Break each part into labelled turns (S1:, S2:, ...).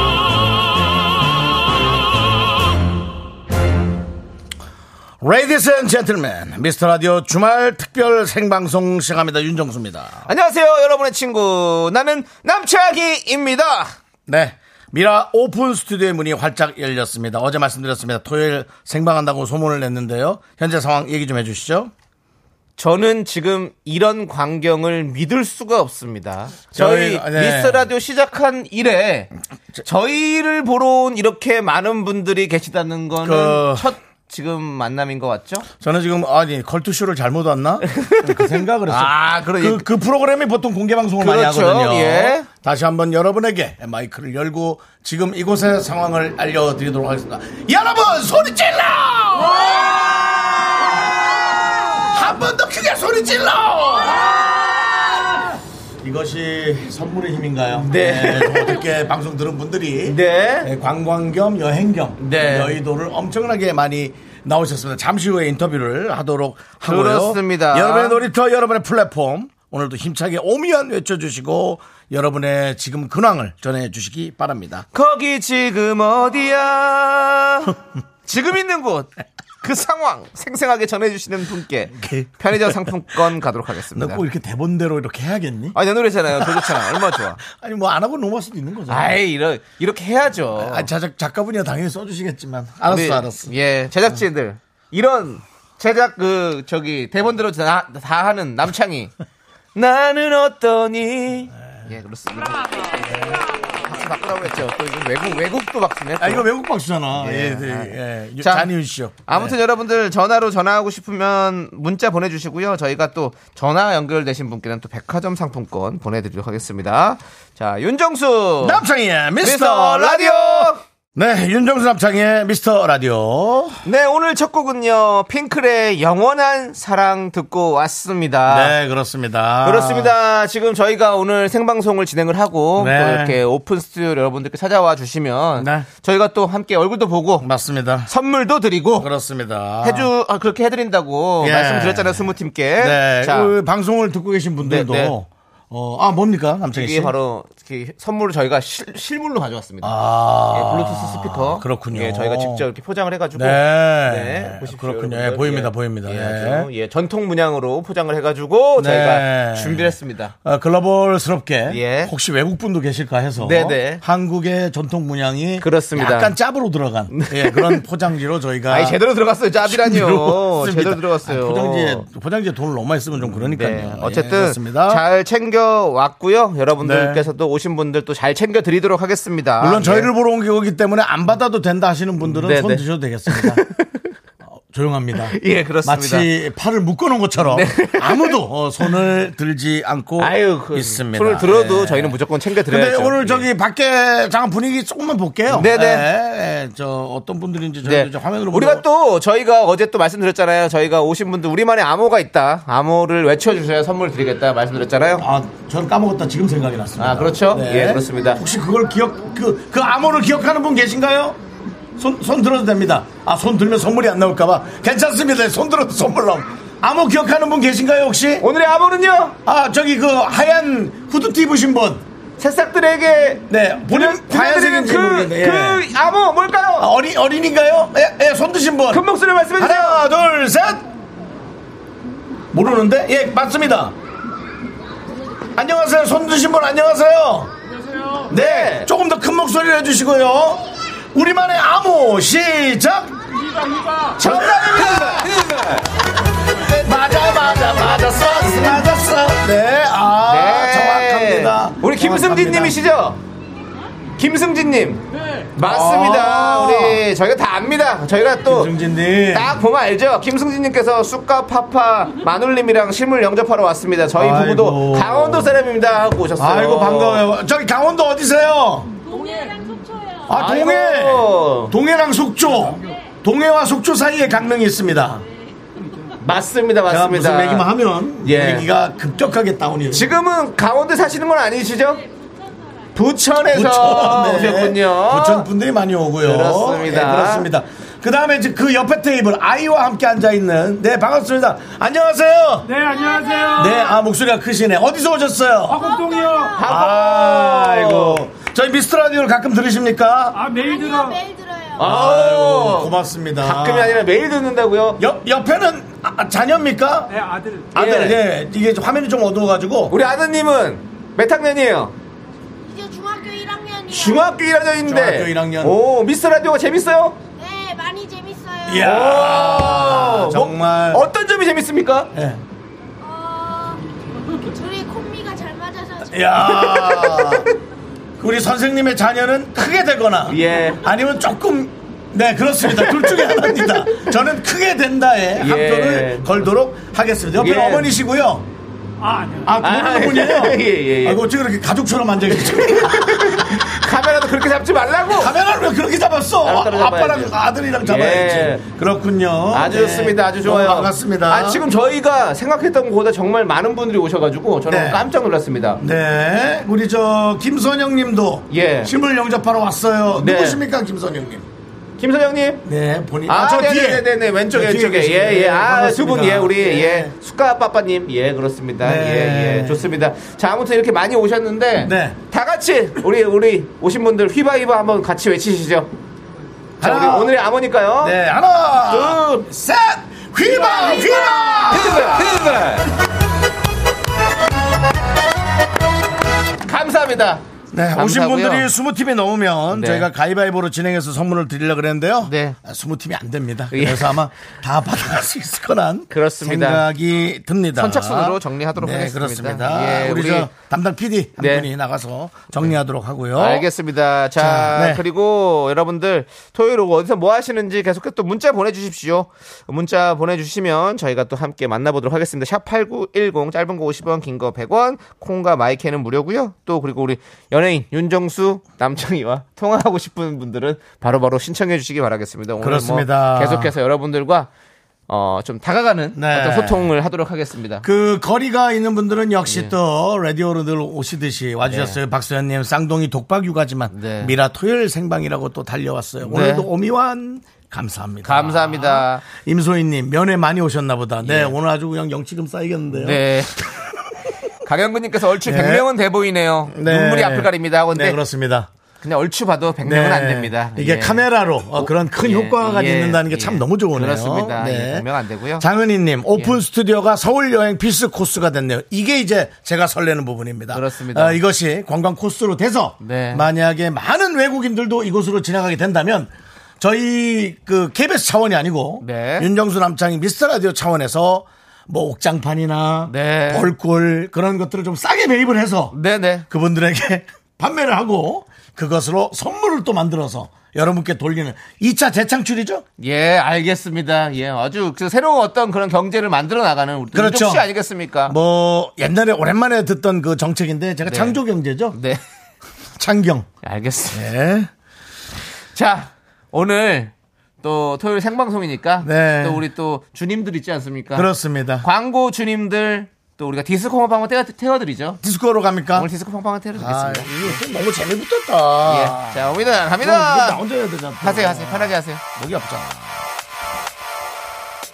S1: 레이디스 앤 젠틀맨 미스터 라디오 주말 특별 생방송 시작합니다. 윤정수입니다.
S2: 안녕하세요, 여러분의 친구. 나는 남창희입니다.
S1: 네. 미라 오픈 스튜디오의 문이 활짝 열렸습니다. 어제 말씀드렸습니다. 토요일 생방한다고 소문을 냈는데요. 현재 상황 얘기 좀 해주시죠.
S2: 저는 지금 이런 광경을 믿을 수가 없습니다. 저희
S1: 저희, 네.
S2: 미스 라디오 시작한 이래 저희를 보러 온 이렇게 많은 분들이 계시다는 거는
S1: 그-
S2: 첫 지금 만남인 것 같죠?
S1: 저는 지금 아니 걸투쇼를 잘못 왔나 그 생각을 했어요.
S2: 아, 그러-
S1: 그, 그 프로그램이 보통 공개 방송을
S2: 그렇죠.
S1: 많이 하거든요.
S2: 예.
S1: 다시 한번 여러분에게 마이크를 열고 지금 이곳의 상황을 알려드리도록 하겠습니다. 여러분 소리 질러! 한 번 더 크게 소리 질러! 이것이 선물의 힘인가요? 예,
S2: 네.
S1: 좀 어떻게 방송 들은 분들이
S2: 네.
S1: 네, 관광 겸 여행 겸
S2: 네.
S1: 여의도를 엄청나게 많이 나오셨습니다. 잠시 후에 인터뷰를 하도록 하고요.
S2: 그렇습니다.
S1: 여러분의 놀이터, 여러분의 플랫폼 오늘도 힘차게 오미안 외쳐주시고 여러분의 지금 근황을 전해주시기 바랍니다.
S2: 거기 지금 어디야? 지금 있는 곳. 그 상황 생생하게 전해주시는 분께
S1: 그
S2: 편의점 상품권 가도록
S1: 너
S2: 하겠습니다.
S1: 꼭 이렇게 대본대로 이렇게 해야겠니?
S2: 아니, 내 노래잖아요. 그 좋잖아. 얼마나 좋아.
S1: 아니 뭐 안 하고 넘어갈 수도 있는 거잖아.
S2: 아이, 이러, 이렇게 해야죠.
S1: 아, 작, 작가분이야 당연히 써주시겠지만 알았어
S2: 우리,
S1: 알았어.
S2: 예, 제작진들. 이런 제작, 그, 저기, 대본대로 다, 다 하는 남창희. 나는 어떠니? 예, 그렇습니다. 박수 바꾸라고 했죠. 또 이거 외국, 외국도 박수네. 또.
S1: 아 이거 외국 박수잖아.
S2: 예,
S1: 예, 네, 예.
S2: 자,
S1: 잔이윤 씨요. 네.
S2: 아무튼 여러분들 전화로 전화하고 싶으면 문자 보내주시고요. 저희가 또 전화 연결되신 분께는 또 백화점 상품권 보내드리도록 하겠습니다. 자, 윤정수.
S1: 남창희의
S2: 어. 미스터
S1: 미스터 라디오.
S2: 라디오.
S1: 네, 윤정수 남창희의 미스터 라디오.
S2: 네, 오늘 첫 곡은요. 핑클의 영원한 사랑 듣고 왔습니다.
S1: 네, 그렇습니다.
S2: 아. 그렇습니다. 지금 저희가 오늘 생방송을 진행을 하고
S1: 네.
S2: 또 이렇게 오픈 스튜디오 여러분들께 찾아와 주시면
S1: 네.
S2: 저희가 또 함께 얼굴도 보고
S1: 맞습니다.
S2: 선물도 드리고
S1: 그렇습니다.
S2: 해주 아, 그렇게 해드린다고
S1: 예.
S2: 말씀드렸잖아요 스무 팀께
S1: 네,
S2: 자
S1: 그 방송을 듣고 계신 분들도
S2: 네, 네.
S1: 어, 아 뭡니까 남창희 씨?
S2: 이게 바로 이렇게 선물을 저희가 실, 실물로 가져왔습니다.
S1: 아,
S2: 예, 블루투스 스피커
S1: 그렇군요.
S2: 예, 저희가 직접 이렇게 포장을 해가지고
S1: 네,
S2: 보십시오,
S1: 그렇군요. 예,
S2: 여러분들.
S1: 보입니다,
S2: 예.
S1: 보입니다.
S2: 예,
S1: 예.
S2: 아주, 예, 전통 문양으로 포장을 해가지고
S1: 네.
S2: 저희가 준비했습니다.
S1: 어, 글로벌스럽게
S2: 예.
S1: 혹시 외국 분도 계실까 해서
S2: 네, 네.
S1: 한국의 전통 문양이
S2: 그렇습니다. 네.
S1: 약간 짭으로 들어간 예, 그런 포장지로 저희가
S2: 아니 제대로 들어갔어요. 짭이라니요.
S1: 들어왔습니다.
S2: 제대로 들어갔어요.
S1: 아, 포장지에 포장지에 돈을 너무 많이 쓰면 좀 그러니까요.
S2: 네,
S1: 예,
S2: 어쨌든
S1: 그렇습니다. 네.
S2: 잘 챙겨 왔고요. 여러분들께서도 오신 분들 또 잘 챙겨 드리도록 하겠습니다.
S1: 물론
S2: 예.
S1: 저희를 보러 온 거기 때문에 안 받아도 된다 하시는 분들은
S2: 네,
S1: 손
S2: 네.
S1: 드셔도 되겠습니다. 어, 조용합니다.
S2: 예, 그렇습니다. 네.
S1: 마치 팔을 묶어놓은 것처럼 아무도 어, 손을 들지 않고
S2: 아유, 그
S1: 있습니다.
S2: 손을 들어도
S1: 예.
S2: 저희는 무조건 챙겨
S1: 근데
S2: 드려야죠. 예.
S1: 오늘 저기 밖에 잠깐 분위기 조금만 볼게요.
S2: 네네.
S1: 예, 예, 저 어떤 분들인지 저희도 이제 화면으로
S2: 네. 우리가
S1: 보고-
S2: 또 저희가 어제 또 말씀드렸잖아요. 저희가 오신 분들 우리만의 암호가 있다. 암호를 외쳐주셔야 선물 드리겠다 말씀드렸잖아요.
S1: 아, 저는 까먹었다. 지금 생각이 났습니다.
S2: 아, 그렇죠? 예, 그렇습니다.
S1: 네. 혹시 그걸 기억, 그, 그 암호를 기억하는 분 계신가요? 손, 손 들어도 됩니다. 아, 손 들면 선물이 안 나올까봐. 괜찮습니다. 손 들어도 선물 나옴. 암호 기억하는 분 계신가요, 혹시?
S2: 오늘의 암호는요.
S1: 아, 저기 그 하얀 후드티 입으신 분.
S2: 새싹들에게
S1: 네, 본인
S2: 드리는
S1: 하얀색인지
S2: 그,
S1: 모르겠네. 예.
S2: 그 암호 뭘까요?
S1: 아, 어린, 어린인가요? 예, 예, 손 드신 분.
S2: 큰 목소리로 말씀해주세요.
S1: 하나, 둘, 셋! 모르는데? 예, 맞습니다. 안녕하세요. 손 드신 분 안녕하세요. 네, 조금 더 큰 목소리로 해주시고요. 우리만의 암호 시작. 정답입니다. 네, 맞아, 맞아, 맞았어, 맞았어. 네, 아,
S2: 네.
S1: 정확합니다.
S2: 우리 김승진님이시죠? 김승진님. 맞습니다.
S1: 아.
S2: 우리 저희가 다 압니다. 저희가 또 딱
S1: 김승진님.
S2: 보면 알죠. 김승진님께서 쑥과 파파 마눌님이랑 실물 영접하러 왔습니다. 저희
S1: 아이고.
S2: 부부도 강원도 사람입니다 하고 오셨어요.
S1: 아이고 반가워요. 저기 강원도 어디세요? 아 동해.
S2: 아이고.
S1: 동해랑 속초. 동해와 속초 사이에 강릉이 있습니다.
S2: 맞습니다,
S1: 제가
S2: 맞습니다.
S1: 무슨 얘기만 하면
S2: 예.
S1: 얘기가 급격하게 다운이
S2: 지금은 강원도 사시는 건 아니시죠? 부천에서
S1: 부천, 네.
S2: 오셨군요.
S1: 부천 분들이 많이 오고요.
S2: 그렇습니다.
S1: 예, 그렇습니다. 그 다음에 그 옆에 테이블 아이와 함께 앉아 있는 네 반갑습니다. 안녕하세요.
S3: 네, 안녕하세요.
S1: 네, 아 목소리가 크시네. 어디서 오셨어요?
S3: 화곡동이요.
S4: 아,
S1: 아이고. 저희 미스터 라디오를 가끔 들으십니까?
S3: 아, 메일 들어.
S4: 매일 들어요.
S1: 아이고,
S2: 아우,
S1: 고맙습니다.
S2: 가끔이 아니라 매일 듣는다고요?
S1: 옆 옆에는 아, 자녀입니까?
S3: 네, 아들.
S1: 아들,
S2: 예.
S1: 예. 이게 화면이 좀 어두워가지고.
S2: 우리 아드님은 몇 학년이에요?
S4: 이제 중학교 1학년이에요.
S2: 중학교 1학년인데.
S1: 중학교 1학년.
S2: 오, 미스 라디오가 재밌어요?
S4: 네, 많이 재밌어요.
S1: 이야.
S2: 아,
S1: 정말.
S2: 뭐, 어떤 점이 재밌습니까?
S1: 예.
S4: 어, 우리 콤비가 잘 맞아서 좋-
S1: 야그 우리 선생님의 자녀는 크게 되거나.
S2: 예.
S1: 아니면 조금 네 그렇습니다 둘 중에 하나입니다 저는 크게 된다에 한
S2: 예.
S1: 표를 걸도록 하겠습니다 옆에
S2: 예.
S1: 어머니시고요
S3: 아, 아니요.
S1: 아 모르는
S2: 아,
S1: 분이에요
S2: 예, 예, 예.
S1: 아, 어떻게 그렇게 가족처럼 앉아 계시죠
S2: 카메라도 그렇게 잡지 말라고!
S1: 카메라를 왜 그렇게 잡았어 아,
S2: 따로 잡아야지.
S1: 빠랑 아들이랑 잡아야지
S2: 예.
S1: 그렇군요
S2: 아주
S1: 네.
S2: 좋습니다. 아주
S1: 너무
S2: 좋아요.
S1: 반갑습니다
S2: 아, 지금 저희가 생각했던 것보다 정말 많은 분들이 오셔가지고 저는
S1: 네.
S2: 깜짝 놀랐습니다.
S1: 네 우리 저 김선영님도
S2: 예.
S1: 실물 영접하러 왔어요
S2: 네.
S1: 누구십니까 김선영님
S2: 김선영님.
S1: 네 본인
S2: 아,
S1: 저
S2: 네네,
S1: 뒤에
S2: 네네네, 왼쪽에,
S1: 저 뒤에
S2: 왼쪽에.
S1: 계시네.
S2: 예, 예. 아, 두
S1: 반갑습니다.
S2: 분, 예, 우리,
S1: 네.
S2: 예. 숙가빠빠님, 예, 그렇습니다.
S1: 네.
S2: 예, 예. 좋습니다. 자, 아무튼 이렇게 많이 오셨는데.
S1: 네.
S2: 다 같이, 우리, 우리, 오신 분들 휘바휘바 한번 같이 외치시죠. 자,
S1: 하나.
S2: 우리 오늘의 암호니까요.
S1: 네, 하나, 둘, 셋, 휘바, 휘바!
S2: 휘바, 휘바. 감사합니다.
S1: 네, 오신
S2: 감사하고요.
S1: 분들이 20팀이 넘으면
S2: 네.
S1: 저희가 가위바위보로 진행해서 선물을 드리려고 그랬는데요.
S2: 네.
S1: 아, 20팀이 안 됩니다.
S2: 예.
S1: 그래서 아마 다 받아갈 수 있을 거란
S2: 그렇습니다.
S1: 생각이 듭니다.
S2: 선착순으로 정리하도록
S1: 네,
S2: 하겠습니다.
S1: 그렇습니다.
S2: 예,
S1: 우리,
S2: 우리-
S1: 저 담당 PD 한
S2: 네.
S1: 분이 나가서 정리하도록 하고요.
S2: 알겠습니다. 자,
S1: 어? 자, 네.
S2: 그리고 여러분들 토요일 오후 어디서 뭐 하시는지 계속해서 또 문자 보내주십시오. 문자 보내주시면 저희가 또 함께 만나보도록 하겠습니다. 샵 8910 짧은 거 50원, 긴 거 100원, 콩과 마이크는 무료고요. 또 그리고 우리 연예인 윤정수, 남창희와 통화하고 싶은 분들은 바로바로 신청해 주시기 바라겠습니다. 오늘
S1: 그렇습니다.
S2: 뭐 계속해서 여러분들과 어, 좀 다가가는
S1: 네.
S2: 어떤 소통을 하도록 하겠습니다.
S1: 그 거리가 있는 분들은
S2: 예.
S1: 역시 또 라디오로 늘 오시듯이 와주셨어요. 박소연님 쌍둥이 독박 육아지만
S2: 네.
S1: 미라 토요일 생방이라고 또 달려왔어요. 오늘도 오미완 감사합니다.
S2: 감사합니다. 예.
S1: 임소희님 면회 많이 오셨나 보다. 네 오늘 아주 그냥 영치금 쌓이겠는데요.
S2: 네. 강영근님께서 얼추 100명은 돼 보이네요.
S1: 네.
S2: 눈물이 앞을 가립니다. 근데
S1: 네, 그렇습니다.
S2: 그냥 얼추 봐도 100명은
S1: 네.
S2: 안 됩니다.
S1: 이게
S2: 예.
S1: 카메라로 어, 그런 큰
S2: 예,
S1: 효과가
S2: 예,
S1: 있는다는 게
S2: 예.
S1: 참 너무 좋으네요.
S2: 그렇습니다. 예, 분명 안 되고요. 예.
S1: 장은희님 오픈 스튜디오가 서울 여행 필수 코스가 됐네요. 이게 이제 제가 설레는 부분입니다.
S2: 그렇습니다.
S1: 어, 이것이 관광 코스로 돼서
S2: 네.
S1: 만약에 많은 외국인들도 이곳으로 지나가게 된다면. 저희 그 KBS 차원이 아니고
S2: 네.
S1: 윤정수 남창이 미스터 라디오 차원에서 뭐 옥장판이나
S2: 네.
S1: 벌꿀 그런 것들을 좀 싸게 매입을 해서
S2: 네네.
S1: 그분들에게 판매를 하고 그것으로 선물을 또 만들어서 여러분께 돌리는 2차 재창출이죠?
S2: 예, 알겠습니다. 예, 아주 그 새로운 어떤 그런 경제를 만들어 나가는 우리
S1: 그렇죠.
S2: 윤종 씨 아니겠습니까?
S1: 뭐 옛날에 오랜만에 듣던 그 정책인데 제가 창조 경제죠?
S2: 네.
S1: 창경.
S2: 알겠습니다.
S1: 네.
S2: 자, 오늘 또 토요일 생방송이니까
S1: 네.
S2: 또 우리 또 주님들 있지 않습니까?
S1: 그렇습니다.
S2: 광고 주님들 또 우리가 디스코팡 한번 태워- 태워드리죠.
S1: 디스코로 갑니까?
S2: 오늘 디스코팡 한번 태워드리겠습니다.
S1: 아, 이거 좀 너무 재미붙었다.
S2: 예.
S1: 아,
S2: 자, 옵니다.
S1: 어, 이거 나
S2: 갑니다.
S1: 혼자 해야 되잖아. 또.
S2: 하세요, 하세요. 편하게 하세요.
S1: 목이 아프잖아.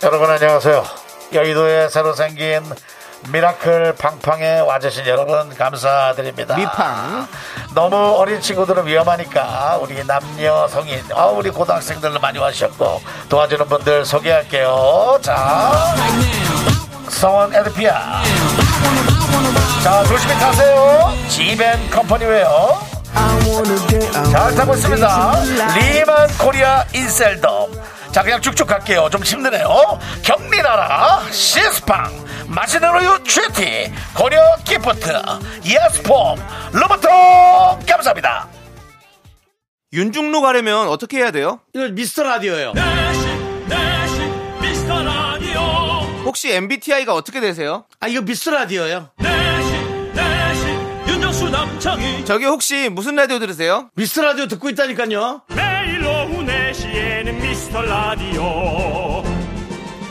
S1: 여러분 안녕하세요. 여의도에 새로 생긴 미라클 팡팡에 와주신 여러분 감사드립니다.
S2: 미팡.
S1: 너무 어린 친구들은 위험하니까 우리 남녀 성인 아 우리 고등학생들도 많이 와주셨고 도와주는 분들 소개할게요 자 성원 에드피아 자 조심히 타세요 지벤 컴퍼니웨어 잘 타고 있습니다 리만 코리아 인셀덤 자 그냥 쭉쭉 갈게요 좀 힘드네요 경리나라 시스팡 맛있는 우유 GT 고려 기프트 예스폼 로버트 감사합니다
S2: 윤중로 가려면 어떻게 해야 돼요?
S1: 이거 미스터 라디오예요
S5: 내시 내시 미스터 라디오
S2: 혹시 MBTI가 어떻게 되세요?
S1: 아 이거 미스터 라디오예요
S5: 내시 내시 윤정수 남창희
S2: 저기 혹시 무슨 라디오 들으세요?
S1: 미스터 라디오 듣고 있다니까요
S5: 네 매일 오후 4시에는 미스터 라디오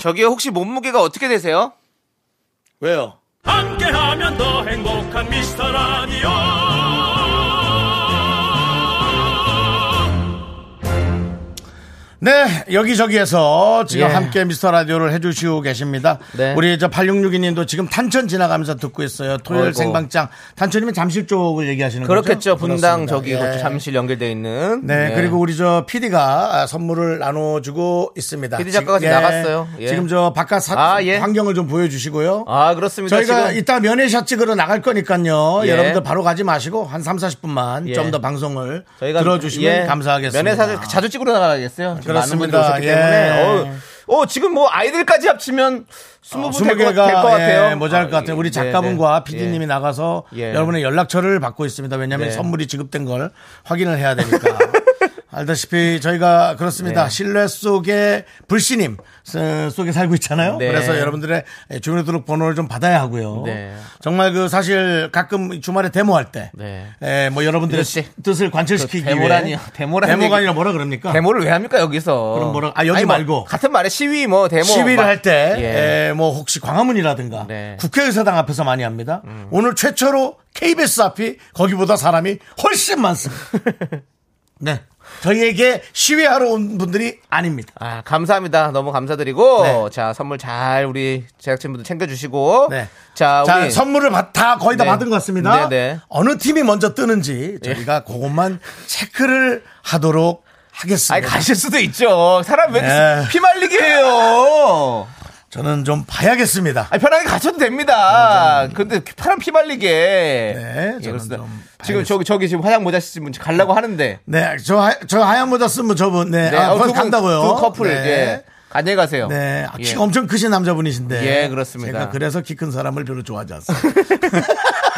S2: 저기 혹시 몸무게가 어떻게 되세요?
S1: 왜요?
S5: 함께하면 더 행복한 미스터 라디오
S1: 네, 여기저기에서 지금
S2: 예.
S1: 함께 미스터 라디오를 해주시고 계십니다.
S2: 네.
S1: 우리 저 8662님도 지금 탄천 지나가면서 듣고 있어요. 토요일
S2: 어이구.
S1: 생방장. 탄천이면 잠실 쪽을 얘기하시는 거죠?
S2: 그렇겠죠. 분당
S1: 그렇습니다.
S2: 저기
S1: 예.
S2: 잠실 연결돼 있는.
S1: 네,
S2: 예.
S1: 그리고 우리 저 PD가 선물을 나눠주고 있습니다.
S2: PD 작가가 지금 나갔어요. 예.
S1: 지금 저 바깥 사-
S2: 아, 예.
S1: 환경을 좀 보여주시고요.
S2: 아 그렇습니다.
S1: 저희가
S2: 지금
S1: 이따 면회샷 찍으러 나갈 거니까요.
S2: 예.
S1: 여러분들 바로 가지 마시고 한 3, 40분만
S2: 예.
S1: 좀 더 방송을
S2: 저희가
S1: 들어주시면
S2: 예,
S1: 감사하겠습니다.
S2: 면회사들 자주 찍으러 나가야겠어요. 지금 많은 분들
S1: 그렇습니다.
S2: 오셨기
S1: 예.
S2: 때문에. 어, 어, 지금 뭐 아이들까지 합치면 20분
S1: 어, 스무
S2: 될것
S1: 개가
S2: 될것 같아요.
S1: 예, 모자랄 것
S2: 아,
S1: 같아요. 우리
S2: 예,
S1: 작가분과
S2: 네, 네.
S1: PD님이 나가서
S2: 예.
S1: 여러분의 연락처를 받고 있습니다. 왜냐하면
S2: 네.
S1: 선물이 지급된 걸 확인을 해야 되니까. 알다시피 저희가 그렇습니다.
S2: 네.
S1: 신뢰 속에 불신임 스- 속에 살고 있잖아요.
S2: 네.
S1: 그래서 여러분들의 주민등록 번호를 좀 받아야 하고요.
S2: 네.
S1: 정말 그 사실 가끔 주말에 데모할 때,
S2: 네.
S1: 예, 뭐 여러분들의
S2: 그렇지.
S1: 뜻을 관철시키기
S2: 그 데모라니요.
S1: 위해
S2: 데모라는
S1: 데모가
S2: 얘기.
S1: 아니라 뭐라 그럽니까?
S2: 데모를 왜 합니까 여기서?
S1: 그러니까. 그럼 뭐라- 아, 여기
S2: 뭐
S1: 말고.
S2: 같은 말에 시위 뭐 데모
S1: 시위를
S2: 막-
S1: 할 때
S2: 예.
S1: 뭐 혹시 광화문이라든가
S2: 네. 음.
S1: 국회의사당 앞에서 많이 합니다. 오늘 최초로 KBS 앞이 거기보다 사람이 훨씬 많습니다. 네. 저희에게 시위하러 온 분들이 아닙니다.
S2: 아, 감사합니다. 너무 감사드리고
S1: 네.
S2: 자 선물 잘 우리 제작진분들 챙겨주시고
S1: 네.
S2: 자
S1: 자,
S2: 우리
S1: 선물을 받- 다 거의 다
S2: 네.
S1: 받은 것 같습니다.
S2: 네, 네.
S1: 어느 팀이 먼저 뜨는지 저희가 그것만 체크를 하도록 하겠습니다.
S2: 아니 가실 수도 있죠. 사람 왜
S1: 네.
S2: 이렇게 피 말리게 해요?
S1: 저는 좀 봐야겠습니다.
S2: 아니, 편하게 가셔도 됩니다. 근데 사람 피 말리게.
S1: 네,
S2: 예,
S1: 저는
S2: 그렇습니다.
S1: 좀
S2: 지금 저기 저기 지금 화장 모자 쓰신 분 가려고 하는데.
S1: 네, 저, 하, 저 하얀 모자 쓴 분 저분, 네,
S2: 네,
S1: 아,
S2: 어,
S1: 거기
S2: 두 분,
S1: 간다고요.
S2: 두 커플.
S1: 네.
S2: 예. 안녕히 가세요.
S1: 네, 아, 키가
S2: 예.
S1: 엄청 크신 남자분이신데.
S2: 예, 그렇습니다.
S1: 제가 그래서 키 큰 사람을 별로 좋아하지 않습니다.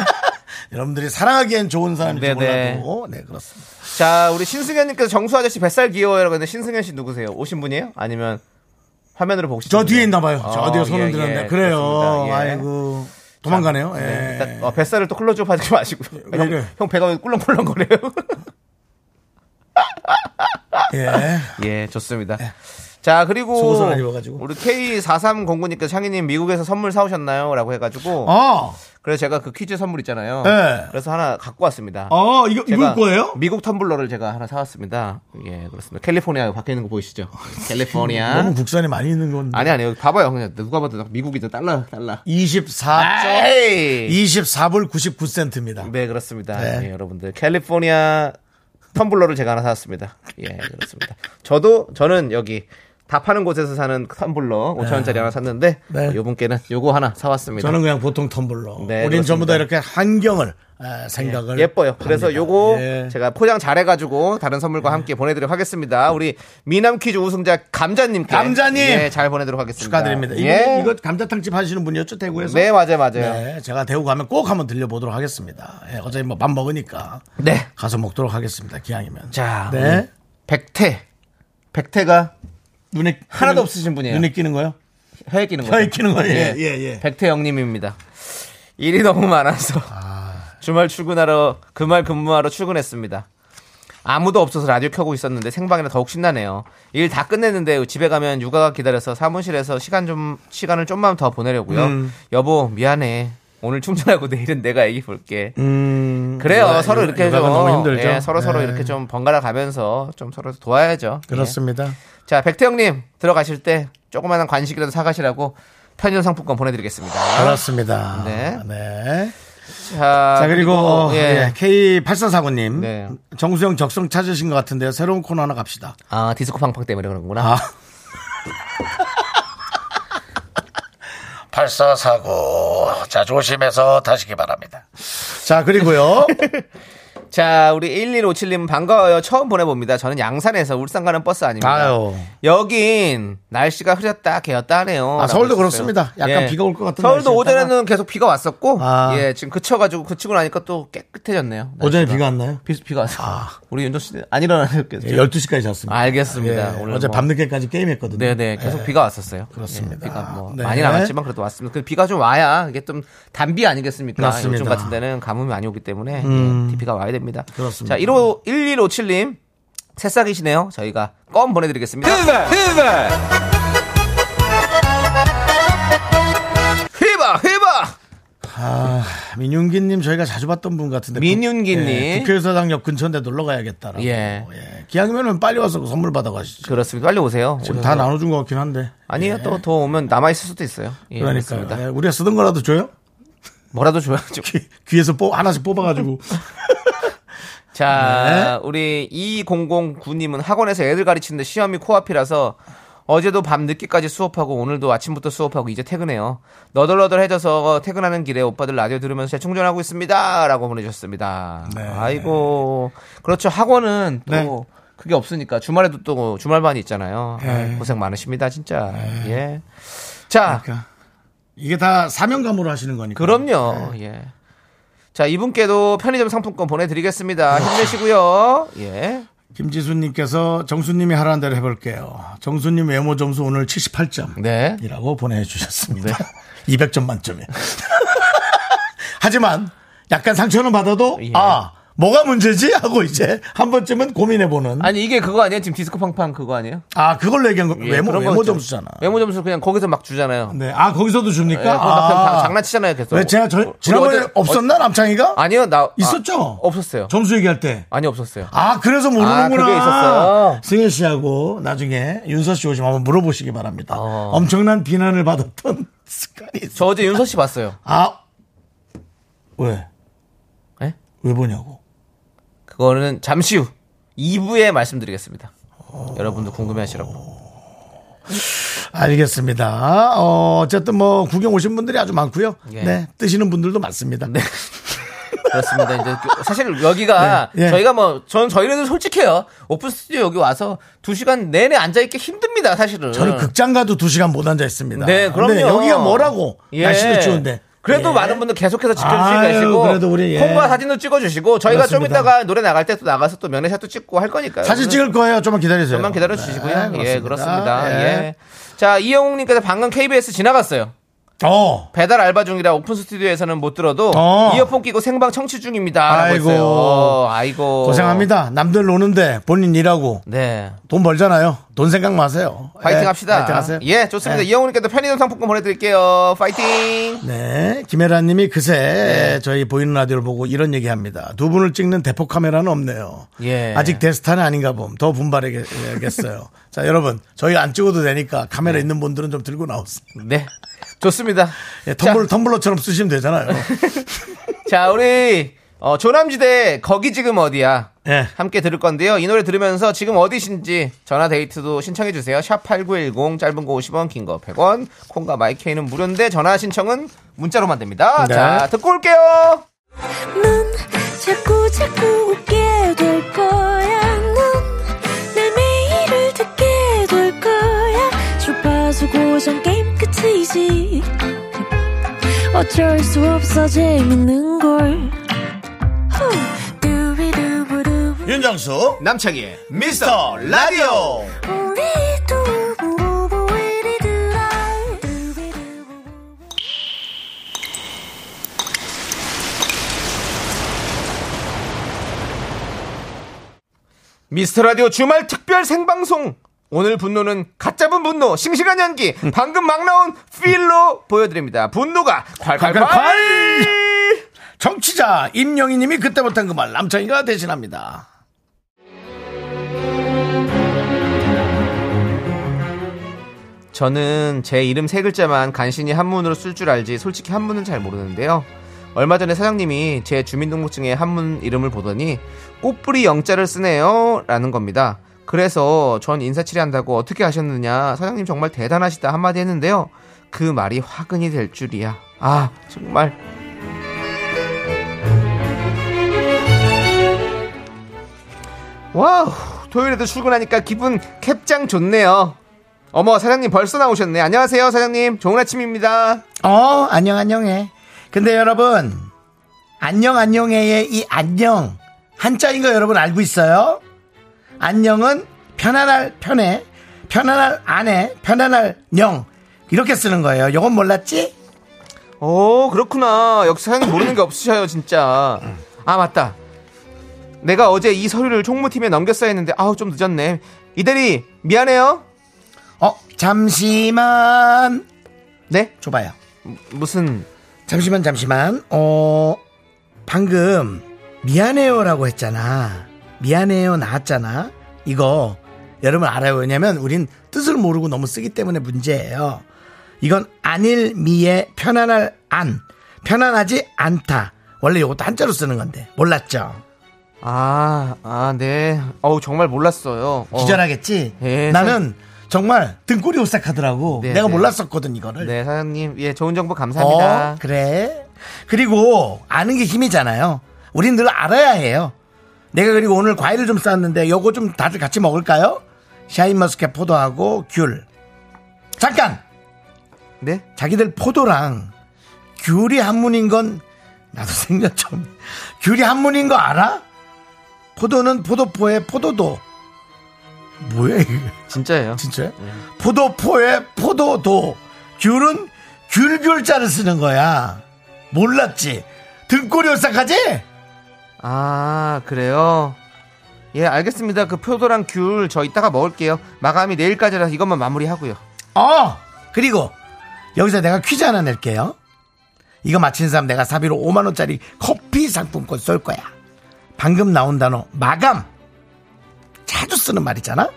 S1: 여러분들이 사랑하기엔 좋은 사람인지
S2: 네, 네.
S1: 몰라도, 네, 그렇습니다.
S2: 자, 우리 신승현님께서 정수 아저씨 뱃살 귀여워요라고 했는데 신승현 씨 누구세요? 오신 분이에요? 아니면 화면으로 보고 싶은
S1: 저 뒤에
S2: 분이에요?
S1: 있나 봐요.
S2: 어,
S1: 저 뒤에 손을
S2: 예,
S1: 들었는데.
S2: 예,
S1: 그래요.
S2: 그렇습니다. 예.
S1: 아이고. 도망가네요. 예.
S2: 네, 일단, 어, 뱃살을 또 클로즈업 하지 마시고요.
S1: 왜
S2: 형,
S1: 그래?
S2: 형 배가 왜 꿀렁꿀렁거려요?
S1: 예.
S2: 예, 좋습니다. 자, 그리고
S1: 속옷을 안 입어가지고.
S2: 우리 K4309님께서 창희님 미국에서 선물 사오셨나요? 라고 해가지고
S1: 어,
S2: 그래서 제가 그 퀴즈 선물 있잖아요.
S1: 네.
S2: 그래서 하나 갖고 왔습니다.
S1: 어, 이거, 이거
S2: 제가
S1: 거예요?
S2: 미국 텀블러를 제가 하나 사왔습니다. 예, 그렇습니다. 캘리포니아 밖에 있는 거 보이시죠?
S1: 너무
S2: 캘리포니아.
S1: 국산이 많이 있는 건데.
S2: 네. 아니 아니요. 봐봐요. 그냥 누가 봐도 미국이죠. 달러 달러.
S1: 24.
S2: 에이.
S1: 24불 99센트입니다.
S2: 네 아. 그렇습니다.
S1: 네.
S2: 예, 여러분들 캘리포니아 텀블러를 제가 하나 사왔습니다. 예 그렇습니다. 저도 저는 여기 다 파는 곳에서 사는 그 텀블러 5천 원짜리 하나 샀는데
S1: 네.
S2: 요 분께는 요거 하나 사왔습니다.
S1: 저는 그냥 보통 텀블러.
S2: 네,
S1: 우린 전부
S2: 그렇습니다.
S1: 다 이렇게 환경을 아, 생각을.
S2: 예뻐요. 그래서
S1: 합니다.
S2: 요거
S1: 예. 네.
S2: 제가 포장 잘해가지고 다른 선물과 함께 보내드리도록 하겠습니다. 우리 미남 퀴즈 우승자 감자님께
S1: 감자님!
S2: 예, 잘 보내도록 하겠습니다.
S1: 축하드립니다. 이거,
S2: 예.
S1: 이거 감자탕집 하시는 분이었죠 대구에서?
S2: 네 맞아요 맞아요. 네.
S1: 네, 제가 대구 가면 꼭 한번 들려보도록 하겠습니다. 예, 어차피 뭐 밥 먹으니까 가서 먹도록 하겠습니다. 기왕이면.
S2: 네. 자,
S1: 네.
S2: 백태 백태가
S1: 눈에
S2: 하나도
S1: 끼는-
S2: 없으신 분이에요.
S1: 눈에 끼는 거요?
S2: 혀에 끼는 거.
S1: 혀에 끼는 거예요. 예, 예, 예.
S2: 백태영님입니다. 일이 너무 많아서 주말 출근하러 그말 근무하러 출근했습니다. 아무도 없어서 라디오 켜고 있었는데 생방이라 더욱 신나네요. 일 다 끝냈는데 집에 가면 육아가 기다려서 사무실에서 시간 좀 시간을 좀만 더 보내려고요.
S1: 음.
S2: 여보 미안해. 오늘 충전하고 내일은 내가 애기 볼게. 음, 그래요.
S1: 음. 육아,
S2: 서로
S1: 육아,
S2: 이렇게 좀
S1: 육아가 너무 힘들죠.
S2: 예, 서로 서로
S1: 예.
S2: 이렇게 좀 번갈아 가면서 좀 서로 도와야죠. 예.
S1: 그렇습니다.
S2: 자, 백태형님 들어가실 때 조그마한 간식이라도 사가시라고 편의점 상품권 보내드리겠습니다.
S1: 그렇습니다.
S2: 네.
S1: 네.
S2: 자,
S1: 자, 그리고, 어,
S2: 예.
S1: 예. K8449님.
S2: 네.
S1: 정수영 적성 찾으신 것 같은데요. 새로운 코너 하나 갑시다.
S2: 아 디스코 팡팡 때문에 그런구나.
S1: 아. 8449. 자, 조심해서 타시기 바랍니다. 자, 그리고요.
S2: 자, 우리 1157님 반가워요. 처음 보내봅니다. 저는 양산에서 울산 가는 버스 아닙니다.
S1: 아유.
S2: 여긴 날씨가 흐렸다 개었다 하네요.
S1: 아, 서울도
S2: 라고 해주셨어요. 예.
S1: 그렇습니다. 약간 비가 올것 같은
S2: 서울도
S1: 날씨였다가.
S2: 오전에는 계속 비가 왔었고,
S1: 아.
S2: 예, 지금 그쳐가지고 그치고 나니까 또 깨끗해졌네요.
S1: 오전에
S2: 날씨가.
S1: 비가 왔나요? 아,
S2: 비, 비가 왔어. 우리 윤종 씨안 일어나셨겠죠?
S1: 예. 12시까지 잤습니다.
S2: 알겠습니다.
S1: 예,
S2: 오늘
S1: 어제
S2: 뭐-
S1: 밤늦게까지 게임했거든요.
S2: 네네 계속 비가 왔었어요.
S1: 음. 예. 그렇습니다.
S2: 예, 비가 뭐
S1: 네.
S2: 많이 남았지만 그래도 왔습니다. 그 비가 좀 와야 이게 좀 단비 아니겠습니까?
S1: 맞습니다. 음.
S2: 요즘 같은 데는 가뭄이 많이 오기 때문에 예, 비가 와야 됩니다.
S1: 그렇습니다.
S2: 자 15, 1157님 새싹이시네요. 저희가 껌 보내드리겠습니다.
S1: 아, 민윤기님 저희가 자주 봤던 분 같은데.
S2: 민윤기님.
S1: 예, 국회의사당 옆 근처인데 놀러 가야겠다라고.
S2: 예.
S1: 예. 기왕이면은 빨리 와서 그 선물 받아가시죠.
S2: 그렇습니다. 빨리 오세요.
S1: 지금
S2: 오셔서.
S1: 다 나눠준 것 같긴 한데. 예.
S2: 아니요, 또 더 오면 남아있을 수도 있어요. 예,
S1: 그러니까
S2: 그렇습니다.
S1: 예, 우리가 쓰던 거라도 줘요.
S2: 뭐라도 줘야죠.
S1: 귀, 에서 뽑, 하나씩 뽑아가지고. 네.
S2: 자, 우리 2009님은 학원에서 애들 가르치는데 시험이 코앞이라서 어제도 밤 늦게까지 수업하고 오늘도 아침부터 수업하고 이제 퇴근해요. 너덜너덜해져서 퇴근하는 길에 오빠들 라디오 들으면서 재충전하고 있습니다라고 보내주셨습니다.
S1: 네.
S2: 아이고, 그렇죠. 학원은 또
S1: 네.
S2: 그게 없으니까 주말에도 또 주말반이 있잖아요.
S1: 네.
S2: 아이, 고생 많으십니다, 진짜. 예. 자,
S1: 그러니까 이게 다 사명감으로 하시는 거니까.
S2: 그럼요.
S1: 네.
S2: 예. 자, 이분께도 편의점 상품권 보내드리겠습니다. 힘내시고요. 예.
S1: 김지수님께서 정수님이 하라는 대로 해볼게요. 정수님 외모 점수 오늘 78점.
S2: 네.
S1: 이라고 보내주셨습니다. 200점 만점에. 하지만 약간 상처는 받아도
S2: 예.
S1: 아 뭐가 문제지 하고 이제 한 번쯤은 고민해보는.
S2: 아니 이게 그거 아니에요? 지금 디스코 팡팡 그거 아니에요?
S1: 아 그걸로 얘기한 거
S2: 예,
S1: 외모
S2: 그런 거
S1: 외모
S2: 있죠.
S1: 점수잖아.
S2: 외모 점수 그냥 거기서 막 주잖아요.
S1: 네. 아 거기서도 줍니까?
S2: 예, 그거 막 그냥
S1: 아.
S2: 다 장난치잖아요, 계속.
S1: 왜 제가 저,
S2: 우리
S1: 지난번에
S2: 어제-
S1: 없었나 남창이가?
S2: 어- 아니요, 나 아,
S1: 있었죠?
S2: 없었어요.
S1: 점수 얘기할 때.
S2: 아니 없었어요.
S1: 아, 그래서 모르는구나.
S2: 아, 그게 있었어요.
S1: 승현 씨하고 나중에 윤서 씨 오시면 한번 물어보시기 바랍니다.
S2: 어.
S1: 엄청난 비난을 받았던 습관이 있어.
S2: 저 어제 윤서 씨 봤어요.
S1: 아, 왜?
S2: 예?
S1: 왜 보냐고.
S2: 그거는 잠시 후 2부에 말씀드리겠습니다. 여러분도 궁금해하시라고.
S1: 알겠습니다. 어, 어쨌든 뭐 구경 오신 분들이 아주 많고요.
S2: 예. 네.
S1: 네, 뜨시는 분들도 많습니다.
S2: 그렇습니다. 이제 그- 사실 여기가
S1: 네, 예.
S2: 저희가 뭐 전 저희는 솔직해요. 오픈 스튜디오 여기 와서 2시간 내내 앉아 있기 힘듭니다, 사실은.
S1: 저는 그 극장 가도 두 시간 못 앉아 있습니다.
S2: 어. 네, 그럼요.
S1: 근데 여기가 뭐라고?
S2: 예.
S1: 날씨도 추운데.
S2: 그래도
S1: 예.
S2: 많은 분들 계속해서 지켜주시고
S1: 아유,
S2: 계시고
S1: 그래도 우리, 예.
S2: 콩과 사진도 찍어주시고 저희가 좀
S1: 그렇습니다.
S2: 이따가 노래 나갈 때 또 나가서 또 면회샷도 찍고 할 거니까요.
S1: 사진 찍을 거예요. 좀만 기다려주세요.
S2: 좀만 기다려 주시고요.
S1: 네,
S2: 예, 그렇습니다.
S1: 예.
S2: 예. 자, 이영웅님께서 방금 KBS 지나갔어요.
S1: 어.
S2: 배달 알바 중이라 오픈 스튜디오에서는 못 들어도
S1: 어.
S2: 이어폰 끼고 생방 청취 중입니다. 라고
S1: 아이고.
S2: 했어요. 어, 아이고.
S1: 고생합니다. 남들 노는데 본인 일하고
S2: 네.
S1: 돈 벌잖아요. 돈 생각 마세요.
S2: 파이팅
S1: 예,
S2: 합시다.
S1: 파이팅 하세요.
S2: 예, 좋습니다.
S1: 예.
S2: 이영웅님께도 편의점 상품권 보내드릴게요. 파이팅!
S1: 네, 김혜라 님이 그새
S2: 네.
S1: 저희 보이는 라디오를 보고 이런 얘기 합니다. 두 분을 찍는 대포 카메라는 없네요.
S2: 예.
S1: 아직 데스타는 아닌가 봄. 더 분발해야겠어요. 자, 여러분. 저희 안 찍어도 되니까 카메라 있는 분들은 좀 들고 나오세요.
S2: 네. 좋습니다.
S1: 예,
S2: 자,
S1: 텀블러, 텀블러처럼 쓰시면 되잖아요.
S2: 자, 우리 어, 조남지대 거기 지금 어디야?
S1: 예.
S2: 함께 들을 건데요. 이 노래 들으면서 지금 어디신지 전화 데이트도 신청해 주세요. 샵 8910 짧은 거 50원, 긴 거 100원. 콩과 마이케이는 무료인데 전화 신청은 문자로만 됩니다.
S1: 네.
S2: 자, 듣고 올게요.
S6: 넌 자꾸 자꾸 웃게 될 거야. 넌내 매일을 듣게 될 거야. 주파수 고정 게임 끝이지. 어쩔 수 없어 재밌는 걸. 후. 두비두부두부.
S1: 윤정수.
S2: 남창희의 미스터 라디오.
S6: 우리 두부부부 우리들아. 두비두부부부.
S2: 미스터 라디오 주말 특별 생방송. 오늘 분노는 갓 잡은 분노, 싱싱한 연기, 방금 막 나온 필로 보여드립니다. 분노가 콸콸콸!
S1: 정치자 임영희 님이 그때 못한 그 말 남창희가 대신합니다.
S2: 저는 제 이름 세 글자만 간신히 한문으로 쓸 줄 알지 솔직히 한문은 잘 모르는데요. 얼마 전에 사장님이 제 주민등록증에 한문 이름을 보더니 꽃뿌리 영자를 쓰네요 라는 겁니다. 그래서 전 인사치레한다고 어떻게 하셨느냐 사장님 정말 대단하시다 한마디 했는데요. 그 말이 화근이 될 줄이야. 아 정말 와우 토요일에도 출근하니까 기분 캡짱 좋네요. 어머 사장님 벌써 나오셨네. 안녕하세요 사장님 좋은 아침입니다.
S1: 어, 안녕, 안녕해. 근데 여러분, 안녕, 안녕해의 이 안녕, 한자인 거 여러분 알고 있어요? 안녕은 편안할 편에, 편안할 안에, 편안할 영. 이렇게 쓰는 거예요. 요건 몰랐지?
S2: 오 어, 그렇구나 역시 사장님 모르는 게 없으셔요 진짜 아 맞다 내가 어제 이 서류를 총무팀에 넘겼어야 했는데 아우 좀 늦었네 이대리 미안해요
S1: 어, 잠시만.
S2: 네
S1: 줘봐요.
S2: 무슨
S1: 잠시만 잠시만. 어 방금 미안해요라고 했잖아. 미안해요 나왔잖아. 이거 여러분 알아요. 왜냐면 우린 뜻을 모르고 너무 쓰기 때문에 문제예요. 이건 안일 미의 편안할 안 편안하지 않다. 원래 이것도 한자로 쓰는 건데 몰랐죠.
S2: 아, 아, 네. 어우, 정말 몰랐어요. 어.
S1: 기절하겠지.
S2: 예,
S1: 나는 정말 등골이 오싹하더라고.
S2: 네,
S1: 내가
S2: 네.
S1: 몰랐었거든 이거를.
S2: 네, 사장님. 예, 좋은 정보 감사합니다.
S1: 어, 그래. 그리고 아는 게 힘이잖아요. 우린 늘 알아야 해요. 내가 그리고 오늘 과일을 좀 쌌는데 요거 좀 다들 같이 먹을까요? 샤인머스켓 포도하고 귤. 잠깐!
S2: 네?
S1: 자기들 포도랑 귤이 한문인 건 나도 생각 좀. 귤이 한문인 거 알아? 포도는 포도포에 포도도. 뭐야, 이게.
S2: 진짜예요.
S1: 진짜요? 포도포에 포도도 귤은 귤귤자를 쓰는 거야 몰랐지 등골이 오싹하지?
S2: 아, 그래요? 예, 알겠습니다. 그 표도랑 귤 저 이따가 먹을게요. 마감이 내일까지라서 이것만 마무리하고요.
S1: 어 그리고 여기서 내가 퀴즈 하나 낼게요 이거 맞힌 사람 내가 사비로 5만원짜리 커피 상품권 쏠 거야 방금 나온 단어 마감 자주 쓰는 말이잖아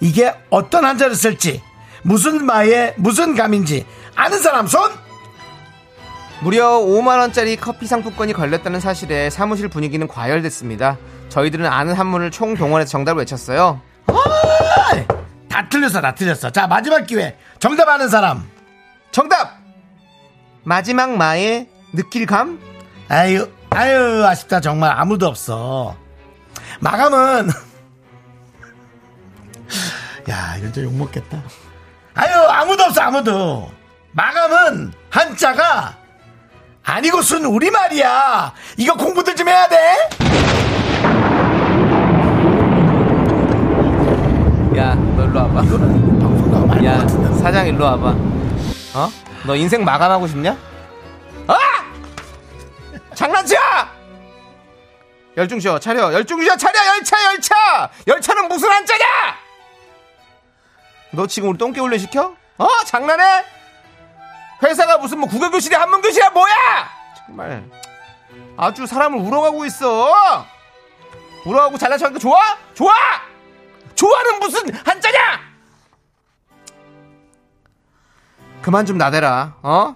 S1: 이게 어떤 한자를 쓸지 무슨 마에 무슨 감인지 아는 사람 손
S2: 무려 5만원짜리 커피 상품권이 걸렸다는 사실에 사무실 분위기는 과열됐습니다. 저희들은 아는 한문을 총동원해서 정답을 외쳤어요.
S1: 어이! 다 틀렸어, 다 틀렸어. 자, 마지막 기회. 정답 아는 사람.
S2: 정답! 마지막 마의 느낄감?
S1: 아유, 아유, 아쉽다. 정말 아무도 없어. 마감은. 야, 이건 진짜 욕먹겠다. 아유, 아무도 없어, 아무도. 마감은 한자가 아니고 순 우리말이야. 이거 공부들 좀 해야 돼.
S2: 야, 너 일로 와봐.
S1: 방송 나
S2: 야 사장 일로 와봐 어? 너 인생 마감하고 싶냐? 아! 장난치야! 열중 쉬어 차려 열중 쉬어 차려 열차 열차 열차는 무슨 한자냐 너 지금 우리 똥개 훈련 시켜? 어 장난해? 회사가 무슨 뭐 국어교실이 한문교실이야 뭐야 정말 아주 사람을 우러가고 있어 우러가고 잘난 척하니까 좋아? 좋아? 좋아는 무슨 한자냐 그만 좀 나대라. 어?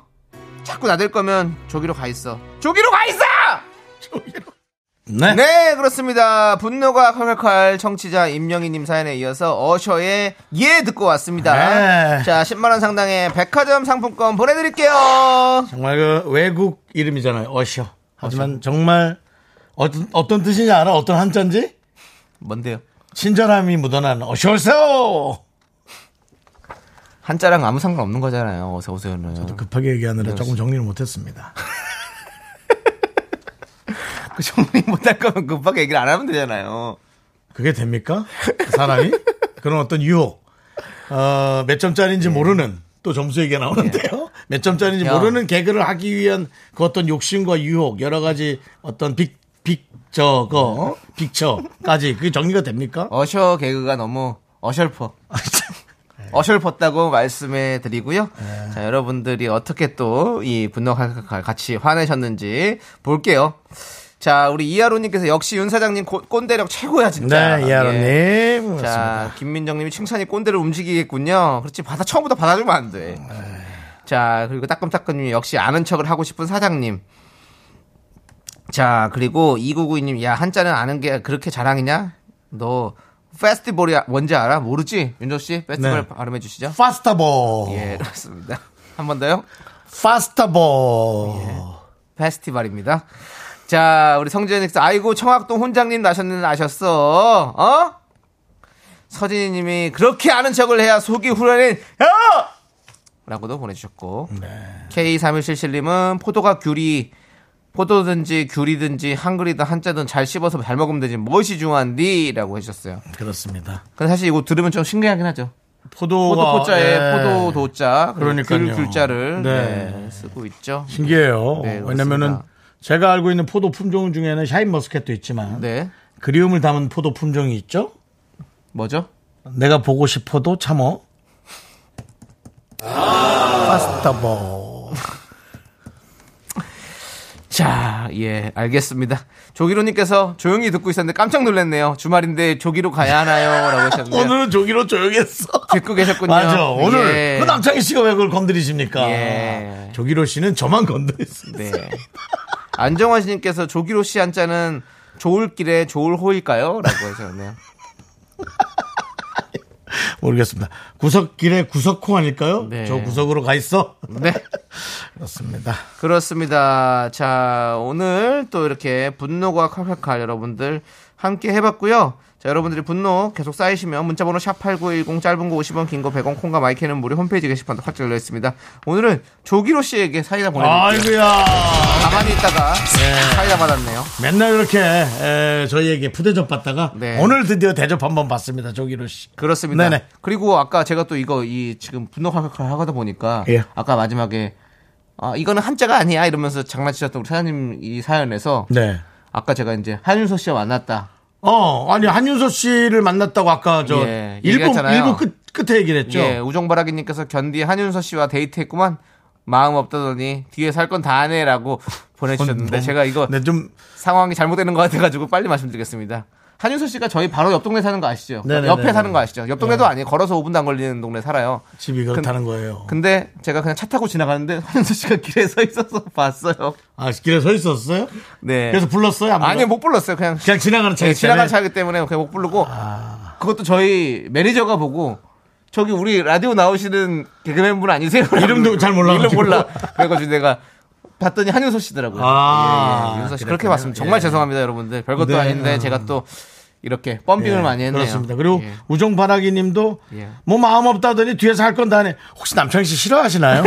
S2: 자꾸 나댈 거면 저기로 가 있어. 저기로 가 있어!
S1: 네.
S2: 네, 그렇습니다. 분노가 칼칼칼 청취자 임영희님 사연에 이어서 어셔의 예 듣고 왔습니다.
S1: 네.
S2: 자, 10만원 상당의 백화점 상품권 보내드릴게요.
S1: 정말 그 외국 이름이잖아요. 어셔. 하지만 정말 어떤, 어떤 뜻인지 알아? 어떤 한자인지?
S2: 뭔데요?
S1: 친절함이 묻어나는 어셔 오세요!
S2: 한자랑 아무 상관없는 거잖아요. 어서 오세요는.
S1: 급하게
S2: 네,
S1: 얘기하느라 조금 정리를 못했습니다.
S2: 그 정리 못할 거면 급하게 얘기를 안 하면 되잖아요.
S1: 그게 됩니까? 사람이? 그런 어떤 유혹. 어, 몇 점짜리인지 모르는 또 점수 얘기가 나오는데요. 몇 점짜리인지
S2: 네. 야.
S1: 모르는 개그를 하기 위한 그 어떤 욕심과 유혹, 여러 가지 어떤 빅, 빅, 저거, 어? 빅처까지 그게 정리가 됩니까?
S2: 어셔 아, 개그가 너무 어셜퍼. 네. 어셜퍼다고 말씀해 드리고요.
S1: 네.
S2: 자, 여러분들이 어떻게 또 이 분노 칼칼칼 같이 화내셨는지 볼게요. 자, 우리 이하로님께서 역시 윤 사장님 고- 꼰대력 최고야, 진짜.
S1: 네, 이하로님.
S2: 예.
S1: 고맙습니다.
S2: 자, 김민정님이 칭찬이 꼰대를 움직이겠군요. 그렇지, 받아, 처음부터 받아주면 안 돼. 자, 그리고 따끔따끔님 역시 아는 척을 하고 싶은 사장님. 자, 그리고 2992님, 야, 한자는 아는 게 그렇게 자랑이냐? 너, 페스티벌이 뭔지 알아? 모르지? 윤조씨,
S1: 네.
S2: 페스티벌 발음해 주시죠.
S1: 파스타보.
S2: 예, 그렇습니다. 한 번 더요.
S1: 파스타보.
S2: 예. 페스티벌입니다. 자, 우리 성재님께서 아이고 청학동 혼장님 나셨는 나셨어. 어? 서진이님이 그렇게 아는 척을 해야 속이 후련해. 어! 라고도 보내주셨고
S1: 네.
S2: K3177님은 포도가 귤이 포도든지 귤이든지 한글이든 한자든 잘 씹어서 잘 먹으면 되지 무엇이 중요한디? 라고 해주셨어요.
S1: 그렇습니다.
S2: 근데 사실 이거 들으면 좀 신기하긴 하죠.
S1: 포도가.
S2: 포도포자에
S1: 예.
S2: 포도도자 그리고
S1: 그러니까요.
S2: 귤 귤자를
S1: 네.
S2: 네, 쓰고 있죠.
S1: 신기해요.
S2: 네, 그렇습니다.
S1: 왜냐면은 제가 알고 있는 포도 품종 중에는 샤인머스켓도 있지만
S2: 네.
S1: 그리움을 담은 포도 품종이 있죠.
S2: 뭐죠?
S1: 내가 보고 싶어도 참어. 파스타보.
S2: 자, 예, 알겠습니다. 조기로님께서 조용히 듣고 있었는데 깜짝 놀랐네요. 주말인데 조기로 가야 하나요? 라고 하셨는데.
S1: 네. 오늘은 조기로 조용했어.
S2: 듣고 계셨군요.
S1: 맞아. 오늘
S2: 예.
S1: 그 남창희 씨가 왜 그걸 건드리십니까?
S2: 예.
S1: 조기로 씨는 저만 건드렸어요.
S2: 네. 안정환 씨님께서 조기로 씨 한자는 좋을 길에 좋을 호일까요? 라고 하셨네요.
S1: 모르겠습니다. 구석길에 구석호 아닐까요?
S2: 네.
S1: 저 구석으로 가 있어.
S2: 네.
S1: 그렇습니다.
S2: 그렇습니다. 자, 오늘 또 이렇게 분노가 칼칼칼 여러분들 함께 해봤고요. 자, 여러분들이 분노 계속 쌓이시면 문자번호 샵8910 짧은 거 50원, 긴 거 100원, 콩과 마이크는 무료 홈페이지 게시판도 확 열려 있습니다. 오늘은 조기로 씨에게 사이다 보내드릴게요.
S1: 아이고야. 네.
S2: 가만히 있다가 사이다 받았네요.
S1: 맨날 이렇게 에, 저희에게 푸대접 받다가
S2: 네.
S1: 오늘 드디어 대접 한번 받습니다. 조기로 씨.
S2: 그렇습니다.
S1: 네네.
S2: 그리고 아까 제가 또 이거 이 지금 분노 칼칼칼 하다 보니까
S1: 예.
S2: 아까 마지막에 아, 이거는 한자가 아니야 이러면서 장난치셨던 우리 사장님 이 사연에서
S1: 네.
S2: 아까 제가 이제 한윤서 씨와 만났다.
S1: 어, 아니 한윤서 씨를 만났다고 아까 저
S2: 예,
S1: 일부
S2: 얘기했잖아요.
S1: 일부 끝 끝에 얘기를 했죠.
S2: 예, 우정바라기님께서 견디 한윤서 씨와 데이트했구만. 마음 없다더니 뒤에 살 건 다 어, 하네라고 보내주셨는데
S1: 너무-
S2: 제가 이거
S1: 네, 좀
S2: 상황이 잘못되는 것 같아가지고 빨리 말씀드리겠습니다. 한윤서 씨가 저희 바로 옆 동네 사는 거 아시죠?
S1: 네네네네.
S2: 옆에 사는 거 아시죠? 옆 동네도 아니에요. 걸어서 5분도 안 걸리는 동네 살아요.
S1: 집이 그렇다는 거예요.
S2: 근데 제가 그냥 차 타고 지나가는데 한윤서 씨가 길에 서 있어서 봤어요.
S1: 아, 길에 서 있었어요?
S2: 네.
S1: 그래서 불렀어요? 안
S2: 아니요
S1: 불렀-
S2: 못 불렀어요. 그냥
S1: 그냥 지나가는 차에 아.
S2: 네, 지나간 차이기 때문에 그냥 못 부르고 그것도 저희 매니저가 보고 저기 우리 라디오 나오시는 개그맨 분 아니세요?
S1: 이름도 잘 몰라가지고.
S2: 이름 몰라. 그래가지고 내가 봤더니 한윤서 씨더라고요.
S1: 아,
S2: 예, 예, 윤서 씨
S1: 그랬군요.
S2: 그렇게 봤습니다. 정말
S1: 예.
S2: 죄송합니다, 여러분들. 별것도
S1: 네.
S2: 아닌데 제가 또 이렇게 펌핑을 많이 했네요.
S1: 예, 그렇습니다. 그리고
S2: 예.
S1: 우정바라기 님도
S2: 예.
S1: 뭐 마음 없다더니 뒤에서 할 건 다 하네. 혹시 남창희 씨 싫어하시나요?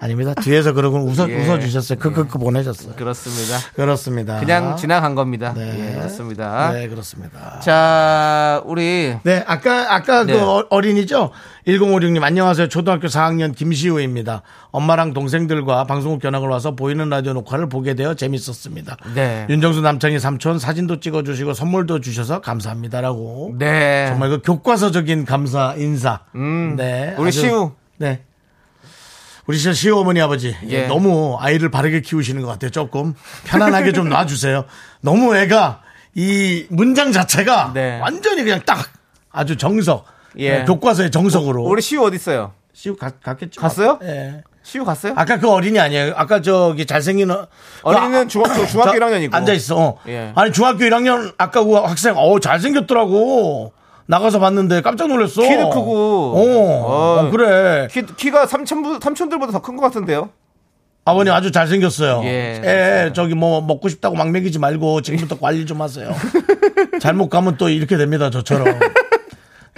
S1: 아닙니다. 뒤에서 그러고 웃어,
S2: 예.
S1: 웃어주셨어요. 그, 그, 그 보내셨어요.
S2: 그렇습니다.
S1: 그렇습니다.
S2: 그냥 지나간 겁니다.
S1: 네.
S2: 예, 그렇습니다.
S1: 네, 그렇습니다.
S2: 자, 우리
S1: 네, 아까, 아까
S2: 네.
S1: 그 어- 어린이죠? 1056님, 안녕하세요. 초등학교 4학년 김시우입니다. 엄마랑 동생들과 방송국 견학을 와서 보이는 라디오 녹화를 보게 되어 재밌었습니다.
S2: 네.
S1: 윤정수 남창희 삼촌 사진도 찍어주시고 선물도 주셔서 감사합니다라고.
S2: 네.
S1: 정말 그 교과서적인 감사 인사. 네.
S2: 음, 우리 시우.
S1: 네. 우리 시우, 시우 어머니 아버지.
S2: 예.
S1: 너무 아이를 바르게 키우시는 것 같아요. 조금 편안하게 좀 놔주세요. 너무 애가 이 문장 자체가
S2: 네.
S1: 완전히 그냥 딱 아주 정석.
S2: 예.
S1: 네, 교과서의 정석으로.
S2: 우리 시우 어디 있어요?
S1: 시우 가- 갔겠죠?
S2: 갔어요?
S1: 예.
S2: 시우 갔어요?
S1: 아까 그 어린이 아니에요. 아까 저기 잘생긴 어-
S2: 어린이는
S1: 아,
S2: 중학교- 중학교
S1: 저-
S2: 1학년이고.
S1: 앉아 있어. 어.
S2: 예.
S1: 아니 중학교 1학년 아까 그 학생 어 잘생겼더라고. 나가서 봤는데 깜짝 놀랐어.
S2: 키도 크고.
S1: 어,
S2: 어.
S1: 어, 그래.
S2: 키, 키가 삼촌, 삼촌들보다 더 큰 것 같은데요?
S1: 아버님 아주 잘생겼어요.
S2: 예,
S1: 예, 저기 뭐 먹고 싶다고 막 먹이지 말고 지금부터 관리 좀 하세요. 잘못 가면 또 이렇게 됩니다. 저처럼.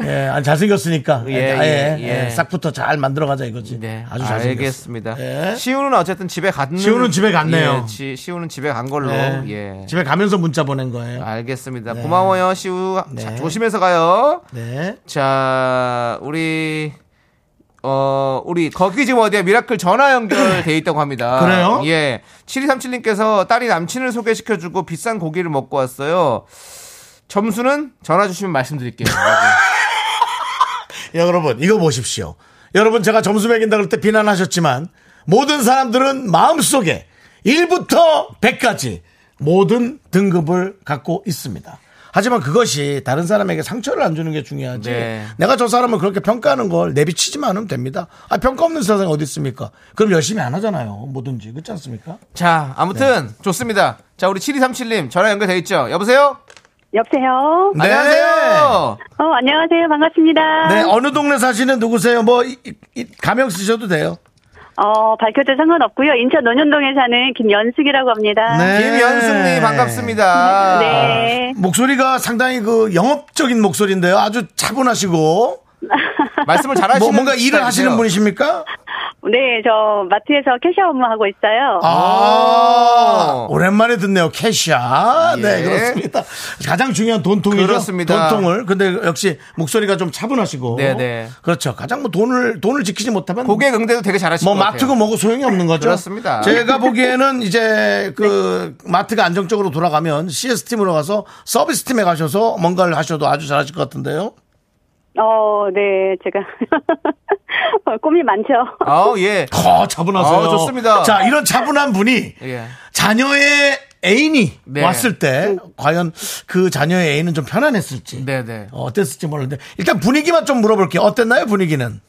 S1: 예, 아니, 잘생겼으니까.
S2: 예,
S1: 예,
S2: 예,
S1: 예,
S2: 예.
S1: 싹부터 잘 만들어가자 이거지.
S2: 네,
S1: 아주 잘생겼어.
S2: 알겠습니다.
S1: 예.
S2: 시우는 어쨌든 집에 갔는
S1: 시우는 집에 갔네요.
S2: 예, 지- 시우는 집에 간 걸로.
S1: 예.
S2: 예. 아.
S1: 집에 가면서 문자 보낸 거예요.
S2: 알겠습니다. 고마워요, 시우.
S1: 네.
S2: 자, 조심해서 가요.
S1: 네.
S2: 자, 우리 어, 우리 거기 지금 어디야? 미라클 전화 연결돼 있다고 합니다.
S1: 그래요?
S2: 예. 7237님께서 딸이 남친을 소개시켜 주고 비싼 고기를 먹고 왔어요. 점수는 전화 주시면 말씀드릴게요.
S1: 야, 여러분 이거 보십시오. 여러분 제가 점수 매긴다 그럴 때 비난하셨지만 모든 사람들은 마음속에 1부터 100까지 모든 등급을 갖고 있습니다. 하지만 그것이 다른 사람에게 상처를 안 주는 게 중요하지.
S2: 네.
S1: 내가 저 사람을 그렇게 평가하는 걸 내비치지만 않으면 됩니다. 아, 평가 없는 세상이 어디 있습니까? 그럼 열심히 안 하잖아요. 뭐든지. 그렇지 않습니까?
S2: 자, 아무튼
S1: 네.
S2: 좋습니다. 자, 우리 7237님 전화 연결돼 있죠? 여보세요?
S7: 여보세요.
S1: 네.
S2: 안녕하세요.
S7: 어 안녕하세요 반갑습니다.
S1: 네, 어느 동네 사시는 누구세요? 뭐 이- 이- 이 가명 쓰셔도 돼요.
S7: 어 밝혀도 상관없고요. 인천 논현동에 사는 김연숙이라고 합니다.
S1: 네.
S2: 김연승님 반갑습니다.
S7: 네.
S1: 아, 목소리가 상당히 그 영업적인 목소리인데요. 아주 차분하시고
S2: 말씀을 잘하시는
S1: 뭐 뭔가 일을 하시는
S2: 분이시죠?
S1: 분이십니까?
S7: 네, 저 마트에서 캐셔 업무하고 있어요.
S1: 아 오랜만에 듣네요. 캐시아. 네
S2: 예.
S1: 그렇습니다. 가장 중요한 돈통이죠.
S2: 그렇습니다.
S1: 돈통을. 근데 역시 목소리가 좀 차분하시고.
S2: 네네.
S1: 그렇죠. 가장 뭐 돈을 돈을 지키지 못하면
S2: 고객 응대도 되게 잘하시는
S1: 뭐
S2: 것 같아요.
S1: 마트고 뭐고 소용이 없는 거죠.
S2: 그렇습니다.
S1: 제가 보기에는 이제 그 마트가 안정적으로 돌아가면 CS 팀으로 가서 서비스 팀에 가셔서 뭔가를 하셔도 아주 잘하실 것 같은데요.
S7: 어, 네, 제가. 어, 꿈이 많죠.
S2: 아, 예.
S1: 거 차분하세요.
S2: 아, 좋습니다.
S1: 자, 이런 차분한 분이
S2: 예.
S1: 자녀의 애인이
S2: 네.
S1: 왔을 때 과연 그 자녀의 애인은 좀 편안했을지
S2: 네네.
S1: 어, 어땠을지 모르는데 일단 분위기만 좀 물어볼게요. 어땠나요 분위기는?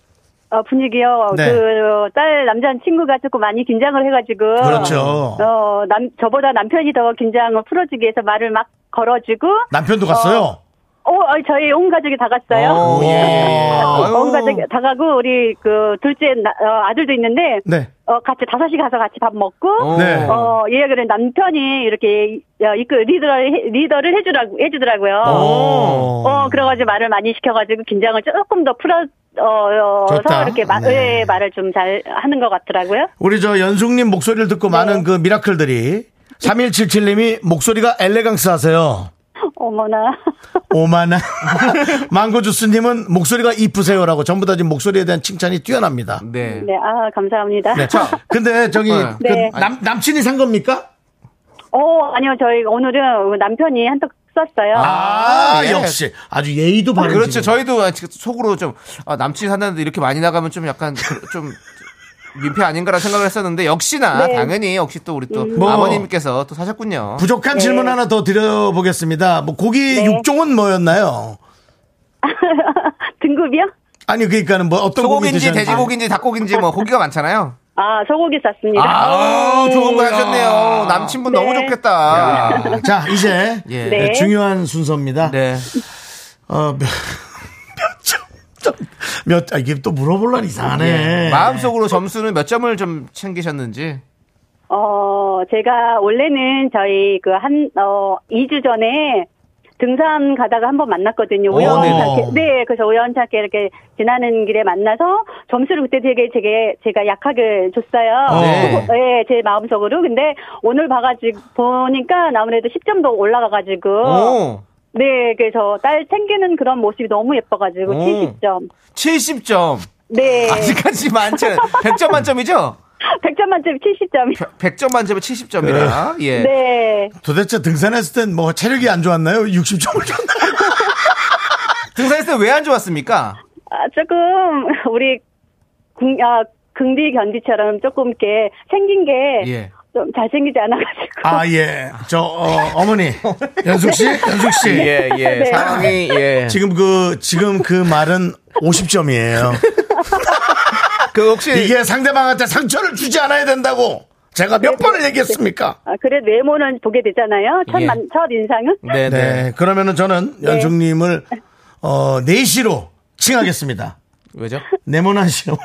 S7: 어, 분위기요.
S1: 네.
S7: 그, 딸 남자 친구가 조금 많이 긴장을 해가지고.
S1: 그렇죠.
S7: 어, 남, 저보다 남편이 더 긴장을 풀어주기 위해서 말을 막 걸어주고.
S1: 남편도 갔어요.
S2: 아.
S7: 어, 어, 저희 온 가족이 다 갔어요.
S2: 오, 예. 아유.
S7: 온 가족이 다 가고, 우리 그 둘째 나- 어, 아들도 있는데.
S1: 네.
S7: 어, 같이 다섯시 가서 같이 밥 먹고.
S2: 오.
S1: 네.
S7: 어, 예, 그래. 남편이 이렇게 어, 이끌, 리더를, 해- 리더를 해주라고, 해주더라고요.
S1: 오.
S7: 어, 그래가지고 말을 많이 시켜가지고 긴장을 조금 더 풀어, 어, 어,
S1: 좋다.
S7: 서 이렇게 마-
S1: 네.
S7: 예, 말을 좀 잘 하는 것 같더라고요.
S1: 우리 저 연숙님 목소리를 듣고
S2: 네.
S1: 많은 그 미라클들이 3177님이 목소리가 엘레강스 하세요.
S7: 어머나.
S1: 오만한 망고주스님은 목소리가 이쁘세요라고 전부 다 지금 목소리에 대한 칭찬이 뛰어납니다.
S2: 네.
S7: 네, 아, 감사합니다.
S1: 네. 근데 저기
S2: 네.
S1: 그
S7: 네.
S1: 남, 남친이 산 겁니까?
S7: 어, 아니요. 저희 오늘은 남편이 한턱 썼어요.
S1: 아,
S2: 예.
S1: 역시 아주 예의도 바른
S2: 그렇죠.
S1: 친구.
S2: 저희도 아직 속으로 좀 아, 남친 산다는데 이렇게 많이 나가면 좀 약간 그- 좀 민폐 아닌가라 생각을 했었는데 역시나
S7: 네. 음.
S2: 당연히 역시 또 우리 또
S1: 뭐.
S2: 아버님께서 또 사셨군요.
S1: 부족한 질문 하나 더 드려보겠습니다. 뭐 고기 육종은 뭐였나요?
S7: 등급이요?
S1: 아니 그러니까는 뭐 어떤 고기
S2: 소고기인지
S1: 드셨는지
S2: 돼지고기인지 닭고기인지 뭐 고기가 많잖아요.
S7: 아, 소고기 쌌습니다.
S2: 아우 좋은 거 하셨네요. 남친분 너무
S7: 네.
S2: 좋겠다.
S1: 아. 자 이제
S2: 예.
S7: 네.
S1: 네, 중요한 순서입니다.
S2: 네.
S1: 어, 몇, 몇 점, 점, 몇, 아, 이게 또 물어볼란 이상하네.
S2: 예. 마음속으로 점수는 몇 점을 좀 챙기셨는지.
S7: 어, 제가 원래는 저희 그 한, 어, 2주 전에 등산 가다가 한번 만났거든요.
S1: 오,
S7: 우연찮게.
S1: 네네.
S7: 네, 그래서 우연찮게 이렇게 지나는 길에 만나서 점수를 그때 되게 제게 제가 약하게 줬어요.
S2: 네.
S7: 네, 제 마음속으로. 근데 오늘 봐가지고 보니까 아무래도 10점 더 올라가가지고.
S2: 오.
S7: 네, 그래서 딸 챙기는 그런 모습이 너무 예뻐가지고
S2: 오.
S7: 70점.
S2: 70점.
S7: 네,
S2: 아직까지 많지 않아요. 100점 만점이죠?
S7: 100점 만점 70점.
S2: 100점 만점에 70점이라. 예.
S7: 네.
S1: 도대체 등산했을 땐 뭐 체력이 안 좋았나요? 60점을 줬나요?
S2: 등산했을 때 왜 안 좋았습니까?
S7: 아, 조금 우리 궁, 아, 긍디 견디처럼 조금 이렇게 생긴 게 좀
S2: 예.
S7: 잘생기지 않아가지고.
S1: 아, 예. 저, 어, 머니 연숙씨? 연숙씨.
S2: 예, 예.
S7: 네.
S2: 상황이, 예.
S1: 지금 그, 지금 그 말은 50점이에요.
S2: 그 혹시.
S1: 이게 상대방한테 상처를 주지 않아야 된다고 제가 몇 번을 얘기했습니까?
S7: 아, 그래도 외모는 보게 되잖아요. 첫,
S2: 예.
S7: 만, 첫 인상은.
S2: 네, 네.
S1: 네. 그러면은 저는 연숙님을, 어, 4시로 칭하겠습니다.
S2: 왜죠?
S1: 네모난 시험.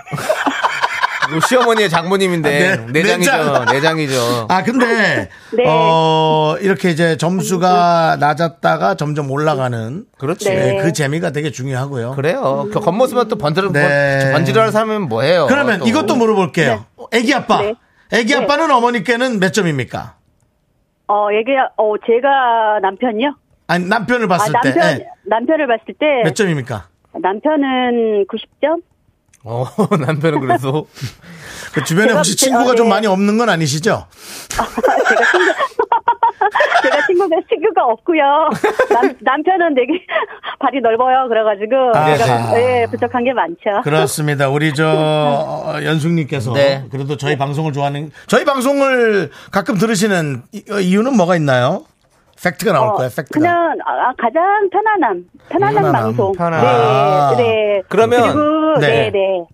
S2: 뭐 시어머니의 장모님인데.
S1: 네,
S2: 내장이죠.
S1: 내장.
S2: 내장이죠.
S1: 아, 근데,
S7: 네.
S1: 어, 이렇게 이제 점수가 낮았다가 점점 올라가는.
S2: 그렇지.
S1: 네,
S7: 네.
S1: 그 재미가 되게 중요하고요.
S2: 그렇죠. 그래요. 그 겉모습만 또 번지르,
S1: 네.
S2: 번지르는 사람은 뭐예요?
S1: 그러면
S2: 또.
S1: 이것도 물어볼게요. 애기 아빠.
S7: 네.
S1: 애기 아빠는 어머니께는 몇 점입니까?
S7: 어, 얘기, 어, 제가 남편이요?
S1: 아니, 남편을
S7: 아,
S1: 봤을
S7: 남편, 네.
S1: 때. 예.
S7: 남편을 봤을 때.
S1: 몇 점입니까?
S7: 남편은 90점?
S2: 어, 남편은 그래도.
S1: 그 주변에
S7: 제가-
S1: 혹시
S7: 제가-
S1: 친구가 좀
S7: 네.
S1: 많이 없는 건 아니시죠?
S7: 제가 친구가, 친구가 없고요 남, 남편은 되게 발이 넓어요. 그래가지고.
S1: 아,
S7: 제가,
S1: 네.
S7: 예, 부족한 게 많죠.
S1: 그렇습니다. 우리 저 어, 연숙님께서
S2: 네.
S1: 그래도 저희 방송을 좋아하는 저희 방송을 가끔 들으시는 이- 어, 이유는 뭐가 있나요? 팩트가 나올 거예요.
S7: 어,
S1: 팩트가.
S7: 그냥 아, 가장 편안함, 편안한
S1: 편안함,
S7: 방송.
S2: 편안함.
S7: 네,
S1: 아.
S7: 네.
S2: 그러면-
S7: 그리고
S1: 네.
S7: 네, 네.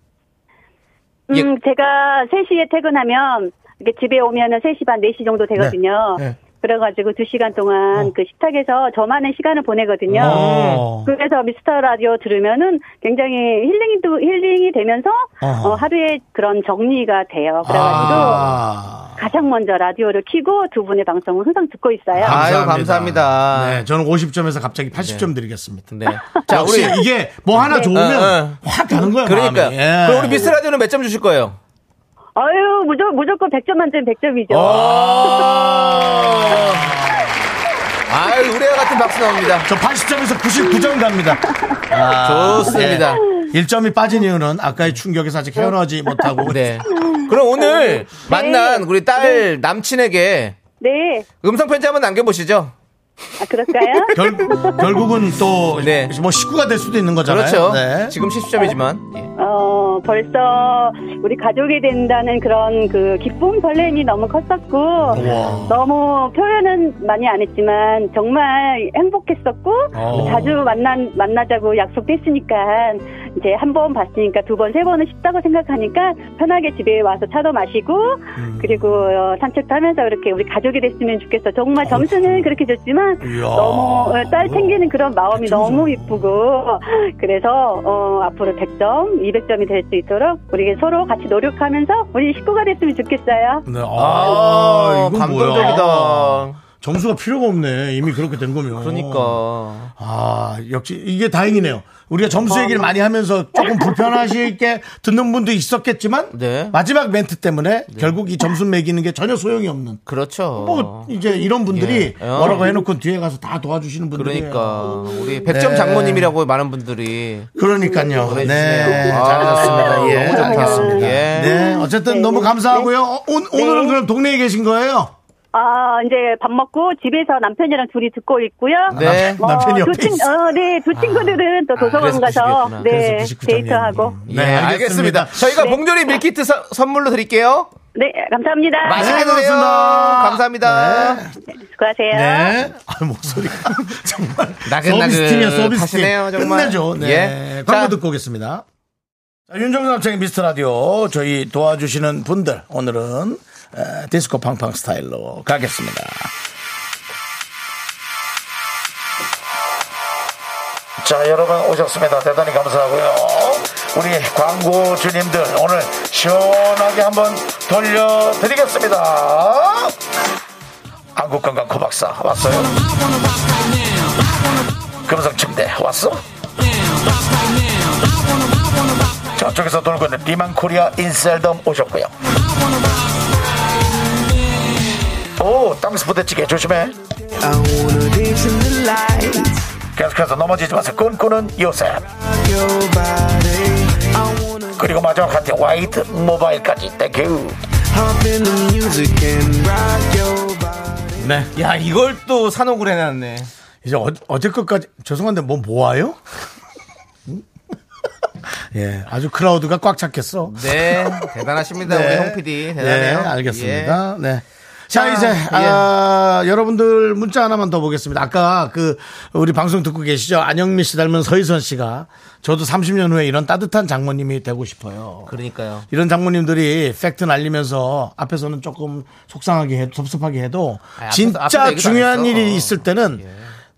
S7: 음,
S2: 예.
S7: 제가 3시에 퇴근하면 이렇게 집에 오면은 3시 반, 4시 정도 되거든요.
S1: 네, 네.
S7: 그래가지고 2시간 동안 그 식탁에서 저만의 시간을 보내거든요.
S1: 어.
S7: 그래서 미스터 라디오 들으면은 굉장히 힐링도 힐링이 되면서
S1: 어허.
S7: 어, 하루에 그런 정리가 돼요. 그래가지고
S1: 아.
S7: 가장 먼저 라디오를 켜고 두 분의 방송을 항상 듣고 있어요.
S2: 아유, 감사합니다.
S1: 네, 저는 50점에서 갑자기 80점 드리겠습니다.
S2: 네.
S1: 자,
S2: 자,
S1: 우리
S2: 우리.
S1: 이게 뭐 하나 좋으면
S2: 어, 어.
S1: 확 가는 거야.
S2: 그러니까요.
S1: 마음이. 예.
S2: 그럼 우리 미스 라디오는 몇 점 주실 거예요?
S7: 아유, 무조건, 무조건 100점 만점 100점이죠.
S1: 아. 어.
S2: 아유, 우리와 같은 박수 나옵니다.
S1: 저 80점에서 99점 갑니다. 아,
S2: 아, 네. 좋습니다.
S1: 1점이 빠진 이유는 아까의 충격에서 아직 헤어나지 못하고.
S2: 네. 그럼 오늘 만난 우리 딸 남친에게
S7: 네.
S2: 음성편지 한번 남겨보시죠.
S7: 아, 그럴까요?
S1: 결, 결국은 또 뭐
S2: 네.
S1: 식구가 될 수도 있는 거잖아요.
S2: 그렇죠.
S1: 네.
S2: 지금 실수점이지만. 예.
S7: 어, 벌써 우리 가족이 된다는 그런 그 기쁨 설렘이 너무 컸었고,
S1: 우와.
S7: 너무 표현은 많이 안 했지만, 정말 행복했었고,
S1: 어.
S7: 자주 만난, 만나자고 약속도 했으니까, 이제 한 번 봤으니까 두 번, 세 번은 쉽다고 생각하니까, 편하게 집에 와서 차도 마시고,
S1: 음.
S7: 그리고 어, 산책도 하면서 그렇게 우리 가족이 됐으면 좋겠어. 정말 점수는 그렇게 줬지만,
S1: 이야.
S7: 너무 어, 딸 챙기는 그런 마음이
S1: 대충
S7: 너무 이쁘고 그래서 어, 앞으로 100점, 200점이 될 수 있도록 우리 서로 같이 노력하면서 우리 식구가 됐으면 좋겠어요.
S1: 네. 아,
S2: 아,
S1: 이건 어.
S2: 감동적이다.
S1: 뭐야. 점수가 필요가 없네. 이미 그렇게 된 거면.
S2: 그러니까.
S1: 아, 역시 이게 다행이네요. 우리가 점수 얘기를
S2: 아.
S1: 많이 하면서 조금 불편하실 게 듣는 분도 있었겠지만
S2: 네.
S1: 마지막 멘트 때문에 결국 이 점수 매기는 게 전혀 소용이 없는
S2: 그렇죠.
S1: 뭐 이제 이런 분들이
S2: 예. 어.
S1: 뭐라고 해놓고 뒤에 가서 다 도와주시는 분들이
S2: 그러니까 우리 백점
S1: 네.
S2: 장모님이라고 많은 분들이
S1: 그러니까요. 네,
S2: 보내주시네요. 아,
S1: 잘하셨습니다. 예,
S2: 너무 좋다.
S1: 알겠습니다.
S2: 예.
S1: 네, 어쨌든 너무 감사하고요. 어,
S7: 네.
S1: 오, 오늘은 그럼 동네에 계신 거예요?
S7: 아 이제 밥 먹고 집에서 남편이랑 둘이 듣고 있고요.
S2: 네.
S7: 뭐,
S1: 남편이
S7: 두
S1: 옆에
S7: 친,
S1: 있어. 아.
S7: 어, 네, 두 친구들은 또 도서관
S2: 그래서
S7: 가서
S2: 99
S7: 네
S1: 그래서 네, 99
S7: 데이트하고
S1: 장면이.
S2: 예, 알겠습니다.
S1: 네.
S2: 저희가 봉조리 밀키트 서- 선물로 드릴게요.
S7: 네 감사합니다.
S2: 맛있게
S1: 네,
S2: 드세요.
S1: 고맙습니다.
S2: 감사합니다.
S7: 수고하세요.
S1: 네. 아, 목소리가 정말
S2: 나긋나긋
S1: 서비스팀이야, 서비스팀.
S2: 하시네요, 정말.
S1: 끝나죠. 네.
S2: 예.
S1: 광고
S2: 자.
S1: 듣고 오겠습니다. 자, 윤정수 남창의 미스터 라디오 저희 도와주시는 분들 오늘은 에, 디스코 팡팡 스타일로 가겠습니다. 자, 여러분 오셨습니다. 대단히 감사하고요. 우리 광고주님들 오늘 시원하게 한번 돌려드리겠습니다. 한국건강 코박사 왔어요. 금성침대 왔어? 저쪽에서 돌고 있는 리만코리아 인셀덤 오셨고요. 오, 땅스 부대찌개 조심해. 계속해서 넘어지지 마세요. 꿈꾸는 요셉. 그리고 마지막 한테 화이트 모바일까지 땡큐. 네.
S2: 야, 이걸 또 산옥을 해놨네.
S1: 이제 어, 어제 것까지 죄송한데 뭐 모아요? 음? 예, 아주 크라우드가 꽉 찼겠어.
S2: 네, 대단하십니다.
S1: 네.
S2: 우리 홍 PD. 대단해요. 예.
S1: 네, 알겠습니다. 네. 자,
S2: 자,
S1: 이제,
S2: 예.
S1: 아, 여러분들 문자 하나만 더 보겠습니다. 아까 그, 우리 방송 듣고 계시죠? 안영미 씨 닮은 서희선 씨가 저도 30년 후에 이런 따뜻한 장모님이 되고 싶어요.
S2: 예. 그러니까요.
S1: 이런 장모님들이 팩트 날리면서 앞에서는 조금 속상하게 해도 섭섭하게 해도
S2: 아니, 앞에서-
S1: 진짜
S2: 앞에서 얘기도
S1: 중요한
S2: 안 했어. 예.
S1: 일이 있을 때는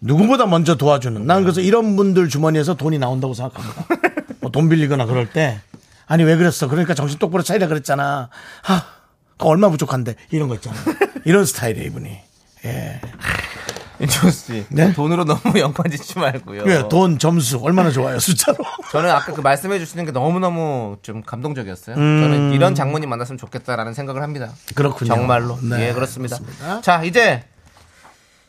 S1: 누구보다 먼저 도와주는 난 그래서 이런 분들 주머니에서 돈이 나온다고 생각합니다. 뭐 돈 빌리거나 그럴 때 아니 왜 그랬어? 그러니까 정신 똑바로 차리라 그랬잖아. 하, 그거 얼마 부족한데 이런 거 있잖아. 이런 스타일이에요 이분이.
S2: 윤종수 씨.
S1: 네?
S2: 돈으로 너무 연관 짓지 말고요.
S1: 왜 돈 점수 얼마나 좋아요 숫자로.
S2: 저는 아까 그 말씀해 주시는 게 너무너무 좀 감동적이었어요. 저는 이런 장모님 만났으면 좋겠다라는 생각을 합니다.
S1: 그렇군요.
S2: 정말로.
S1: 네,
S2: 예, 그렇습니다.
S1: 그렇습니다.
S2: 자, 이제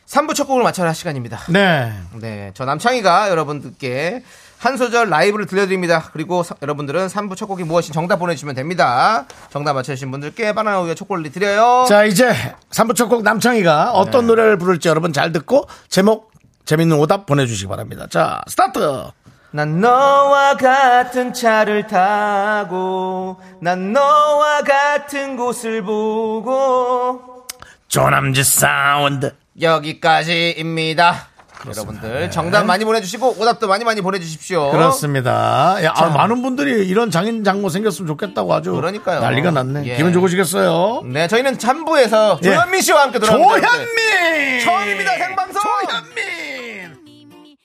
S2: 3부 첫 곡을 맞춰야 할 시간입니다.
S1: 네.
S2: 네, 저 남창희가 여러분들께 한 소절 라이브를 들려드립니다. 그리고 사- 여러분들은 3부 첫 곡이 무엇인 정답 보내주시면 됩니다. 정답 맞춰주신 분들께 바나나 우유 초콜릿 드려요.
S1: 자 이제 3부 첫 곡 남창희가 어떤
S2: 네.
S1: 노래를 부를지 여러분 잘 듣고 제목 재밌는 오답 보내주시기 바랍니다. 자 스타트.
S2: 난 너와 같은 차를 타고 난 너와 같은 곳을 보고
S1: 조남지 사운드.
S2: 여기까지입니다.
S1: 네.
S2: 여러분들 정답 많이 보내주시고 오답도 많이 많이 보내주십시오.
S1: 어? 그렇습니다. 야, 아, 많은 분들이 이런 장인 장모 생겼으면 좋겠다고 아주
S2: 그러니까요.
S1: 난리가 났네.
S2: 예.
S1: 기분 좋으시겠어요?
S2: 네, 저희는 잠부에서
S1: 예.
S2: 조현민 씨와 함께 돌아옵니다. 여러분들.
S1: 조현민
S2: 처음입니다, 생방송!
S1: 조현민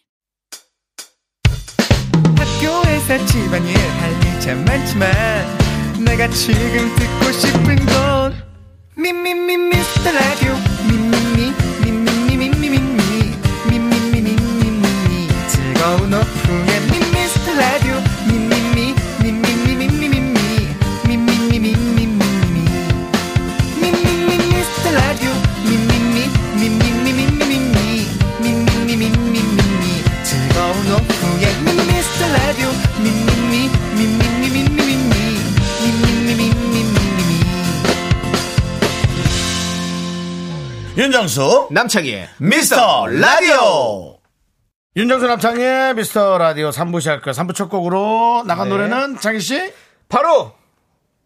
S8: 학교에서 집안일 할 일 참 많지만 내가 지금 듣고 싶은 건 미미미 미스터 라디오 미미미 미미미미미미 미미미미미미 즐거운 오후에 미스터 라디오 미미미 미미미미미미 미미미미미미 미미미 미스터 라디오 미미미 미미미미미미 미미미미미미 즐거운 오후에 미스터 라디오 미미미 미미미미미미 미미미미미미
S1: 윤
S9: 윤정수
S2: 남창희의
S9: 미스터 라디오
S1: 윤정수 남창의 미스터 라디오 3부 시작할 3부 첫 곡으로 나간
S2: 네.
S1: 노래는 장희씨?
S2: 바로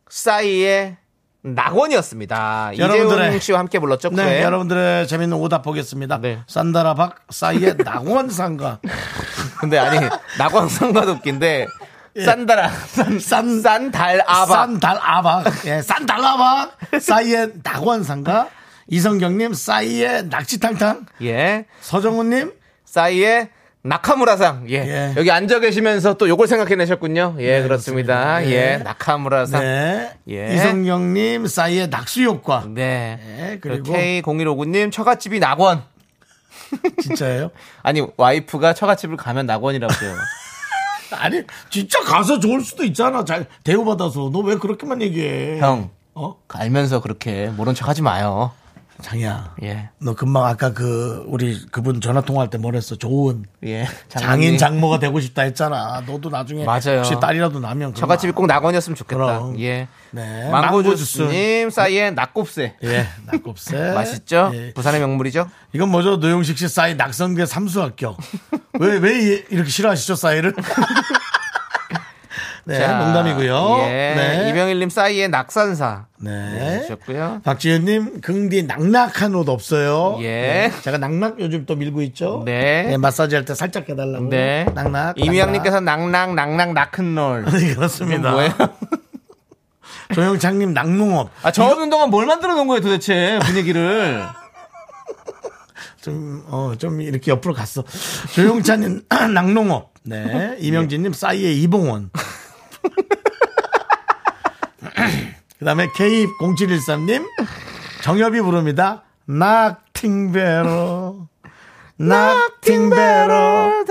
S2: 싸이의 낙원이었습니다.
S1: 여러분들의-
S2: 이재훈 씨와 함께 불렀죠.
S1: 네,
S2: 그에?
S1: 여러분들의 재밌는 오답 보겠습니다.
S2: 네.
S1: 산다라박 싸이의 낙원상가.
S2: 근데 아니 낙원상과도 웃긴데 산다라
S1: 산-
S2: 산산달 아바
S1: 산달아박. 예, 산달아박. 싸이의 낙원상가. 이성경님, 싸이의 낙지탕탕.
S2: 예
S1: 서정훈님,
S2: 싸이의 나카무라상 예.
S1: 예.
S2: 여기 앉아 계시면서 또 요걸 생각해내셨군요. 예 그렇습니다.
S1: 그렇습니다.
S2: 예.
S1: 예.
S2: 나카무라상 네.
S1: 네.
S2: 예.
S1: 이성경님, 싸이의 낙수효과. 예,
S2: 네. 그리고
S1: 그리고-
S2: K0159님 처갓집이 낙원
S1: 진짜예요?
S2: 아니 와이프가 처갓집을 가면 낙원이라고 해요.
S1: 아니, 진짜 가서 좋을 수도 있잖아. 잘 대우받아서. 너 왜 그렇게만 얘기해?
S2: 형
S1: 어?
S2: 알면서 그렇게 모른 척하지 마요.
S1: 장이야.
S2: 예.
S1: 너 금방 아까 그, 우리 그분 전화 통화할 때 뭐랬어? 좋은.
S2: 예.
S1: 장인 장모가 되고 싶다 했잖아. 너도 나중에
S2: 맞아요.
S1: 혹시 딸이라도 나면 그럼
S2: 저같이 꼭 낙원이었으면 좋겠다.
S1: 그럼.
S2: 예.
S1: 네.
S2: 망고주스님 싸이의 낙곱새.
S1: 예, 낙곱새
S2: 맛있죠?
S1: 예.
S2: 부산의 명물이죠?
S1: 이건 뭐죠? 노용식 씨 싸이 낙선계 삼수 합격. 왜, 왜 이- 이렇게 싫어하시죠, 싸이를? 네,
S2: 자,
S1: 농담이고요.
S2: 예.
S1: 네.
S2: 이병일님 싸이의 낙산사. 네,
S1: 네.
S2: 주셨고요.
S1: 박지현님, 긍디 낙낙한 옷 없어요.
S2: 예.
S1: 네. 제가 낙낙 요즘 또 밀고 있죠.
S2: 네.
S1: 마사지 할 때 살짝 해달라고.
S2: 네.
S1: 낙낙.
S2: 이미양님께서 낙낙, 낙낙, 낙큰롤.
S1: 낙낙. 네, 그렇습니다.
S2: 뭐예요?
S1: 조영창님 낙농업.
S2: 아, 저 운동은 뭘 만들어 놓은 거예요 도대체 분위기를.
S1: 좀, 어, 좀 이렇게 옆으로 갔어. 조용찬님, 낙농업. 네. 이명진님, 싸이의 이봉원. 그 다음에 K0713님, 정엽이 부릅니다. 낙팅베로. 낙팅베로.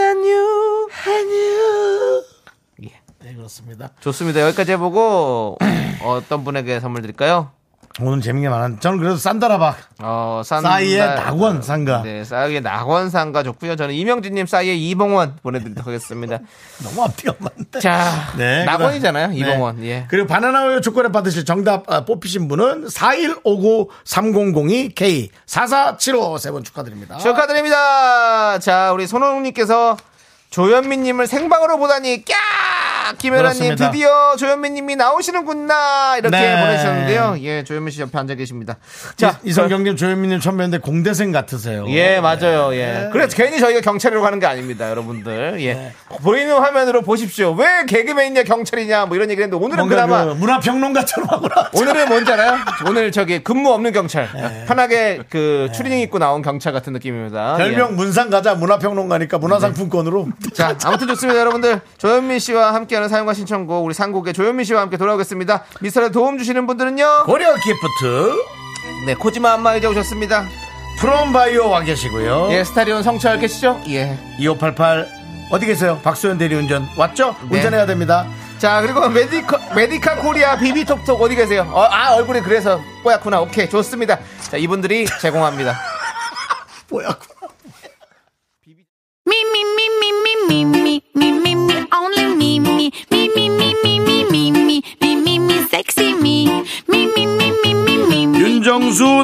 S1: 네, 그렇습니다.
S2: 좋습니다. 여기까지 해보고 어떤 분에게 선물 드릴까요?
S1: 오늘 재밌게 많았는데. 저는 그래도 산다라박.
S2: 어, 산-
S1: 싸이의 낙원 상가.
S2: 네, 싸이의 낙원 상가 좋고요. 저는 이명진님 싸이의 이봉원 보내드리도록 하겠습니다.
S1: 너무 앞뒤가 맞는데.
S2: 자,
S1: 네,
S2: 낙원이잖아요,
S1: 그다음-
S2: 이봉원.
S1: 네.
S2: 예.
S1: 그리고 바나나 우유 초콜릿 받으실 정답 아, 뽑히신 분은 4159-3002K4475 세 번 축하드립니다.
S2: 축하드립니다. 자, 우리 손호웅님께서 조현민님을 생방으로 보다니 깍! 김혜라님
S1: 그렇습니다.
S2: 드디어 조현민님이 나오시는구나 이렇게
S1: 네.
S2: 보내셨는데요. 예, 조현민 씨 옆에 앉아 계십니다.
S1: 자,
S2: 자, 그-
S1: 이성경님, 조현민님 처음 뵙는데 공대생 같으세요.
S2: 예, 맞아요. 예. 그래서 괜히 저희가 경찰이라고 하는 게 아닙니다, 여러분들. 예.
S1: 네.
S2: 보이는 화면으로 보십시오. 왜 개그맨이냐, 경찰이냐, 뭐 이런 얘기를 했는데, 오늘은
S1: 뭔가
S2: 그나마,
S1: 그 문화평론가처럼 하구나.
S2: 오늘은 뭔지 알아요? 오늘 저기 근무 없는 경찰.
S1: 네.
S2: 편하게 그 추리닝 입고 나온 경찰 같은 느낌입니다.
S1: 별명 문상 가자 문화평론가니까 문화상품권으로.
S2: 예. 자, 아무튼 좋습니다, 여러분들. 조현민 씨와 함께하는 사용과 신청곡, 우리 상곡의 조현민 씨와 함께 돌아오겠습니다. 미스터에 도움 주시는 분들은요?
S1: 고려 기프트,
S2: 네, 코지마 안마의자 오셨습니다.
S1: 프롬바이오 와 계시고요.
S2: 예, 스타리온 성철 계시죠? 예.
S1: 2588 어디 계세요? 박소연 대리운전 왔죠?
S2: 네.
S1: 운전해야 됩니다.
S2: 자 그리고 메디카, 메디카 코리아 비비톡톡 어디 계세요? 어, 아 얼굴이 그래서 뽀얗구나 오케이 좋습니다 자 이분들이 제공합니다
S1: 뭐야?
S6: Me, me, me, me, me, me, me, me, me, me, only me, me, me, me, me, me, me, me, me, me, me, me, sexy me, me, me, me, me, me, me, me,
S1: 윤정수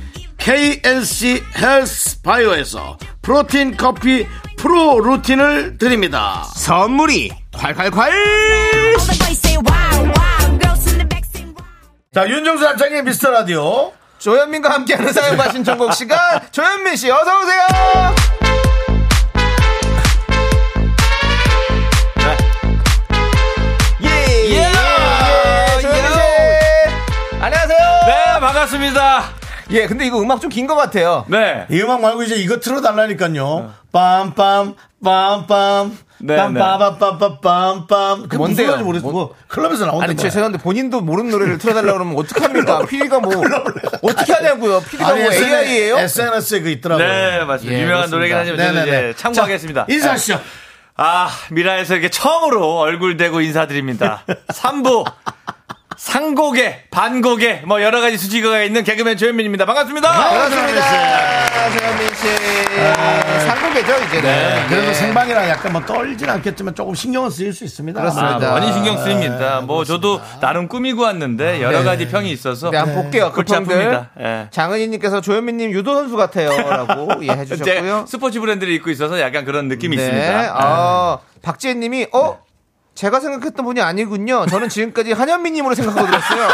S1: KNC 헬스 바이오에서 프로틴 커피 프로 루틴을 드립니다
S2: 선물이 콸콸콸
S6: All the boys say wow, wow, girls in the back say wow.
S1: 자 윤정수 남창희의 미스터 라디오
S2: 조현민과 함께하는 사연과 신청곡 시간 조현민 씨 어서 오세요. 예,
S1: 예.
S2: 예, 조현민 씨. 안녕하세요.
S5: 네.
S3: 네, 반갑습니다.
S2: 예, 근데 이거 음악 좀 긴 것 같아요.
S5: 네.
S1: 이 음악 말고 이제 이거
S2: 네.
S1: 틀어달라니까요. 빰빰, 빰빰,
S5: 네,
S1: 빰빰빰빰빰빰. 그
S2: 뭔데요?
S1: 뭔데요? 모르겠고
S2: 뭔-
S1: 클럽에서 나오는
S2: 아니,
S1: 거야.
S2: 제 죄송한데 본인도 모르는 노래를 틀어달라고 그러면 어떡합니까? PD가 뭐, 어떻게 하냐고요? PD가 뭐 AI예요?
S1: SNS에 그 있더라고요.
S5: 네, 맞습니다.
S2: 예,
S5: 유명한
S2: 그렇습니다.
S5: 노래긴 하지만 저는 이제 참고하겠습니다.
S1: 자, 인사하시죠.
S2: 네.
S5: 아, 미라에서 이렇게 처음으로 얼굴 대고 인사드립니다. 3부. 상곡에, 반곡에, 뭐 여러 가지 수식어가 있는 개그맨 조현민입니다. 반갑습니다.
S2: 반갑습니다. 조현민 씨. 아, 상국이죠, 이제는.
S1: 네, 그래도 생방이라 약간 뭐 떨진 않겠지만 조금 신경은 쓰일 수 있습니다. 뭐.
S2: 그렇습니다.
S5: 아, 많이 신경 쓰입니다.
S2: 아,
S5: 뭐 저도 나름 꾸미고 왔는데 여러 가지 평이 있어서
S2: 네, 한번 볼게요.
S5: 골치
S2: 급평들.
S5: 아픕니다. 예.
S2: 장은희님께서 조현민님 유도 선수 같아요라고 예,
S5: 제
S2: 해주셨고요.
S5: 스포츠 브랜드를 입고 있어서 약간 그런 느낌이
S2: 네,
S5: 있습니다.
S2: 아, 박지혜님이 어 제가 생각했던 분이 아니군요. 저는 지금까지 한현민님으로 생각하고 들었어요.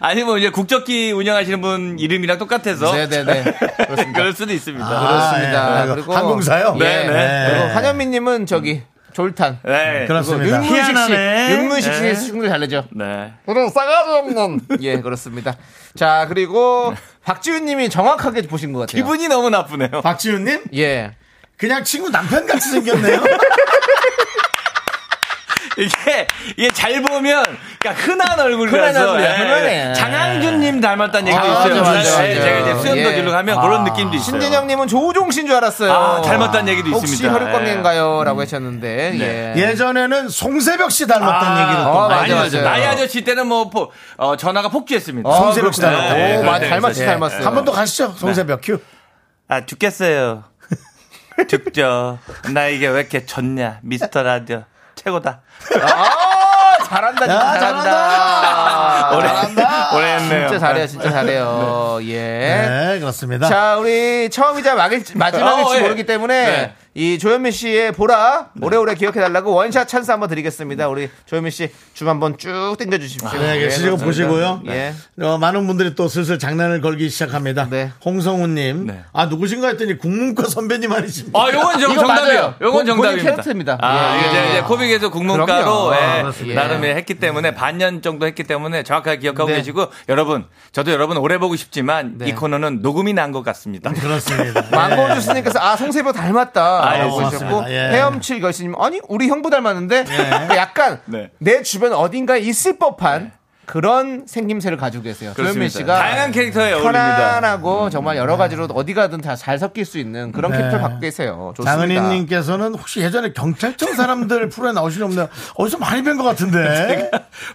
S5: 아니 뭐 이제 국적기 운영하시는 분 이름이랑 똑같아서
S2: 네네네. 그렇습니다.
S5: 어? 그럴 수도 있습니다.
S2: 아, 그렇습니다.
S1: 예.
S2: 그리고
S1: 항공사요?
S2: 예,
S5: 네, 네.
S2: 그리고 한현민님은 저기 졸탄.
S5: 네.
S1: 그렇습니다.
S2: 윤문식 씨,
S5: 희한하네.
S2: 윤문식
S5: 네.
S2: 씨의 춤을 잘내죠.
S5: 네.
S2: 그런 싸가지 없는. 예, 그렇습니다. 자, 그리고 박지윤님이 정확하게 보신 것 같아요.
S5: 기분이 너무 나쁘네요.
S1: 박지윤님,
S2: 예.
S1: 그냥 친구 남편 같이 생겼네요.
S5: 이게 이게 잘 보면 그러니까 흔한
S2: 흔한
S5: 얼굴이라서 예,
S2: 얼굴이야, 흔하네.
S5: 장항준님 닮았다는 얘기도
S2: 아,
S5: 있어요.
S2: 맞아,
S5: 지난주에
S2: 맞아.
S5: 제가 이제 수염도
S2: 예.
S5: 길러 가면 그런 느낌도 있어요.
S2: 신진영님은 조우종신 줄 알았어요.
S5: 아, 닮았다는 얘기도
S2: 혹시
S5: 있습니다. 네.
S2: 혈육관계인가요? 라고 하셨는데. 예.
S1: 예전에는 송세벽 씨 닮았다는 얘기를 또
S2: 어,
S1: 많이
S5: 아니,
S2: 맞아,
S5: 맞아.
S2: 맞아요.
S5: 나이 아저씨 때는 뭐 포- 어, 전화가 폭주했습니다.
S2: 아,
S1: 송세벽 씨
S2: 그렇구나.
S1: 닮았다고.
S5: 네,
S2: 오,
S5: 네,
S2: 맞,
S5: 네,
S2: 닮았지,
S5: 네.
S2: 닮았어요. 네.
S1: 한 번 더 가시죠. 송세벽 큐.
S5: 아 죽겠어요. 죽죠. 나 이게 왜 이렇게 좋냐. 미스터 라디오 최고다.
S2: 아, 잘한다, 진짜
S1: 야,
S2: 잘한다.
S5: 오래-
S2: 잘한다.
S5: 오래했네요.
S2: 진짜 잘해요, 진짜 잘해요. 예.
S1: 네, 그렇습니다.
S2: 자, 우리 처음이자 막일지, 마지막일지
S5: 어, 예.
S2: 모르기 때문에
S5: 네.
S2: 이 조현민 씨의 보라 오래오래 기억해달라고 원샷 찬스 한번 드리겠습니다. 우리 조현민 씨 줌 한번 쭉 당겨주십시오.
S1: 네,
S2: 예,
S1: 시청
S2: 그렇습니다.
S1: 보시고요.
S2: 예.
S1: 어, 많은 분들이 또 슬슬 장난을 걸기 시작합니다.
S2: 네.
S1: 홍성우님,
S5: 네.
S1: 아 누구신가 했더니 국문과 선배님
S2: 어.
S1: 아니십니까?
S5: 아, 요건 정,
S2: 이거
S5: 정답이에요.
S2: 맞아요.
S5: 요건
S2: 고-
S5: 정답입니다.
S2: 고객 캐릭터입니다.
S5: 아,
S2: 예,
S5: 이제,
S2: 예.
S5: 이제 코빅에서 국문가로
S2: 그럼요.
S5: 예,
S2: 아, 그렇습니다.
S5: 나름 예, 했기 때문에 반년 정도 했기 때문에 정확하게 기억하고
S2: 네.
S5: 계시고 여러분, 저도 여러분 오래 보고 싶지만
S2: 네.
S5: 이 코너는 녹음이 난 것 같습니다.
S1: 그렇습니다. 네.
S2: 망고 주스님께서 아 송세벽 닮았다
S5: 아, 예,
S2: 라고 하셨고
S1: 맞습니다. 예.
S2: 헤엄칠 걸스님 아니 우리 형부 닮았는데 그러니까 약간
S5: 네.
S2: 내 주변 어딘가에 있을 법한 그런 생김새를 가지고 계세요. 조현민
S5: 그렇습니다.
S2: 씨가
S5: 다양한 캐릭터에 어울립니다. 음. 네.
S2: 편안하고 정말 여러 가지로 어디 가든 다 잘 섞일 수 있는 그런 캐릭터를 갖고 계세요. 좋습니다.
S1: 장은희님께서는 혹시 예전에 경찰청 사람들 프로에 나오시는 분들 어디서 많이 뵌 것 같은데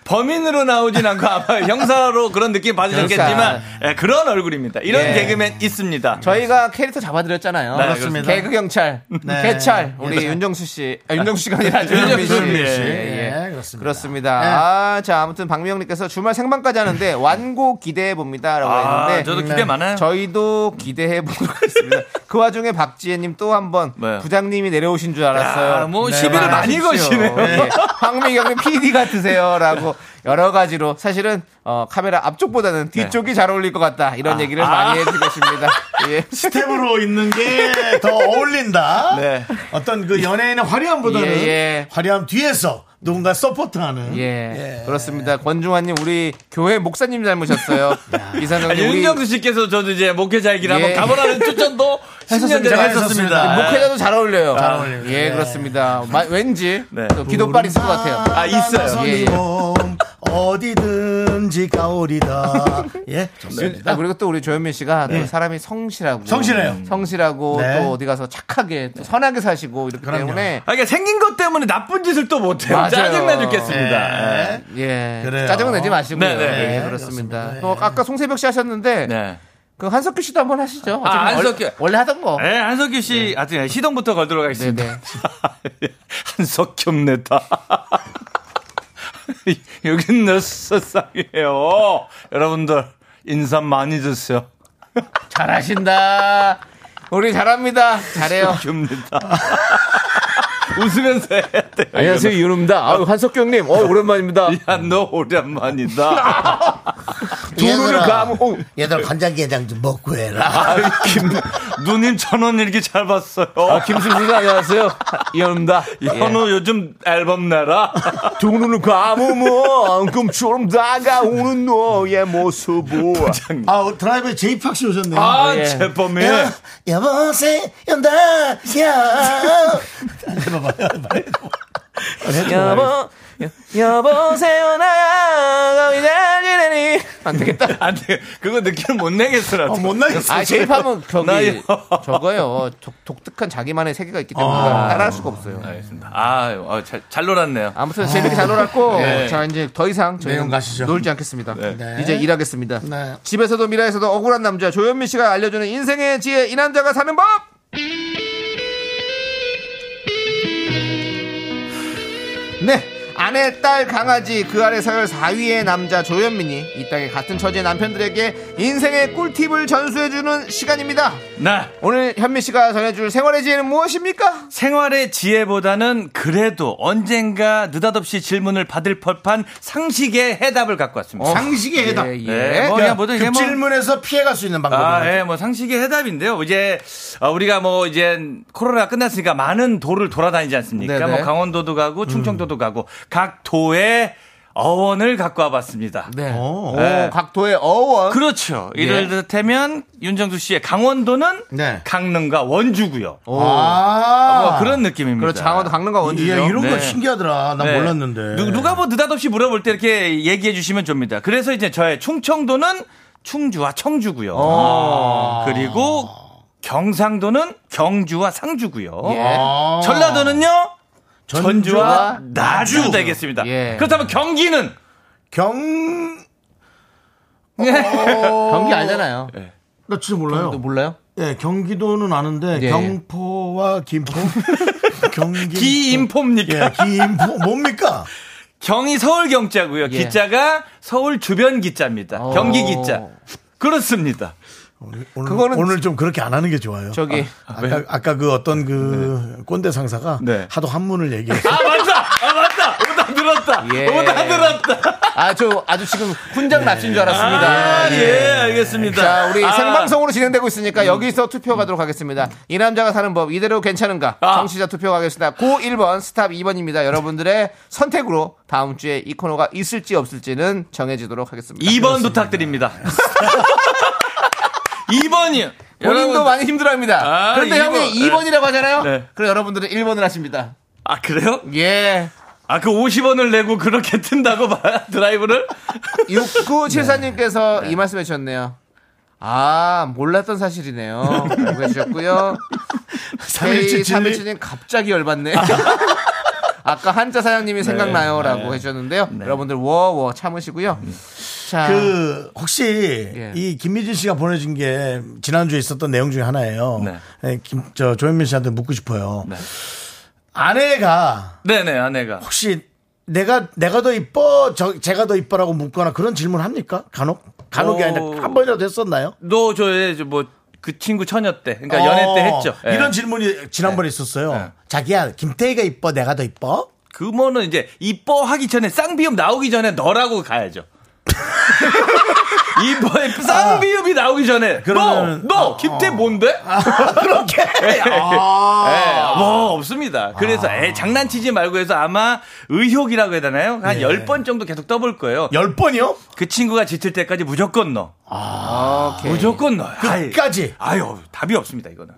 S5: 범인으로 나오진 않고 아마 형사로 그런 느낌 받으셨겠지만 예, 그런 얼굴입니다. 이런
S2: 예.
S5: 개그맨 있습니다.
S2: 저희가 캐릭터 잡아드렸잖아요.
S5: 네, 그렇습니다.
S2: 개그 경찰,
S1: 네.
S2: 개찰 우리 윤정수 씨, 아, 윤정수 씨가 아니라 조현민 씨.
S5: 조현민 씨.
S2: 예, 예.
S1: 예, 그렇습니다.
S2: 그렇습니다.
S5: 네.
S1: 예.
S2: 아, 자 아무튼 박미영님께서 주말 생방까지 하는데 완고 기대해 봅니다라고
S5: 아,
S2: 했는데 음,
S5: 저도 기대 많아요.
S2: 저희도 기대해 보도록 하겠습니다. 그 와중에 박지혜님 또 한번
S5: 네.
S2: 부장님이 내려오신 줄 알았어요. 네,
S5: 야, 뭐 시비를 많이
S2: 하십시오.
S5: 거시네요.
S2: 예. 황미경님 PD 같으세요라고 여러 가지로 사실은 어, 카메라 앞쪽보다는
S5: 네.
S2: 뒤쪽이 잘 어울릴 것 같다
S5: 아,
S2: 이런 얘기를 많이 해주고 있습니다. 예.
S1: 스텝으로 있는 게 더 어울린다.
S5: 네.
S1: 어떤 그 연예인의 화려함보다는
S2: 예, 예.
S1: 화려함 뒤에서 누군가 서포트하는.
S2: 예, 그렇습니다. 권중환님 우리 교회 목사님 닮으셨어요.
S5: 아니,
S2: 이상형님 우리
S5: 윤정수 씨께서 저도 이제 목회자이긴
S2: 예.
S5: 한번 가보라는 추천도 10년 전에 했었습니다.
S2: 아,
S1: 네. 예.
S2: 목회자도 잘 어울려요.
S1: 잘 어울립니다.
S2: 예,
S1: 예.
S2: 그렇습니다. 마- 왠지
S5: 네.
S2: 또 기도빨 있을 것 같아요.
S5: 아, 있어요.
S2: 예, 예.
S1: 몸 어디든지 가오리다. 예,
S2: 아,
S1: 좋습니다.
S2: 그리고 또 우리 조현민 씨가 또 사람이 성실하고
S1: 성실해요.
S2: 성실하고
S1: 네.
S2: 또 어디 가서 착하게 또 선하게 사시고 이렇기
S1: 그럼요.
S2: 때문에
S5: 아, 그러니까 생긴 것 때문에 나쁜 짓을 또 못해요.
S2: 맞아요.
S5: 짜증나 죽겠습니다.
S1: 예.
S2: 예
S1: 그래요.
S2: 짜증 내지 마시고요.
S5: 네, 네.
S2: 예,
S1: 네,
S2: 그렇습니다.
S1: 그렇습니다.
S2: 또 아까 송세벽 씨 하셨는데
S5: 네.
S2: 그 한석규 씨도 한번 하시죠. 어차피
S5: 한석규.
S2: 원- 원래 하던 거.
S5: 네, 한석규 씨, 하여튼 시동부터 걸도록 하겠습니다.
S2: 네,
S5: 한석규입니다. 여긴 내 세상이에요. 여러분들, 인사 많이 주세요.
S2: 잘하신다. 우리 잘합니다. 잘해요.
S5: 깁니다. 웃으면서 해야 돼요.
S2: 안녕하세요 이윤입니다. 아, 한석규 형님, 어, 오랜만입니다.
S5: 야, 너 오랜만이다.
S10: 눈을 감고.
S1: 얘들아 간장게장 좀 먹고 해라.
S10: 아, 김, 누님 천원 일기 잘 봤어요.
S2: 아, 예. 김승수가 안녕하세요. 이현우입니다.
S10: 현우 요즘 앨범 내라.
S2: 눈을 감으면 꿈처럼 다가오는 너의 모습을.
S1: 아 드라이브에 제이팍 씨 오셨네요.
S10: 아,
S2: 예.
S10: 제범이.
S1: 여, 여보세요, 연다, 야.
S2: 여보, 여보세요, 나야. 거기 잘 지내니. 안 되겠다.
S10: 안 돼. 그거 느낌 못 내겠어, 나.
S1: 어, 못 나겠어.
S2: 아, 제이팝은 저기,
S10: 나요.
S2: 저거요. 아. 독- 독특한 자기만의 세계가 있기 때문에 따라할 수가 없어요.
S10: 알겠습니다. 아, 어, 잘, 잘 놀았네요.
S2: 아무튼 재밌게 잘 놀았고
S10: 네.
S2: 자 이제 더 이상 저희는
S1: 내용 가시죠.
S2: 놀지 않겠습니다.
S1: 네.
S2: 이제 일하겠습니다.
S1: 네.
S2: 집에서도 미라에서도 억울한 남자 조현민 씨가 알려주는 인생의 지혜 이 남자가 사는 법. 네. 아내, 딸, 강아지 그 아래 서열 4위의 남자 조현민이 이 땅의 같은 처지의 남편들에게 인생의 꿀팁을 전수해주는 시간입니다.
S10: 네.
S2: 오늘 현민 씨가 전해줄 생활의 지혜는 무엇입니까?
S10: 생활의 지혜보다는 그래도 언젠가 느닷없이 질문을 받을 법한 상식의 해답을 갖고 왔습니다.
S1: 상식의 해답.
S2: 예, 예.
S10: 네, 뭐,
S1: 어, 야,
S10: 그냥 뭐든 이게
S1: 급
S10: 뭐.
S1: 질문에서 피해갈 수 있는 방법.
S10: 아,
S1: 아,
S10: 예, 뭐 상식의 해답인데요. 이제 어, 우리가 뭐 이제 코로나 끝났으니까 많은 도를 돌아다니지 않습니까?
S2: 네네.
S10: 뭐 강원도도 가고 충청도도 가고 각 도의 어원을 갖고 와봤습니다.
S2: 네.
S1: 오.
S10: 네.
S2: 각도의 어원.
S10: 그렇죠. 이를 들테면 윤정수 씨의 강원도는
S1: 네.
S10: 강릉과 원주고요. 어, 뭐 그런 느낌입니다.
S2: 그렇죠. 강원도 강릉과 원주죠.
S1: 야, 이런 거
S10: 네.
S1: 신기하더라. 난
S10: 네.
S1: 몰랐는데.
S10: 누, 누가 뭐 느닷없이 물어볼 때 이렇게 얘기해 주시면 줍니다. 그래서 이제 저의 충청도는 충주와 청주고요.
S1: 아,
S10: 아, 그리고 경상도는 경주와 상주고요.
S1: 아,
S2: 예.
S10: 전라도는요 전주와
S1: 전주와
S10: 나주 되겠습니다.
S2: 예.
S10: 그렇다면 경기는
S1: 경.
S2: 경기 알잖아요.
S1: 나 진짜 몰라요.
S2: 또 몰라요?
S1: 예, 경기도는 아는데
S2: 예.
S1: 경포와 김포. 경기.
S10: 기인포입니까?
S1: 예, 기인포 뭡니까?
S10: 경이 서울 경자고요.
S2: 예.
S10: 기자가 서울 주변 기자입니다.
S2: 어.
S10: 경기 기자. 그렇습니다.
S1: 오늘,
S2: 그거는-
S1: 오늘 좀 그렇게 안 하는 게 좋아요.
S2: 저기
S1: 아, 까 아까 그 어떤 그 꼰대 상사가
S10: 네.
S1: 하도 한문을 얘기해서
S10: 아 맞다. 아 맞다. 오다 늘었다.
S2: 예.
S10: 오다 늘었다.
S2: 아 저 아주 지금 훈장 납신 줄 알았습니다.
S10: 아, 예, 알겠습니다.
S2: 예. 자 우리
S10: 아, 음.
S2: 생방송으로 진행되고 있으니까 여기서 투표 가도록 하겠습니다. 이 남자가 사는 법 이대로 괜찮은가?
S10: 아.
S2: 정치자 투표 가겠습니다. 고 1번 스탑 2번입니다. 여러분들의 선택으로 다음 주에 이 코너가 있을지 없을지는 정해지도록 하겠습니다.
S10: 2번 부탁드립니다. 2번이요.
S2: 본인도 많이 힘들어합니다.
S10: 아,
S2: 그런데
S10: 이
S2: 형이
S10: 번.
S2: 2번이라고 하잖아요.
S10: 네.
S2: 그럼 여러분들은 1번을 하십니다.
S10: 아 그래요?
S2: 예.
S10: 아 그 50원을 내고 그렇게 튼다고 봐 드라이브를?
S2: 6974님께서 이 말씀 해주셨네요. 아, 몰랐던 사실이네요. 라고 해주셨고요. K 3 1 7
S1: 3177님
S2: 님 갑자기 열받네. 아까 한자
S10: 네.
S2: 사장님이 생각나요. 라고 해주셨는데요. 여러분들 워워 참으시고요.
S10: 음. 아.
S2: 자.
S1: 그 혹시
S2: 예.
S1: 이 김미진 씨가 보내준 게 지난주에 있었던 내용 중에 하나예요.
S10: 네.
S1: 예, 김, 저 조현민 씨한테 묻고 싶어요. 아내가
S10: 네네 아내가.
S1: 혹시 내가 내가 더 이뻐 저 제가 더 이뻐라고 묻거나 그런 질문 합니까? 간혹 간혹이
S10: 어.
S1: 아니라 한 번이라도 했었나요?
S10: 너 저의 뭐그 친구 처녀 때, 그러니까 연애 때
S1: 어,
S10: 했죠. 예.
S1: 이런 질문이 지난번에 있었어요. 자기야 김태희가 이뻐 내가 더 이뻐?
S10: 그거는 이제 이뻐하기 전에 쌍비읍 나오기 전에 너라고 가야죠. 이뻐의 쌍비읍이 나오기 전에
S1: 그러면은- 아, 어.
S10: 너, 너 김태 뭔데?
S1: 그렇게 아.
S10: 예, 뭐 없습니다. 그래서 에 장난치지 말고 해서 아마 의혹이라고 해야 되나요?
S1: 네.
S10: 한 열 번 정도 계속 떠볼 거예요.
S1: 열 번이요?
S10: 그 친구가 지칠 때까지 무조건 너.
S1: 아,
S10: 아,
S2: 오케이.
S10: 무조건 너.
S1: 끝까지?
S10: 아유, 답이 없습니다, 이거는.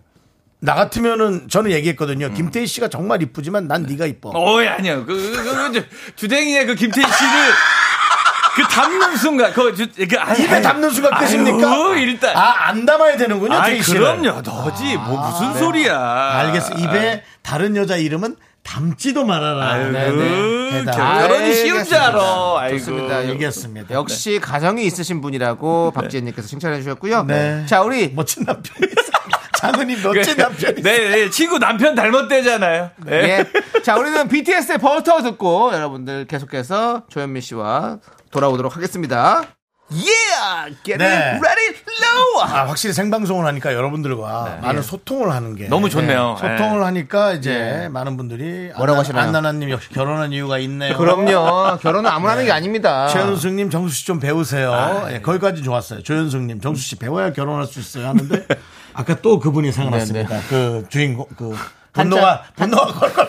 S1: 나 같으면은 저는 얘기했거든요. 김태희 씨가 정말 이쁘지만 난 네가 이뻐.
S10: 음. 어이, 아니요. 그, 그, 그, 그 주댕이의 그 김태희 씨를 그 담는 순간, 그, 주- 그, 아,
S1: 입에 담는 순간 끝입니까?
S10: 아유, 일단.
S1: 아, 안 담아야 되는군요.
S10: 아,
S1: 태희 씨는. 아,
S10: 그럼요. 너지. 뭐 무슨 소리야.
S1: 알겠어. 입에 다른 여자 이름은 담지도 말아라.
S10: 아유,
S1: 네, 네.
S10: 결-
S1: 대답.
S10: 결혼이 쉬운 줄 알아. 아이고. 네.
S2: 좋습니다. 여-
S1: 알겠습니다.
S2: 역시 가정이 있으신 분이라고 박지혜님께서 칭찬해 주셨고요.
S1: 네.
S2: 자, 우리
S1: 멋진 남편이 있어. 장은님 멋진 남편이 있어.
S10: 네, 네, 친구 남편 닮았대잖아요. 네.
S2: 예. 자, 우리는 BTS의 버터 듣고 여러분들 계속해서 조현민 씨와 돌아오도록 하겠습니다. Yeah, get
S1: 네.
S2: it ready, low.
S1: 아, 확실히 생방송을 하니까 여러분들과 많은 소통을 하는 게
S10: 네. 예. 너무 좋네요. 예.
S1: 네, 소통을 하니까 이제 많은 분들이
S2: 뭐라고
S1: 안나-
S2: 하시나요?
S1: 안나나님 역시 결혼한 이유가 있네요.
S2: 그럼요. 결혼은 아무나 하는 게 아닙니다.
S1: 네.
S2: 아, 네.
S1: 최현숙님, 정수 씨 좀 배우세요. 예, 거기까지 좋았어요. 조현숙님, 정수 씨 배워야 결혼할 수 있어요 하는데 아까 또 그분이 생각났습니다.
S2: 네,
S1: 그 주인공 그 분노가 분노가 걸걸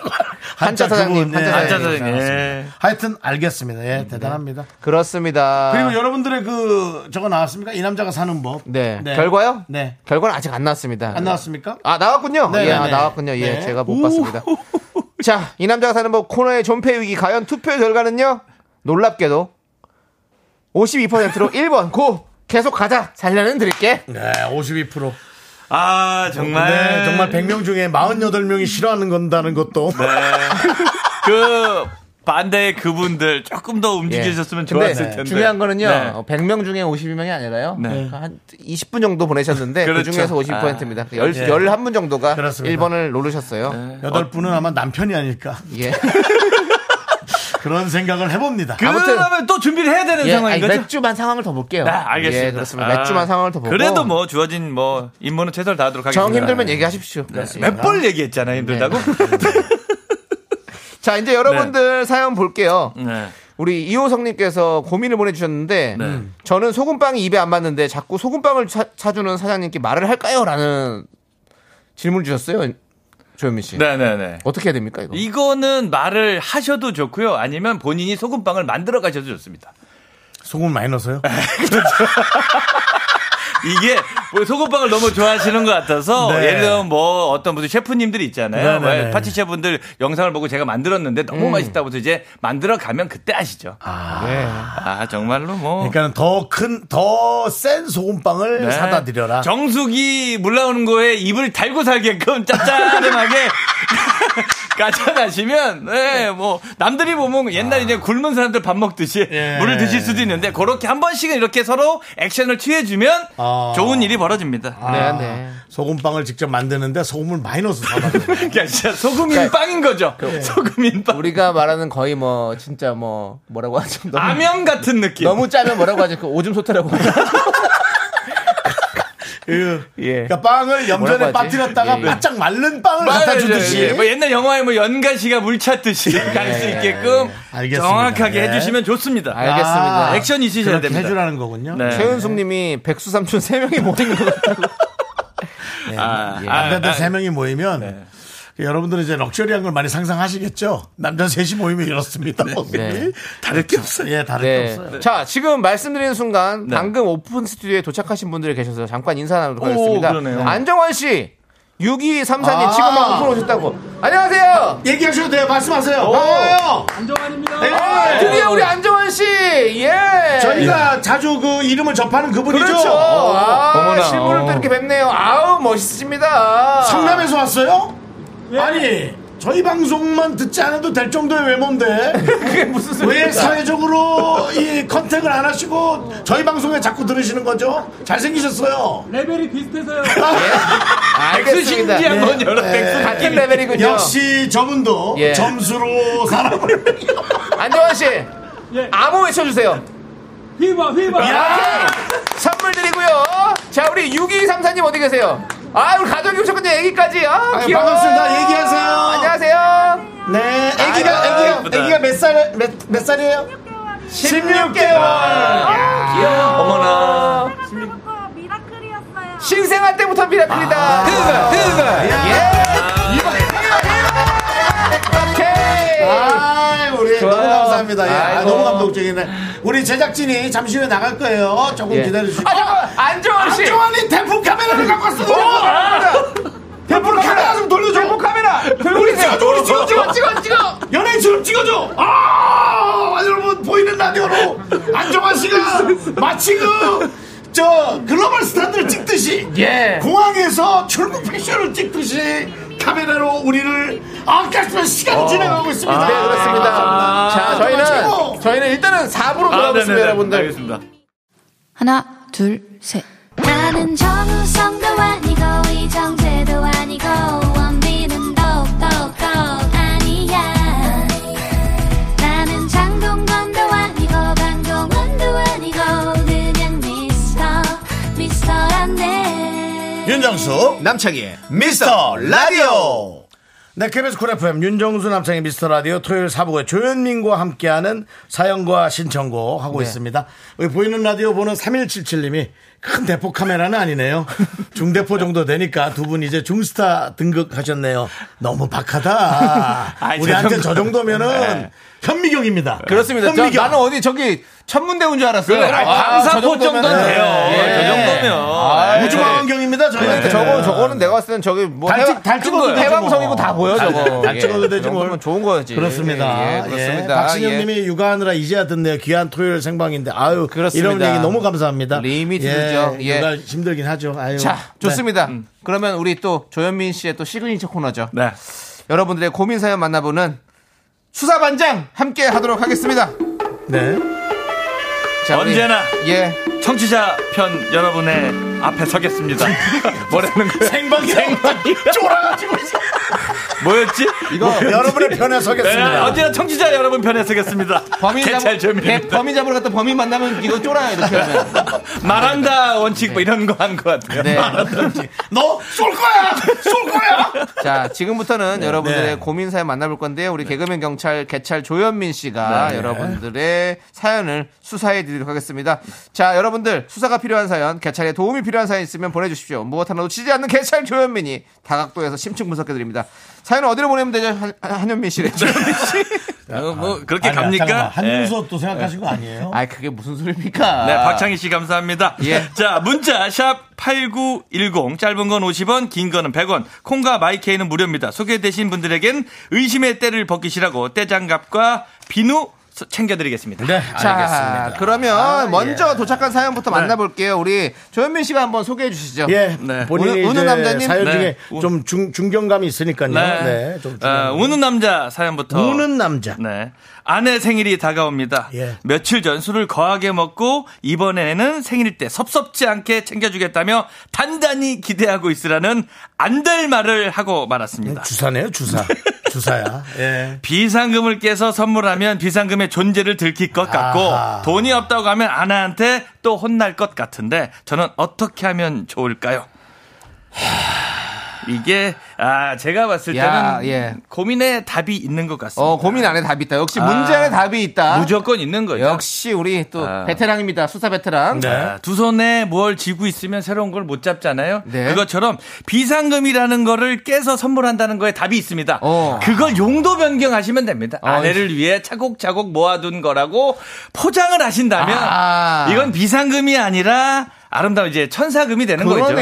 S2: 한자 사장님, 한자
S10: 한자
S1: 네.
S2: 사장님.
S10: 사장님. 예.
S1: 하여튼 알겠습니다. 예,
S2: 네.
S1: 대단합니다.
S2: 그렇습니다.
S1: 그리고 여러분들의 그 저거 나왔습니까? 이 남자가 사는 법.
S2: 아. 네. 결과요?
S1: 네.
S2: 결과는 아직 안 나왔습니다.
S1: 안 나왔습니까?
S2: 아, 나왔군요.
S1: 네,
S2: 예,
S1: 네,
S2: 아,
S1: 네.
S2: 나왔군요. 예,
S1: 네.
S2: 제가 못 봤습니다. 자, 이 남자가 사는 법 코너의 존폐 위기 과연 투표 결과는요? 놀랍게도 52%로 1번 고 계속 가자. 살려는 드릴게.
S1: 네, 52%.
S10: 아, 정말.
S1: 네, 정말 100명 중에 48명이 싫어하는 건다는 것도.
S10: 네. 그 반대의 그분들 조금 더 움직이셨으면
S2: 예. 근데
S10: 좋았을 텐데.
S2: 중요한 거는요.
S10: 네.
S2: 어, 100명 중에 52명이 아니라요. 그
S10: 네.
S2: 한 20분 정도 보내셨는데 그
S10: 그렇죠. 예.
S2: 중에서 50%입니다. 열 11분 정도가
S1: 그렇습니다.
S2: 1번을 누르셨어요.
S10: 네.
S1: 여덟 분은 아마 남편이 아닐까.
S2: 예.
S1: 그런 생각을 해봅니다.
S2: 아무튼-
S10: 그러면 또 준비를 해야 되는
S2: 예,
S10: 상황인
S2: 아니,
S10: 거죠?
S2: 맥주만 상황을 더 볼게요.
S10: 네, 알겠습니다.
S2: 예, 그렇습니다. 맥주만
S10: 아,
S2: 상황을 더 보고.
S10: 그래도 뭐 주어진 뭐 임무는 최선을 다하도록 하겠습니다. 네.
S2: 정 힘들면 얘기하십시오.
S10: 몇 번 얘기했잖아요, 힘들다고. 네.
S2: 자, 이제 여러분들 사연 볼게요.
S10: 네.
S2: 우리 이호성님께서 고민을 보내주셨는데
S10: 네.
S2: 저는 소금빵이 입에 안 맞는데 자꾸 소금빵을 사, 사주는 사장님께 말을 할까요? 라는 질문 을 주셨어요. 조현민 씨.
S10: 네, 네, 네.
S2: 어떻게 해야 됩니까 이거?
S10: 이거는 말을 하셔도 좋고요. 아니면 본인이 소금빵을 만들어 가셔도 좋습니다.
S1: 소금 많이 넣어서요?
S10: 이게 뭐 소금빵을 너무 좋아하시는 것 같아서
S1: 네.
S10: 예를 들면 뭐 어떤 분들 셰프님들이 있잖아요. 뭐
S1: 네, 네, 네.
S10: 파티셰프분들 영상을 보고 제가 만들었는데 너무 맛있다고 해서 이제 만들어 가면 그때 아시죠.
S1: 아.
S10: 아, 정말로
S2: 어.
S10: 뭐.
S1: 그러니까 더 큰, 더 센 소금빵을
S10: 네.
S1: 사다 드려라.
S10: 정수기 물 나오는 거에 입을 달고 살게끔 짭짤하게 까져가시면, 네, 뭐, 남들이 보면 옛날 이제 굶은 사람들 밥 먹듯이
S1: 아. 예.
S10: 물을 드실 수도 있는데, 그렇게 한 번씩은 이렇게 서로 액션을 취해주면
S1: 아.
S10: 좋은 일이 벌어집니다.
S2: 네, 네.
S1: 소금빵을 직접 만드는데 소금을 많이 넣어서 사다 드려라.
S10: 그러니까 진짜 소금인 빵인 거죠.
S1: 그
S10: 소금인 빵.
S2: 우리가 말하는 거의 뭐 진짜 뭐 뭐라고 하죠? 너무,
S10: 라면 같은 느낌.
S2: 너무 짜면 뭐라고 하죠? 그 오줌 소태라고 하죠. 예.
S1: 그러니까 빵을
S2: 뭐라고
S1: 염전에
S2: 하지?
S1: 빠뜨렸다가
S2: 예.
S1: 바짝 말른 빵을
S10: 맞아요.
S1: 갖다 주듯이. 예.
S10: 예, 뭐 옛날 영화에 뭐 연가시가 물 찼듯이 갈 수 있게끔
S1: 알겠습니다.
S10: 정확하게
S1: 예.
S10: 해주시면 좋습니다.
S2: 알겠습니다.
S10: 아, 액션 있으셔야
S1: 그렇게
S10: 됩니다.
S1: 해주라는 거군요.
S10: 네.
S2: 최은숙 님이 백수 삼촌 세명이못 있는 것 같다고. 네,
S10: 아, 아,
S1: 남자들
S10: 아,
S1: 세 명이 모이면 그 여러분들은 이제 럭셔리한 걸 많이 상상하시겠죠. 남자 셋이 모이면 이렇습니다.
S2: 네.
S1: 다를 게 없어요. 예, 다를 게 없어요.
S2: 네. 자, 지금 말씀드리는 순간
S10: 네.
S2: 방금 오픈 스튜디오에 도착하신 분들이 계셔서 잠깐 인사 나누도록
S10: 오,
S2: 하겠습니다.
S10: 그러네요.
S2: 안정환 씨, 6234님
S1: 아.
S2: 지금 막 오픈 오셨다고. 안녕하세요.
S1: 얘기하셔도 돼요. 말씀하세요. 반가워요.
S3: 안정환입니다.
S1: 예.
S2: 아, 드디어 우리 안정환 씨. 예.
S1: 저희가 자주 그 이름을 접하는 그분이죠.
S2: 그렇죠. 아,
S10: 어머나.
S2: 실물을 또 이렇게 뵙네요. 아우
S1: 아.
S2: 멋있습니다.
S1: 성남에서 왔어요? 예. 아니, 저희 방송만 듣지 않아도 될 정도의 외모인데
S2: 그게 무슨
S1: 왜
S2: 소리야?
S1: 사회적으로 이 컨택을 안 하시고 저희 방송에 자꾸 들으시는 거죠? 잘생기셨어요.
S3: 레벨이 비슷해서요.
S2: 알겠습니다. 네.
S10: 백수신지 한번 열어. 백수.
S2: 같은
S1: 네.
S2: 레벨이군요.
S1: 역시 저분도
S2: 예.
S1: 점수로 사람을
S2: 안정환 씨.
S3: 예.
S2: 암호 외쳐주세요.
S3: 휘바 휘바.
S2: 오케이. 선물 드리고요. 자, 우리 6234님 어디 계세요? 아, 우리 가족이 오셨군요. 애기까지. 아,
S1: 아유,
S2: 귀여워.
S1: 반갑습니다. 얘기하세요.
S2: 안녕하세요.
S1: 네, 아기가
S2: 아이고,
S1: 아기가
S10: 예쁘다.
S1: 아기가 몇 살, 몇, 몇 살이에요?
S4: 아,
S1: 16개월.
S2: 귀여워.
S10: 어머나.
S4: 따라가고 미라클이었어요.
S2: 신생아 때부터 미라클이다. 흐흐, 흐흐. 예. 이거, 이거, 이거. 오케이.
S1: 아, 우리
S2: 좋아요.
S1: 너무 감사합니다. 예, 아,
S2: 아이고.
S1: 너무 감동적이네. 우리 제작진이 잠시 후에 나갈 거예요. 조금
S2: 예.
S1: 기다려 주시고.
S2: 아, 잠깐만. 안정환 씨. 아.
S1: 안정환이 대포 카메라를 갖고 왔어. 대포 카메라 좀 돌려줘. 대포 카메라. 우리 찍어줘. 우리 찍어줘. 찍어 찍어. 연예인처럼 찍어줘. 아, 여러분 보이는 라디오로 안정환 씨가 마치 그. 저 글로벌 스타들을 찍듯이
S2: 예.
S1: 공항에서 출국 패션을 찍듯이 카메라로 우리를 아깝지만 시간이 지나가고 있습니다.
S2: 어.
S1: 아,
S2: 네, 그렇습니다. 자,
S1: 최고.
S2: 저희는, 저희는 일단은 4부로 돌아오겠습니다, 여러분들.
S10: 알겠습니다.
S6: 하나, 둘, 셋.
S4: 나는 정우성도 아니고 이정재도 아니고 원빈은 더욱더 아니야 나는 장동건도 아니고 강동원도 아니고 그냥
S9: 윤정수
S2: 남창희의
S9: 미스터 라디오
S1: 네, KBS 쿨 FM 윤정수 남창의 미스터 라디오 토요일 사부의 조현민과 함께하는 사연과 신청곡 하고 있습니다. 여기 보이는 라디오 보는 3177님이 큰 대포 카메라는 아니네요. 중대포 정도 되니까 두 분 이제 중스타 등극하셨네요. 너무 박하다.
S10: 아니,
S1: 우리한테
S10: 저
S1: 저 정도면은 현미경입니다.
S2: 그렇습니다. 저,
S1: 현미경.
S2: 나는 어디 저기 천문대인 줄 알았어요.
S10: 그래, 아니, 방사포 정도는 돼요.
S1: 어,
S10: 저 정도면.
S1: 예.
S2: 아,
S1: 우주왕경입니다. 저희한테.
S2: 예. 저거 저거는 내가 봤을 땐 저기 뭐
S1: 달 찍-
S2: 해왕-
S1: 달 찍어도 되지
S2: 해왕성이고
S1: 뭐.
S2: 다 보여
S1: 달-
S2: 저거.
S1: 달 찍어도 되지
S2: 그 정도면
S1: 뭘.
S2: 좋은 거지.
S1: 그렇습니다.
S2: 예,
S1: 예,
S2: 예, 그렇습니다. 예.
S1: 박신영님이 육아하느라 이제야 듣네요. 귀한 토요일 생방인데 아유
S2: 그렇습니다.
S1: 이런 얘기 너무 감사합니다.
S2: 리미 들죠. 예.
S1: 육아 힘들긴 하죠. 아유.
S2: 자,
S1: 네.
S2: 좋습니다. 그러면 우리 또 조현민 씨의 또 시그니처 코너죠.
S10: 네.
S2: 여러분들의 고민 사연 만나보는 수사반장 함께 하도록 하겠습니다.
S1: 네.
S2: 자, 우리-
S10: 언제나
S2: 예.
S10: 청취자 편 여러분의 앞에 서겠습니다. 뭐라는 거야? 생방 생방
S1: 쫄아가지고 있어.
S10: 뭐였지?
S2: 이거
S1: 여러분의 편에
S10: 네,
S1: 서겠습니다.
S10: 언제나 청취자 여러분 편에 서겠습니다.
S2: 범인
S10: 개찰
S2: 잡 개-
S10: 조민입니다.
S2: 범인 잡으러 갔다 범인 만나면 이거 쫄아요 이렇게 하면.
S10: 말한다 원칙 뭐 이런 거 한 것 같아요.
S2: 네.
S1: 너 쏠 거야. 쏠 거야.
S2: 자, 지금부터는 여러분들의
S1: 네.
S2: 고민 사연 만나볼 건데요. 우리 개그맨 경찰 개찰 조현민
S1: 네.
S2: 씨가 여러분들의 사연을 수사해 드리도록 하겠습니다. 자, 여러분들 수사가 필요한 사연, 개찰에 도움이 필요한 사연 있으면 보내주십시오. 무엇 하나 놓치지 않는 개찰 조현민이 다각도에서 심층 분석해 드립니다. 사연은 어디로 보내면 되죠? 한, 한현민
S1: 네.
S2: 씨래. 조현민 씨.
S10: 어, 뭐 그렇게
S1: 아니야, 잠깐만.
S10: 갑니까? 예.
S1: 한윤서 또 생각하신 거 아니에요?
S2: 아, 그게 무슨 소리입니까?
S10: 네, 박창희 씨 감사합니다.
S2: 예.
S10: 자, 문자 샵 8910 짧은 건 50원, 긴 거는 100원. 콩과 마이케이는 무료입니다. 소개되신 분들에겐 의심의 때를 벗기시라고 떼장갑과 비누 챙겨 드리겠습니다.
S1: 네.
S2: 자,
S1: 알겠습니다.
S2: 그러면 먼저
S1: 예.
S2: 도착한 사연부터 만나볼게요. 우리 조현민 씨가 한번 소개해 주시죠.
S1: 예,
S10: 네.
S1: 본인이
S2: 아, 우는- 우는
S1: 이제
S2: 남자님?
S1: 사연
S10: 네.
S1: 중에 좀 중, 중경감이 있으니까요. 네, 좀
S10: 어, 우는 남자 사연부터.
S1: 우는 남자.
S10: 네. 아내 생일이 다가옵니다.
S1: 예.
S10: 며칠 전 술을 거하게 먹고 이번에는 생일 때 섭섭지 않게 챙겨주겠다며 단단히 기대하고 있으라는 안 될 말을 하고 말았습니다.
S1: 주사네요, 주사. 주사야. 예.
S10: 비상금을 깨서 선물하면 비상금의 존재를 들킬 것 같고
S1: 아하.
S10: 돈이 없다고 하면 아내한테 또 혼날 것 같은데 저는 어떻게 하면 좋을까요? 이게 아 제가 봤을 때는
S2: 야, 예.
S10: 고민에 답이 있는 것 같습니다.
S2: 어, 고민 안에 답이 있다. 역시
S10: 아,
S2: 문제 안에 답이 있다.
S10: 무조건 있는 거죠.
S2: 역시 우리 또
S10: 아.
S2: 베테랑입니다. 수사 베테랑.
S10: 아, 두 손에 뭘 쥐고 있으면 새로운 걸 못 잡잖아요.
S2: 네.
S10: 그것처럼 비상금이라는 거를 깨서 선물한다는 거에 답이 있습니다.
S2: 어.
S10: 그걸 용도 변경하시면 됩니다. 아내를 위해 차곡차곡 모아둔 거라고 포장을 하신다면
S2: 아.
S10: 이건 비상금이 아니라 아름다운 이제 천사금이 되는
S2: 그러네요.
S10: 거죠.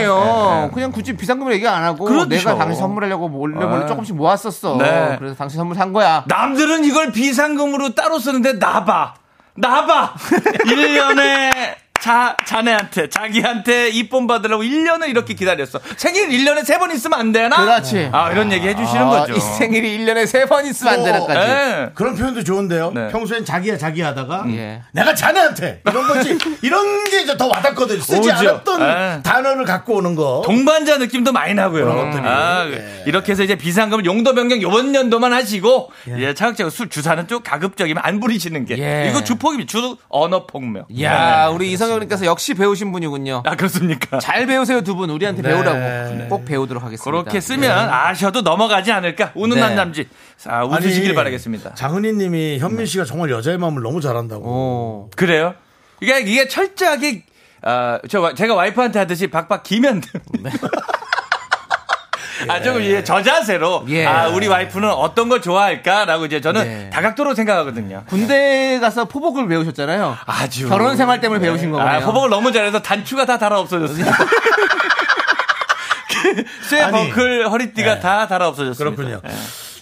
S10: 네, 네.
S2: 그냥 굳이 비상금을 얘기 안 하고
S10: 그렇죠.
S2: 내가 당신 선물하려고 몰래 몰래
S10: 아.
S2: 조금씩 모았었어.
S10: 네.
S2: 그래서 당신 선물 산 거야.
S10: 남들은 이걸 비상금으로 따로 쓰는데 나봐. 나봐. 1년에 자, 자네한테, 자기한테 입본 받으려고 1년을 이렇게 기다렸어. 생일 1년에 3번 있으면 안 되나?
S2: 그렇지.
S10: 아, 이런 얘기 해주시는
S2: 아,
S10: 거죠.
S2: 이 생일이 1년에 3번 있으면 안 되나까지.
S10: 예.
S1: 그런 표현도 좋은데요.
S10: 네.
S1: 평소엔 자기야 자기 하다가
S2: 예.
S1: 내가 자네한테 이런 거지 이런 게 더 와닿거든. 쓰지
S10: 오죠.
S1: 않았던
S10: 예.
S1: 단어를 갖고 오는 거.
S10: 동반자 느낌도 많이 나고요.
S1: 것들이.
S10: 아,
S1: 예.
S10: 이렇게 해서 이제 비상금 용도 변경 요번 연도만 하시고 이제 차곡차곡 술 주사는 좀 가급적이면 안 부리시는 게
S2: 예.
S10: 이거 주폭입니다. 주 언어 폭력.
S2: 야 우리 이성형님께서 역시 배우신 분이군요.
S10: 아 그렇습니까?
S2: 잘 배우세요 두 분. 우리한테 배우라고 꼭 배우도록 하겠습니다.
S10: 그렇게 쓰면 아셔도 넘어가지 않을까 우는
S2: 네.
S10: 한 남지 아, 웃으시길 바라겠습니다.
S1: 장은희님이 현민 씨가 정말 여자의 마음을 너무 잘한다고.
S2: 오.
S10: 그래요? 이게 이게 철저하게 아, 저 와- 제가 와이프한테 하듯이 박박 기면 됩니다. 아, 조금 이제 저자세로
S2: 예.
S10: 아, 우리 와이프는 어떤 걸 좋아할까라고 이제 저는
S2: 네.
S10: 다각도로 생각하거든요.
S2: 군대 가서 포복을 배우셨잖아요.
S10: 아주
S2: 결혼 생활 때문에 배우신 거군요.
S10: 아, 포복을 너무 잘해서 단추가 다 달아 없어졌어요. 쇠
S1: 아니.
S10: 버클 허리띠가
S1: 네.
S10: 다 달아 없어졌습니다.
S1: 그렇군요.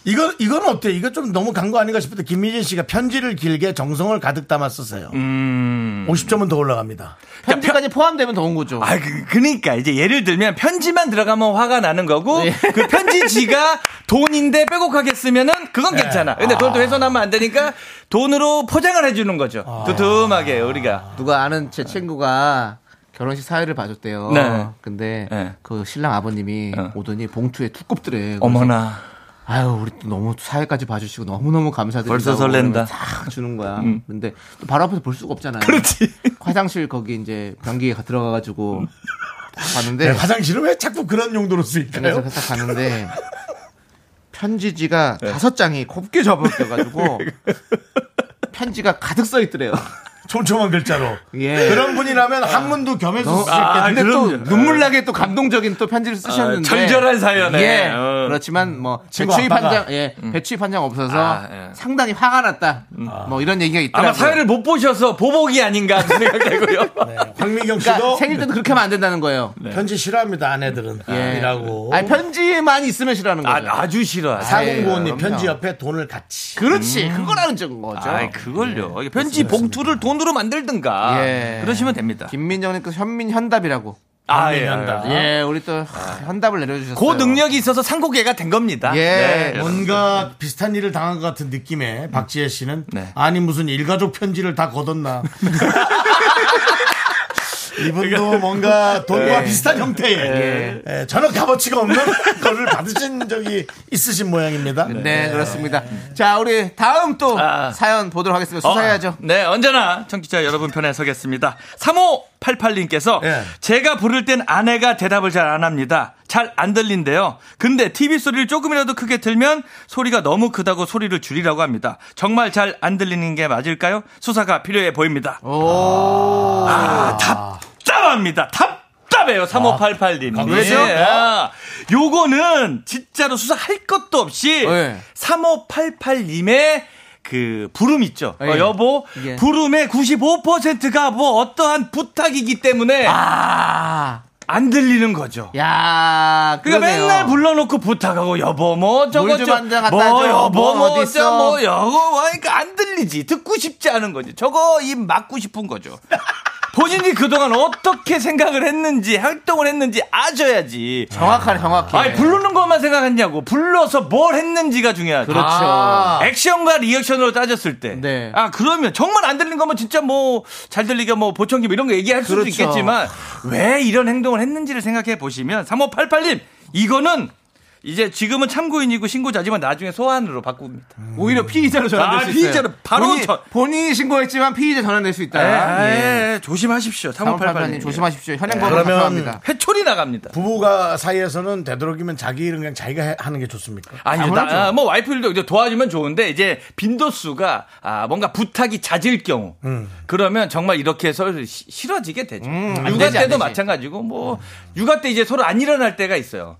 S1: 이거 이건 어때? 요 이거 좀 너무 간 거 아닌가 싶은데 김미진 씨가 편지를 길게 정성을 가득 담았었어요.
S10: 음.
S1: 50점은 더 올라갑니다.
S2: 편지까지 포함되면 더 온 거죠.
S10: 아, 그, 그니까, 이제 예를 들면 편지만 들어가면 화가 나는 거고, 그 편지지가 돈인데 빼곡하게 쓰면은 그건 네. 괜찮아. 근데 그걸 또 훼손하면 안 되니까 돈으로 포장을 해주는 거죠. 두툼하게, 우리가.
S2: 누가 아는 제 친구가 결혼식 사회를 봐줬대요.
S10: 네.
S2: 근데
S10: 네.
S2: 그 신랑 아버님이
S10: 어.
S2: 오더니 봉투에 두껍더래. 그래서
S10: 어머나.
S2: 아유 우리 또 너무 사회까지 봐주시고 너무너무 감사드린다.
S10: 벌써 설렌다. 음.
S2: 싹 주는 거야. 근데 또 바로 앞에서 볼 수가 없잖아요.
S10: 그렇지. 음.
S2: 화장실 거기 이제 변기에 들어가가지고
S10: 네,
S2: 봤는데
S1: 화장실을 왜 자꾸 그런 용도로 쓰일까요?
S2: 그래서 회사 가는데
S10: 네.
S2: 편지지가 다섯 장이 곱게 접어져가지고
S10: 그러니까.
S2: 편지가 가득 써 있더래요.
S1: 촘촘한 글자로.
S10: 네.
S2: 예.
S1: 그런 분이라면
S10: 아.
S1: 한문도 겸해서
S2: 너-
S1: 쓸수
S10: 어,
S1: 있겠는데.
S2: 근데 또
S10: 그럼요.
S2: 눈물 나게 또 감동적인 또 편지를 쓰셨는데
S10: 아, 절절한 사연에.
S2: 예.
S10: 어.
S2: 그렇지만 뭐
S1: 친구
S2: 배추입
S1: 아빠가.
S2: 한장 예 배추입 한장 없어서
S10: 음. 아, 예. 음.
S2: 상당히 화가 났다 뭐 이런 얘기가 있더라고요.
S10: 아마 사연을 못 보셔서 보복이 아닌가 하는 생각이 들고요.
S1: 황민경 씨도
S2: 그러니까 생일 때도 그렇게 하면 안 된다는 거예요.
S10: 네.
S1: 편지 싫어합니다, 아내들은.
S2: 예.
S1: 이라고.
S2: 아니 편지만 있으면 싫어하는
S10: 아,
S2: 거죠.
S10: 아주 싫어. 아,
S1: 사공구호님
S2: 예,
S1: 편지
S2: 그럼요.
S1: 옆에 돈을 같이.
S2: 그렇지 그거라는 적은 거죠.
S10: 음. 아이, 네. 그걸요. 이게 편지 봉투를 돈으로 만들든가.
S2: 예.
S10: 아, 그러시면 됩니다.
S2: 김민정님께서 현민 현답이라고.
S10: 아, 예.
S1: 현답.
S2: 예, 우리 또 하, 현답을 내려주셨어요.
S10: 그 능력이 있어서 상고개가 된 겁니다. 네.
S2: 예.
S10: 뭐,
S1: 뭔가 비슷한 일을 당한 것 같은 느낌에 박지혜 씨는
S10: 네.
S1: 아니 무슨 일가족 편지를 다 걷었나.
S2: 그러니까
S1: 이분도 뭔가 돈과 비슷한 형태의 예, 전혀 값어치가 없는 거를 받으신 적이 있으신 모양입니다.
S2: 네, 그렇습니다. 자, 우리 다음 또
S10: 아.
S2: 사연 보도록 하겠습니다.
S10: 어,
S2: 수사해야죠.
S10: 네, 언제나 청취자 여러분 편에 서겠습니다. 3588님께서
S1: 예.
S10: 제가 부를 땐 아내가 대답을 잘 안 합니다. 잘 안 들린대요. 근데 TV 소리를 조금이라도 크게 들면 소리가 너무 크다고 소리를 줄이라고 합니다. 정말 잘 안 들리는 게 맞을까요? 수사가 필요해 보입니다. 아, 답답합니다. 답답해요. 3588님.
S1: 그러세요?
S10: 아, 요거는 진짜로 수사할 것도 없이
S2: 네.
S10: 3588님의 그 부름 있죠. 어,
S2: 예.
S10: 여보,
S2: 예.
S10: 부름의 95%가 뭐 어떠한 부탁이기 때문에
S2: 아,
S10: 안 들리는 거죠.
S2: 야,
S10: 그러니까
S2: 그러네요.
S10: 맨날 불러놓고 부탁하고 여보 뭐 저거
S2: 물좀
S10: 저-
S2: 한잔 갖다
S10: 뭐
S2: 줘.
S10: 여보
S2: 뭐
S10: 뭐
S2: 어디
S10: 저
S2: 있어?
S10: 뭐 여보 하니까 안 들리지 듣고 싶지 않은 거지 저거 입 막고 싶은 거죠 본인이 그동안 어떻게 생각을 했는지 활동을 했는지 아줘야지
S2: 정확하네, 정확해.
S10: 아니 부르는 것만 생각했냐고 불러서 뭘 했는지가 중요하죠
S2: 그렇죠.
S10: 아, 액션과 리액션으로 따졌을 때.
S2: 네.
S10: 아, 그러면 정말 안 들리는 거면 진짜 뭐 잘 들리게 뭐 보청기 뭐 이런 거 얘기할 수도
S2: 그렇죠.
S10: 있겠지만 왜 이런 행동을 했는지를 생각해 보시면 3588님 이거는 이제 지금은 참고인이고 신고자지만 나중에 소환으로 바꿉니다.
S2: 오히려 피의자로 전환될
S10: 음. 아,
S2: 수 있어요.
S10: 피의자로 바로 아,
S2: 본인,
S10: 전-
S2: 본인이 신고했지만 피의자 전환될 수 있다.
S10: 에,
S2: 예.
S10: 에, 조심하십시오.
S2: 3588님
S10: 3588님. 예.
S2: 조심하십시오. 현행법으로
S1: 그러면-
S2: 감사합니다.
S10: 회초리 나갑니다.
S1: 부부가 사이에서는 되도록이면 자기 일은 그냥 자기가 해- 하는 게 좋습니까?
S10: 아니요,
S2: 당연하죠.
S10: 나, 아, 뭐 와이프들도 이제 도와주면 좋은데 이제 빈도수가 아, 뭔가 부탁이 잦을 경우 그러면 정말 이렇게 서로 시- 싫어지게 되죠.
S2: 음. 안 되지,
S10: 육아
S2: 안 되지.
S10: 때도 마찬가지고 뭐 육아 때 이제 서로 안 일어날 때가 있어요.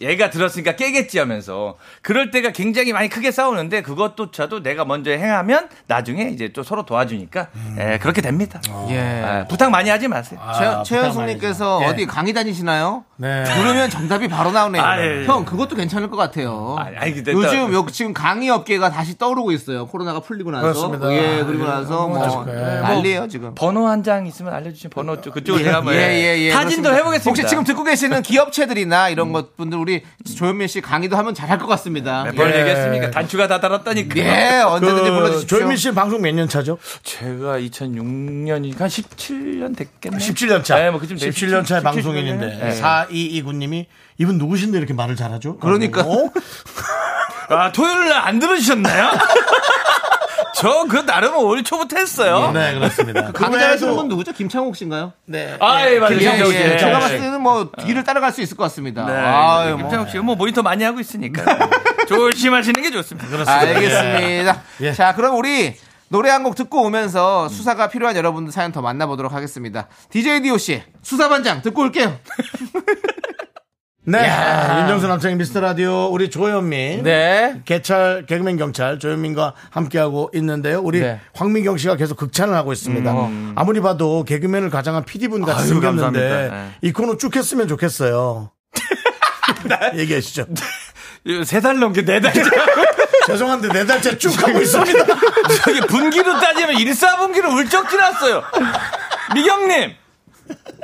S10: 얘가 들었으니까 깨겠지 하면서 그럴 때가 굉장히 많이 크게 싸우는데 그것조차도 내가 먼저 행하면 나중에 이제 또 서로 도와주니까
S2: 음.
S10: 예, 그렇게 됩니다.
S2: 예.
S10: 예, 부탁 많이 하지 마세요.
S1: 아,
S2: 최, 연숙님께서
S1: 부탁 많이
S2: 어디
S1: 하죠.
S2: 강의 다니시나요?
S1: 네.
S2: 부르면 정답이 바로 나오네요.
S10: 예. 아, 예, 예.
S2: 형 그것도 괜찮을 것 같아요.
S10: 아, 아니, 근데
S2: 요즘
S10: 또-
S2: 요, 지금 강의 업계가 다시 떠오르고 있어요. 코로나가 풀리고 나서
S1: 그렇습니다.
S2: 예 그리고 나서 뭐
S1: 아쉽게.
S2: 난리예요 지금.
S10: 번호 한 장 있으면 알려주신 번호 쪽-
S2: 예,
S10: 그쪽으로 제가 예, 한번 사진도
S2: 그렇습니다.
S10: 해보겠습니다.
S2: 혹시 지금 듣고 계시는 기업체들이나 이런 것 분들 우리 조현민 씨 강의도 하면 잘할 것 같습니다.
S10: 몇 번
S1: 예.
S10: 아, 얘기했습니까? 단추가 다 달았다니까.
S2: 예 언제든지
S1: 그,
S2: 불러주십시오.
S1: 조현민 씨 방송 몇 년 차죠?
S10: 제가 2006년이니까 한 17년 됐겠네.
S1: 17년 차.
S10: 네, 뭐 그쯤 됐-
S1: 17년 차의
S10: 17,
S1: 방송인인데
S10: 17,
S1: 4229님이 이분 누구신데 이렇게 말을 잘하죠?
S2: 그러니까.
S1: 어?
S10: 아, 토요일 날 안 들으셨나요? 저 그 나름 올 초부터 했어요.
S1: 네 그렇습니다. 그
S2: 강의 잘하시는 분
S1: 외에도
S2: 누구죠? 김창욱 씨인가요?
S1: 네.
S10: 아, 예, 맞아요.
S2: 예,
S10: 김창욱 씨.
S2: 예.
S10: 네.
S2: 제가 봤을 때는 뭐 뒤를 따라갈 수 있을 것 같습니다.
S10: 네.
S2: 아유, 뭐.
S10: 김창욱 씨가 뭐 네. 모니터 많이 하고 있으니까. 조심하시는 게 좋습니다.
S2: 알겠습니다.
S1: 예.
S2: 자, 그럼 우리 노래 한 곡 듣고 오면서 수사가 필요한 여러분들 사연 더 만나보도록 하겠습니다. DJ DOC 수사반장 듣고 올게요.
S1: 네. 아, 윤정수 남창희 미스터 라디오 우리 조현민.
S2: 네.
S1: 개찰 개그맨 경찰 조현민과 함께하고 있는데요. 우리
S2: 네.
S1: 황민경 씨가 계속 극찬을 하고 있습니다. 아무리 봐도 개그맨을 가장한 PD분 같이 생겼는데
S10: 음. 감사합니다. 네.
S1: 이 코너 쭉 했으면 좋겠어요. 얘기하시죠.
S10: 세달 넘게 네 달째.
S1: 죄송한데 네 달째 쭉 하고 있습니다.
S10: 저기 분기로 따지면 1사분기로 울적 지났어요. 미경님.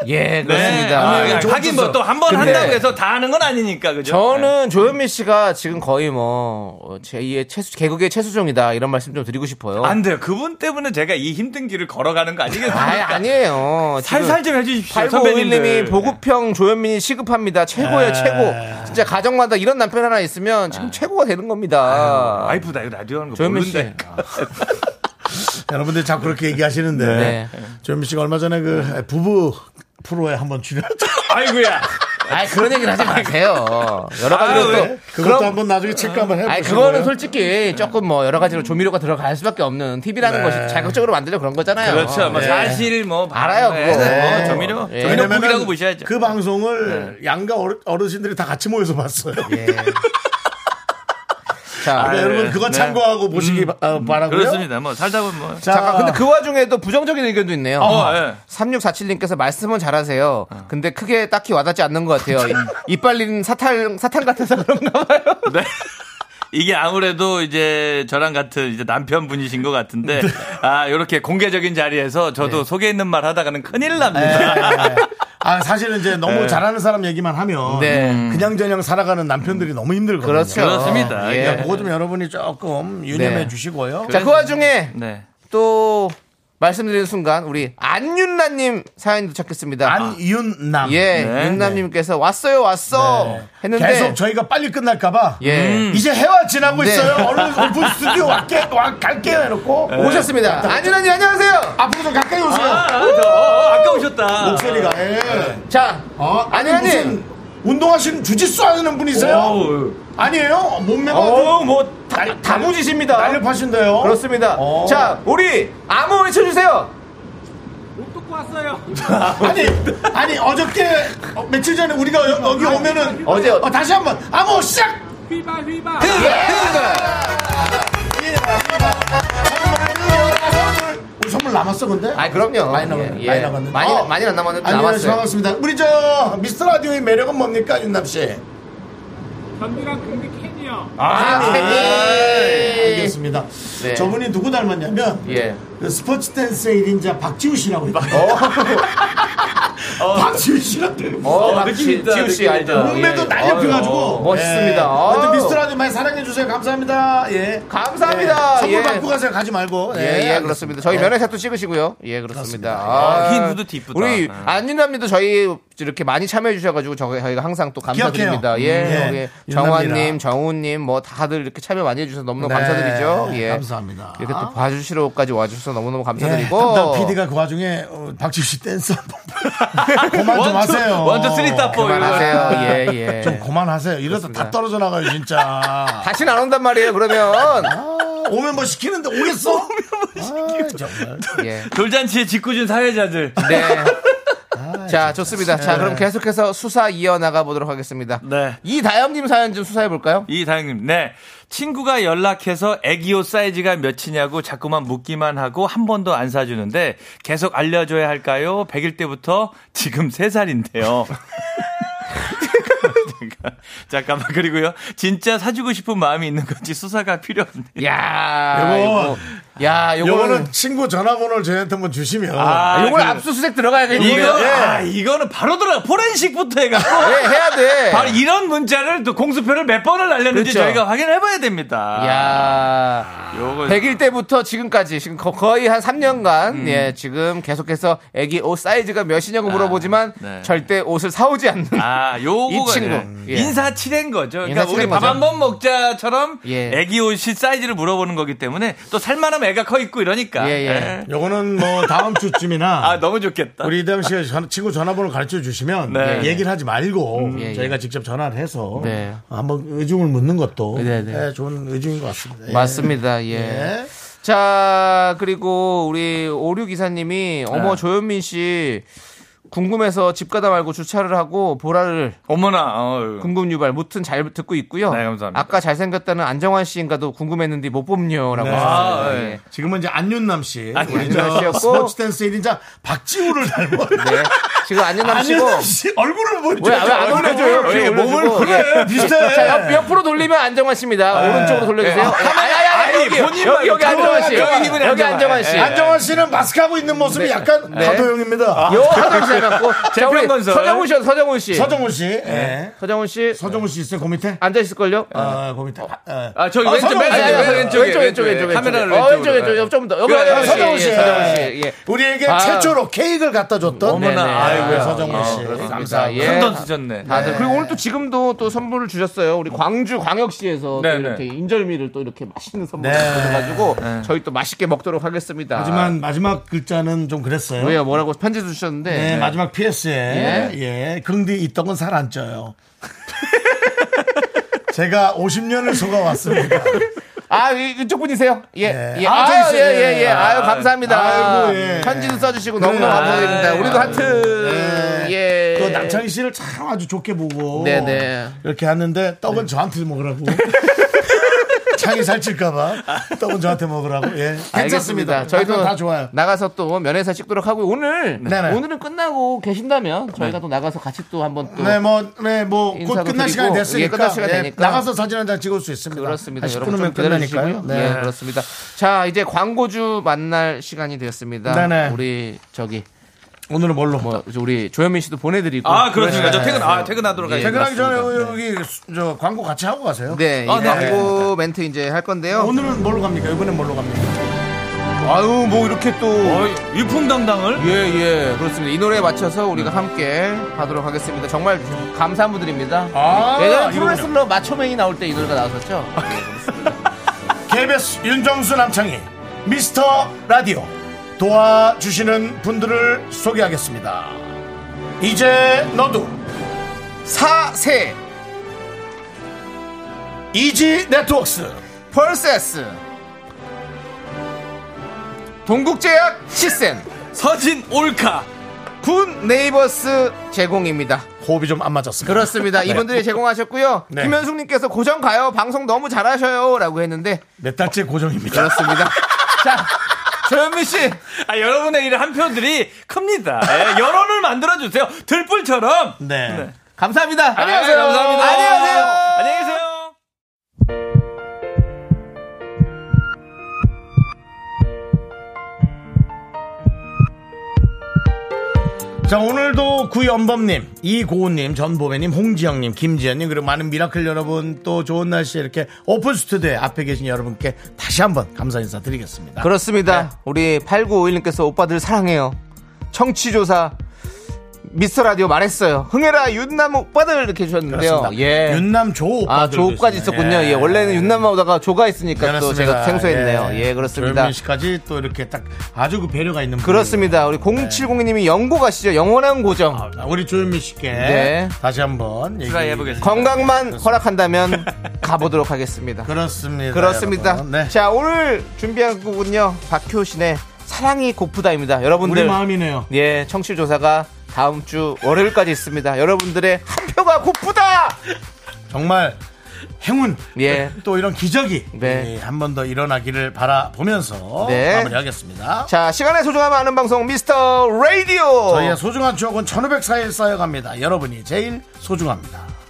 S2: 예,
S10: 아,
S2: 그렇습니다.
S10: 그러니까 하긴 뭐 또 한 번
S2: 근데
S10: 한다고 해서 다 하는 건 아니니까 그죠? 네.
S2: 저는 조현민 씨가 지금 거의 뭐 제2의 최수 개국의 최수종이다 이런 말씀 좀 드리고 싶어요.
S10: 안 돼요. 그분 때문에 제가 이 힘든 길을 걸어가는 거 아니겠습니까?
S2: 뭐 아니, 아니에요.
S10: 살살 좀 해주십시오.
S2: 8951님이
S10: 선배님들. 아.
S2: 보급형 조현민이 시급합니다. 최고예요, 최고. 진짜 가정마다 이런 남편 하나 있으면 지금 최고가 되는 겁니다.
S10: 와이프 나 이거 라디오 하는 거
S2: 조현민 씨.
S10: 아. 모르는데.
S1: 여러분들 자꾸 그렇게 얘기하시는데
S2: 네.
S1: 조현민 씨가 얼마 전에 그 부부 프로에 한번 출연하자.
S10: 아이고야.
S2: 아 그런 얘기를 하지 마세요. 여러 가지로
S1: 아,
S2: 또
S1: 왜? 그것도 한번 나중에 체크 한번 해보세요.
S2: 아니 그거는 솔직히 조금 뭐 여러 가지로 조미료가 들어갈 수밖에 없는
S1: 네.
S2: 팁이라는 것이 자극적으로 만들려 그런 거잖아요.
S10: 그렇죠. 뭐
S2: 예.
S10: 사실 뭐
S2: 알아요,
S10: 네,
S2: 그거.
S10: 뭐
S2: 네.
S10: 조미료
S2: 예.
S10: 조미료
S1: 왜냐면은
S10: 국이라고 보셔야죠.
S1: 그
S2: 네.
S1: 방송을 양가 어르- 어르신들이 다 같이 모여서 봤어요.
S2: 예. 자, 네. 음.
S1: 아, 여러분 그거 참고하고 보시기 바, 어, 바라고요.
S10: 그렇습니다. 뭐 살다 보면 뭐.
S1: 자,
S2: 잠깐 근데 그 와중에도 부정적인 의견도 있네요.
S10: 어, 예.
S2: 3647님께서 말씀은 잘하세요. 근데 크게 딱히 와닿지 않는 것 같아요. 이- 이빨린 사탕 사탕 같아서 그런가 봐요.
S10: 네. 이게 아무래도 이제 저랑 같은 이제 남편분이신 것 같은데
S2: 네.
S10: 아 이렇게 공개적인 자리에서 저도 속에 있는 말 하다가는 큰일 납니다.
S1: 아 사실은 이제 너무 잘하는 사람 얘기만 하면
S2: 네.
S1: 그냥저냥 살아가는 남편들이 너무 힘들거든요. 그러니까
S2: 그렇죠.
S10: 그렇습니다.
S2: 예.
S1: 그거 좀 여러분이 조금 유념해
S2: 네.
S1: 주시고요.
S2: 자, 그 와중에
S10: 네.
S2: 또 말씀드리는 순간 우리 안윤나님 사연 도착했습니다.
S1: 안윤남.
S2: 예,
S10: 네.
S2: 윤남님께서 왔어요, 왔어
S1: 네.
S2: 했는데
S1: 계속 저희가 빨리 끝날까봐 음.
S2: 예.
S1: 이제 해와 지나고
S2: 네.
S1: 있어요. 얼른 오픈 스튜디오 왔게 와, 갈게요 해놓고
S10: 네.
S2: 오셨습니다. 안윤아님 안녕하세요.
S1: 앞으로 좀 가까이 오세요.
S10: 아, 까 오셨다. 네.
S1: 목소리가 예.
S2: 자,
S1: 어, 아니
S2: 아니.
S1: 무슨 운동하시는 주짓수 하는 분이세요? 아니에요? 몸매가
S2: 어,
S1: 아주
S2: 뭐 다- 다부지십니다.
S1: 날렵하신데요.
S2: 그렇습니다.
S1: 어.
S2: 자, 우리 암호 외쳐주세요.
S3: 옷 뜯고 왔어요.
S1: 아니 아니 어저께 어, 며칠 전에 우리가 여, 여기 오면은
S2: 어제
S1: 어, 다시 한번 암호 시작.
S3: 휘바 휘바.
S1: 우리 선물 어, 남았어 근데?
S2: 아, 그럼요.
S1: 많이 남았네.
S2: 예, 예.
S1: 많이 남았는데.
S2: 많이- 많이 안 남았는데
S1: 아니,
S2: 남았어요.
S1: 반갑습니다. 우리 저 미스터 라디오의 매력은 뭡니까 윤남 씨?
S2: 예.
S3: 견디랑 금디 캔이요.
S2: 아, 네.
S1: 알겠습니다.
S2: 네.
S1: 저분이 누구 닮았냐면
S2: 예.
S1: 그 스포츠 댄스의 1인자 박지우 씨라고 있어요. 박지우 씨라고.
S2: 어, 느낌 있다. 지우 씨 알죠?
S1: 몸매도
S2: 예.
S1: 날렵해가지고
S2: 어, 멋있습니다.
S1: 예. 아무튼
S2: 아유.
S1: 미스터 라디오 많이 사랑해 주세요. 감사합니다. 예.
S2: 감사합니다.
S1: 예. 선물
S2: 예.
S1: 받고 가세요. 가지 말고.
S2: 예, 예,
S1: 알겠습니다.
S2: 그렇습니다. 저희
S1: 예.
S2: 면회샷도 찍으시고요. 예, 그렇습니다.
S10: 아, 흰 후드티 이쁘다.
S2: 우리
S10: 네.
S2: 안윤남님도 저희 이렇게 많이 참여해 주셔가지고 저- 저희가 항상 또 감사드립니다.
S1: 기억해요.
S2: 예,
S1: 음, 예.
S2: 우리
S1: 윤남이라.
S2: 정환님, 정우님 뭐 다들 이렇게 참여 많이 해주셔서 너무너무
S1: 네,
S2: 감사드리죠. 예,
S1: 감사합니다.
S2: 이렇게 또 봐주시러까지 와주셔서 너무너무
S1: 예,
S2: 감사드리고.
S1: 담당 PD가 그 와중에 어, 박지우 씨 댄스 한번 그만 좀 하세요.
S10: 원투 쓰리 따포
S2: 그만하세요. 예, 예.
S1: 좀 그만하세요. 이러다 다 아. 떨어져 나가요 진짜.
S2: 다시는 안 온단 말이에요. 그러면
S1: 오면 뭐 시키는데 오겠어? 오면 뭐 시키는데
S2: 예.
S10: 돌잔치에 짓궂은 사회자들.
S2: 네.
S1: 아,
S2: 자, 좋습니다. 자,
S1: 네.
S2: 그럼 계속해서 수사 이어나가 보도록 하겠습니다.
S10: 네.
S2: 이다영님 사연 좀 수사해 볼까요?
S10: 이 다영님, 네. 친구가 연락해서 애기 옷 사이즈가 몇이냐고 자꾸만 묻기만 하고 한 번도 안 사주는데 계속 알려줘야 할까요? 100일 때부터 지금 3살인데요. 잠깐만, 그리고요. 진짜 사주고 싶은 마음이 있는 건지 수사가 필요합니다.
S2: 야,
S1: 요거.
S2: 이거. 야, 요거는
S1: 요거는 친구 전화번호를 저희한테 한번 주시면
S10: 아,
S2: 요걸
S10: 그-
S2: 압수수색 들어가야겠는데.
S10: 이거,
S2: 예.
S10: 아, 이거는 바로 들어가. 포렌식부터 해갖고.
S2: 예, 해야 돼.
S10: 바로 이런 문자를 또 공수표를 몇 번을 날렸는지
S2: 그렇죠.
S10: 저희가 확인해봐야 됩니다.
S2: 야
S10: 요거
S2: 100일 때부터 지금까지, 지금 거- 거의 한 3년간,
S10: 음.
S2: 예, 지금 계속해서 애기 옷 사이즈가 몇이냐고 물어보지만,
S10: 네.
S2: 절대 옷을 사오지 않는.
S10: 아, 요거가
S2: 이 친구.
S10: 네.
S2: 예.
S10: 인사치레인 거죠. 그러니까
S2: 인사치레인
S10: 우리 밥
S2: 거죠.
S10: 한 번 먹자처럼
S2: 예.
S10: 애기 옷이 사이즈를 물어보는 거기 때문에 또 살만하면 애가 커 있고 이러니까.
S2: 예, 예.
S1: 요거는 뭐 다음 주쯤이나
S10: 아, 너무 좋겠다.
S1: 우리 이담 씨가 전- 친구 전화번호 가르쳐 주시면
S10: 네. 음,
S1: 얘기를 하지 말고
S2: 예,
S1: 저희가 직접 전화를 해서
S2: 네.
S1: 한번 의중을 묻는 것도
S2: 네, 네.
S1: 예, 좋은 의중인 것 같습니다. 예.
S2: 맞습니다, 예.
S1: 예.
S2: 자, 그리고 우리 오류 기사님이 어머
S10: 네.
S2: 조현민 씨 궁금해서 집 가다 말고 주차를 하고 보라를
S10: 어머나. 어휴.
S2: 궁금 유발 무튼 잘 듣고 있고요.
S10: 네, 감사합니다.
S2: 아까 잘생겼다는 안정환 씨인가도 궁금했는데 못 뽑냐라고
S1: 네.
S2: 하셨습니다.
S10: 아,
S2: 예.
S10: 예.
S1: 지금은 이제 안윤남 씨, 우리
S2: 안윤남
S1: 저
S2: 씨였고.
S1: 스포츠 댄스 1인자 박지우를 닮았네.
S2: 네. 지금 안윤남 씨고
S1: 안윤남 씨뭐 얼굴을 보여줘요.
S2: 왜 안 올려줘요?
S10: 왜 아,
S2: 뒤에
S10: 몸을
S2: 올려주고. 예.
S1: 그래 비슷해.
S2: 자, 옆, 옆으로 돌리면 안정환 씨입니다. 오른쪽으로 돌려주세요. 아니, 아니, 아니,
S10: 예. 아니,
S2: 여기,
S10: 본인
S2: 여기, 여기
S10: 말고
S2: 안정환 씨.
S10: 여기
S2: 여기,
S10: 이분이
S2: 안정환
S10: 안정환
S2: 씨.
S1: 안정환 씨는 마스크 하고 있는 모습이 약간
S2: 네.
S1: 하도영입니다.
S2: 요 하나 잡았고. 자, 우리
S10: 재평건설.
S2: 서정훈 씨, 서정훈 씨.
S1: 서정훈 씨,
S2: 네.
S1: 예.
S2: 서정훈 씨.
S1: 서정훈 씨 있어요? 그 밑에?
S2: 앉아 있을걸요? 어,
S1: 아, 그 밑에. 아,
S10: 아, 저기
S1: 아,
S10: 왼쪽,
S1: 서정훈
S10: 왼쪽,
S1: 씨.
S2: 아니, 아니,
S10: 왼쪽,
S2: 아니,
S10: 왼쪽, 왼쪽, 왼쪽, 왼쪽.
S2: 카메라를
S10: 카메라를
S2: 어, 왼쪽,
S10: 왼쪽으로.
S2: 왼쪽, 왼쪽, 좀 더.
S10: 그래,
S2: 여기, 여기,
S1: 서정훈
S2: 예,
S1: 씨.
S2: 예, 서정훈 씨. 예.
S1: 우리에게
S2: 아.
S1: 최초로 케이크를 갖다 줬던.
S10: 어머나.
S2: 네, 네.
S1: 아이고,
S2: 아,
S1: 서정훈 씨.
S2: 감사합니다. 예.
S10: 큰돈 아, 쓰셨네.
S2: 다들 그리고 오늘 또 지금도 또 선물을 주셨어요. 우리 광주 광역시에서 또
S10: 네,
S2: 이렇게
S10: 네.
S2: 인절미를 또 이렇게 맛있는 선물을
S1: 네.
S2: 주셔가지고 저희 또 맛있게 먹도록 하겠습니다.
S1: 하지만 마지막 글자는 좀 그랬어요.
S2: 왜요? 뭐라고 편지도 주셨는데
S1: 네, 마지막 PS에
S2: 예.
S1: 예, 긍디 있던 건 살 안 쪄요. 제가 50년을 속아왔습니다.
S2: 아 이- 이쪽 분이세요? 예,
S1: 예.
S2: 예,
S1: 아,
S2: 아유,
S1: 저기
S2: 예,
S1: 있어요.
S2: 예, 예,
S1: 아,
S2: 아유 감사합니다.
S1: 아이고, 예.
S2: 편지도 써주시고 너무 너무
S1: 그래요.
S2: 감사드립니다.
S1: 아유,
S2: 우리도 하트. 예.
S1: 또 네. 그 남창희 씨를 참 아주 좋게 보고
S2: 네네. 네.
S1: 이렇게 하는데 떡은 저한테 먹으라고. 창이 살찔까봐 떡은 저한테 먹으라고. 예, 괜찮습니다.
S2: 알겠습니다. 저희도 네.
S1: 다 좋아요.
S2: 나가서 또 면회사 찍도록 하고 오늘
S1: 네네.
S2: 오늘은 끝나고 계신다면 저희가 또 나가서 같이 또 한번 또
S1: 네, 뭐, 네, 뭐, 곧
S2: 인사도
S1: 끝날
S2: 드리고,
S1: 시간이 됐으니까.
S2: 예, 끝날 시간이
S1: 예,
S2: 되니까.
S1: 나가서 사진 한 장 찍을 수 있습니다.
S2: 네, 그렇습니다.
S1: 한 10분
S2: 여러분 좀
S1: 후면 끝나니까요.
S2: 기다려주시고요.
S1: 네.
S2: 예, 그렇습니다. 자, 이제 광고주 만날 시간이 되었습니다.
S1: 네네.
S2: 우리 저기
S1: 오늘은 뭘로?
S2: 뭐 이제 우리 조현민 씨도 보내드리고
S10: 아, 그렇습니다. 저
S2: 네.
S10: 퇴근, 아, 퇴근하도록 하겠습니다.
S1: 퇴근하기 전에
S2: 그렇습니다.
S1: 여기 수- 저 광고 같이 하고 가세요.
S2: 네, 이
S10: 아, 네.
S2: 광고 멘트 이제 할 건데요.
S1: 오늘은 뭘로 갑니까? 이번엔 뭘로
S2: 네.
S1: 갑니까?
S2: 아유, 뭐 이렇게 또
S10: 어, 위풍당당을?
S2: 예, 예, 그렇습니다. 이 노래에 맞춰서 우리가 함께 하도록 하겠습니다. 정말 감사 한분드립니다
S1: 아,
S2: 예전에
S1: 이거군요.
S2: 프로레슬러 마초맨이 나올 때 이 노래가 나왔었죠.
S1: KBS 윤정수 남창희 미스터 라디오 도와주시는 분들을 소개하겠습니다. 이제 너도
S2: 사세,
S1: 이지 네트워크스
S2: 펄세스, 동국제약 시센,
S10: 서진 올카.
S2: 군 네이버스 제공입니다.
S1: 호흡이 좀 안 맞았습니다.
S2: 그렇습니다.
S10: 네.
S2: 이분들이 제공하셨고요.
S1: 네.
S2: 김현숙님께서 고정 가요. 방송 너무 잘하셔요. 라고 했는데
S1: 몇 달째 고정입니다.
S2: 그렇습니다. 자, 조현민 씨.
S10: 아, 여러분의 일 한 표들이 큽니다. 예, 여론을 만들어주세요. 들불처럼.
S1: 네.
S2: 감사합니다. 안녕하세요.
S10: 아, 감사합니다.
S2: 안녕하세요.
S10: 안녕히 계세요.
S1: 자 오늘도 구연범님, 이고은님, 전보배님, 홍지영님, 김지현님 그리고 많은 미라클 여러분 또 좋은 날씨에 이렇게 오픈 스튜디오에 앞에 계신 여러분께 다시 한번 감사 인사 드리겠습니다.
S2: 그렇습니다.
S10: 네.
S2: 우리 8951님께서 오빠들 사랑해요. 청취조사 미스터 라디오 말했어요. 흥해라 윤남 오빠들 이렇게 주셨는데요.
S1: 그렇습니다.
S2: 예.
S1: 윤남 조 오빠들
S2: 아, 조까지 있었군요. 예. 원래는 윤남만 오다가 조가 있으니까 그러니까 또 제가 생소했네요. 예, 그렇습니다.
S1: 조현민 씨까지 또 이렇게 딱 아주 그 배려가 있는 분이에요.
S2: 그렇습니다. 우리 0702님이 영고 가시죠. 영원한 고정.
S1: 네. 아, 우리 조현민 씨께
S2: 네.
S1: 다시 한번 얘기
S10: 트라이 해보겠습니다.
S2: 건강만 허락한다면 가보도록 하겠습니다.
S1: 그렇습니다.
S2: 그렇습니다.
S1: 여러분. 네.
S2: 자, 오늘 준비한 곡은요. 박효신의 사랑이 고프다입니다. 여러분들
S1: 우리 마음이네요.
S2: 예, 청취 조사가 다음 주 월요일까지 있습니다. 여러분들의 한 표가 고프다.
S1: 정말 행운
S2: 예.
S1: 또 이런 기적이 예,
S2: 네.
S1: 한 번 더 일어나기를 바라보면서
S2: 네.
S1: 마무리하겠습니다.
S2: 자, 시간의 소중함 아는 방송 미스터 라디오.
S1: 저희의 소중한 추억은 1500사일 쌓여갑니다. 여러분이 제일 소중합니다.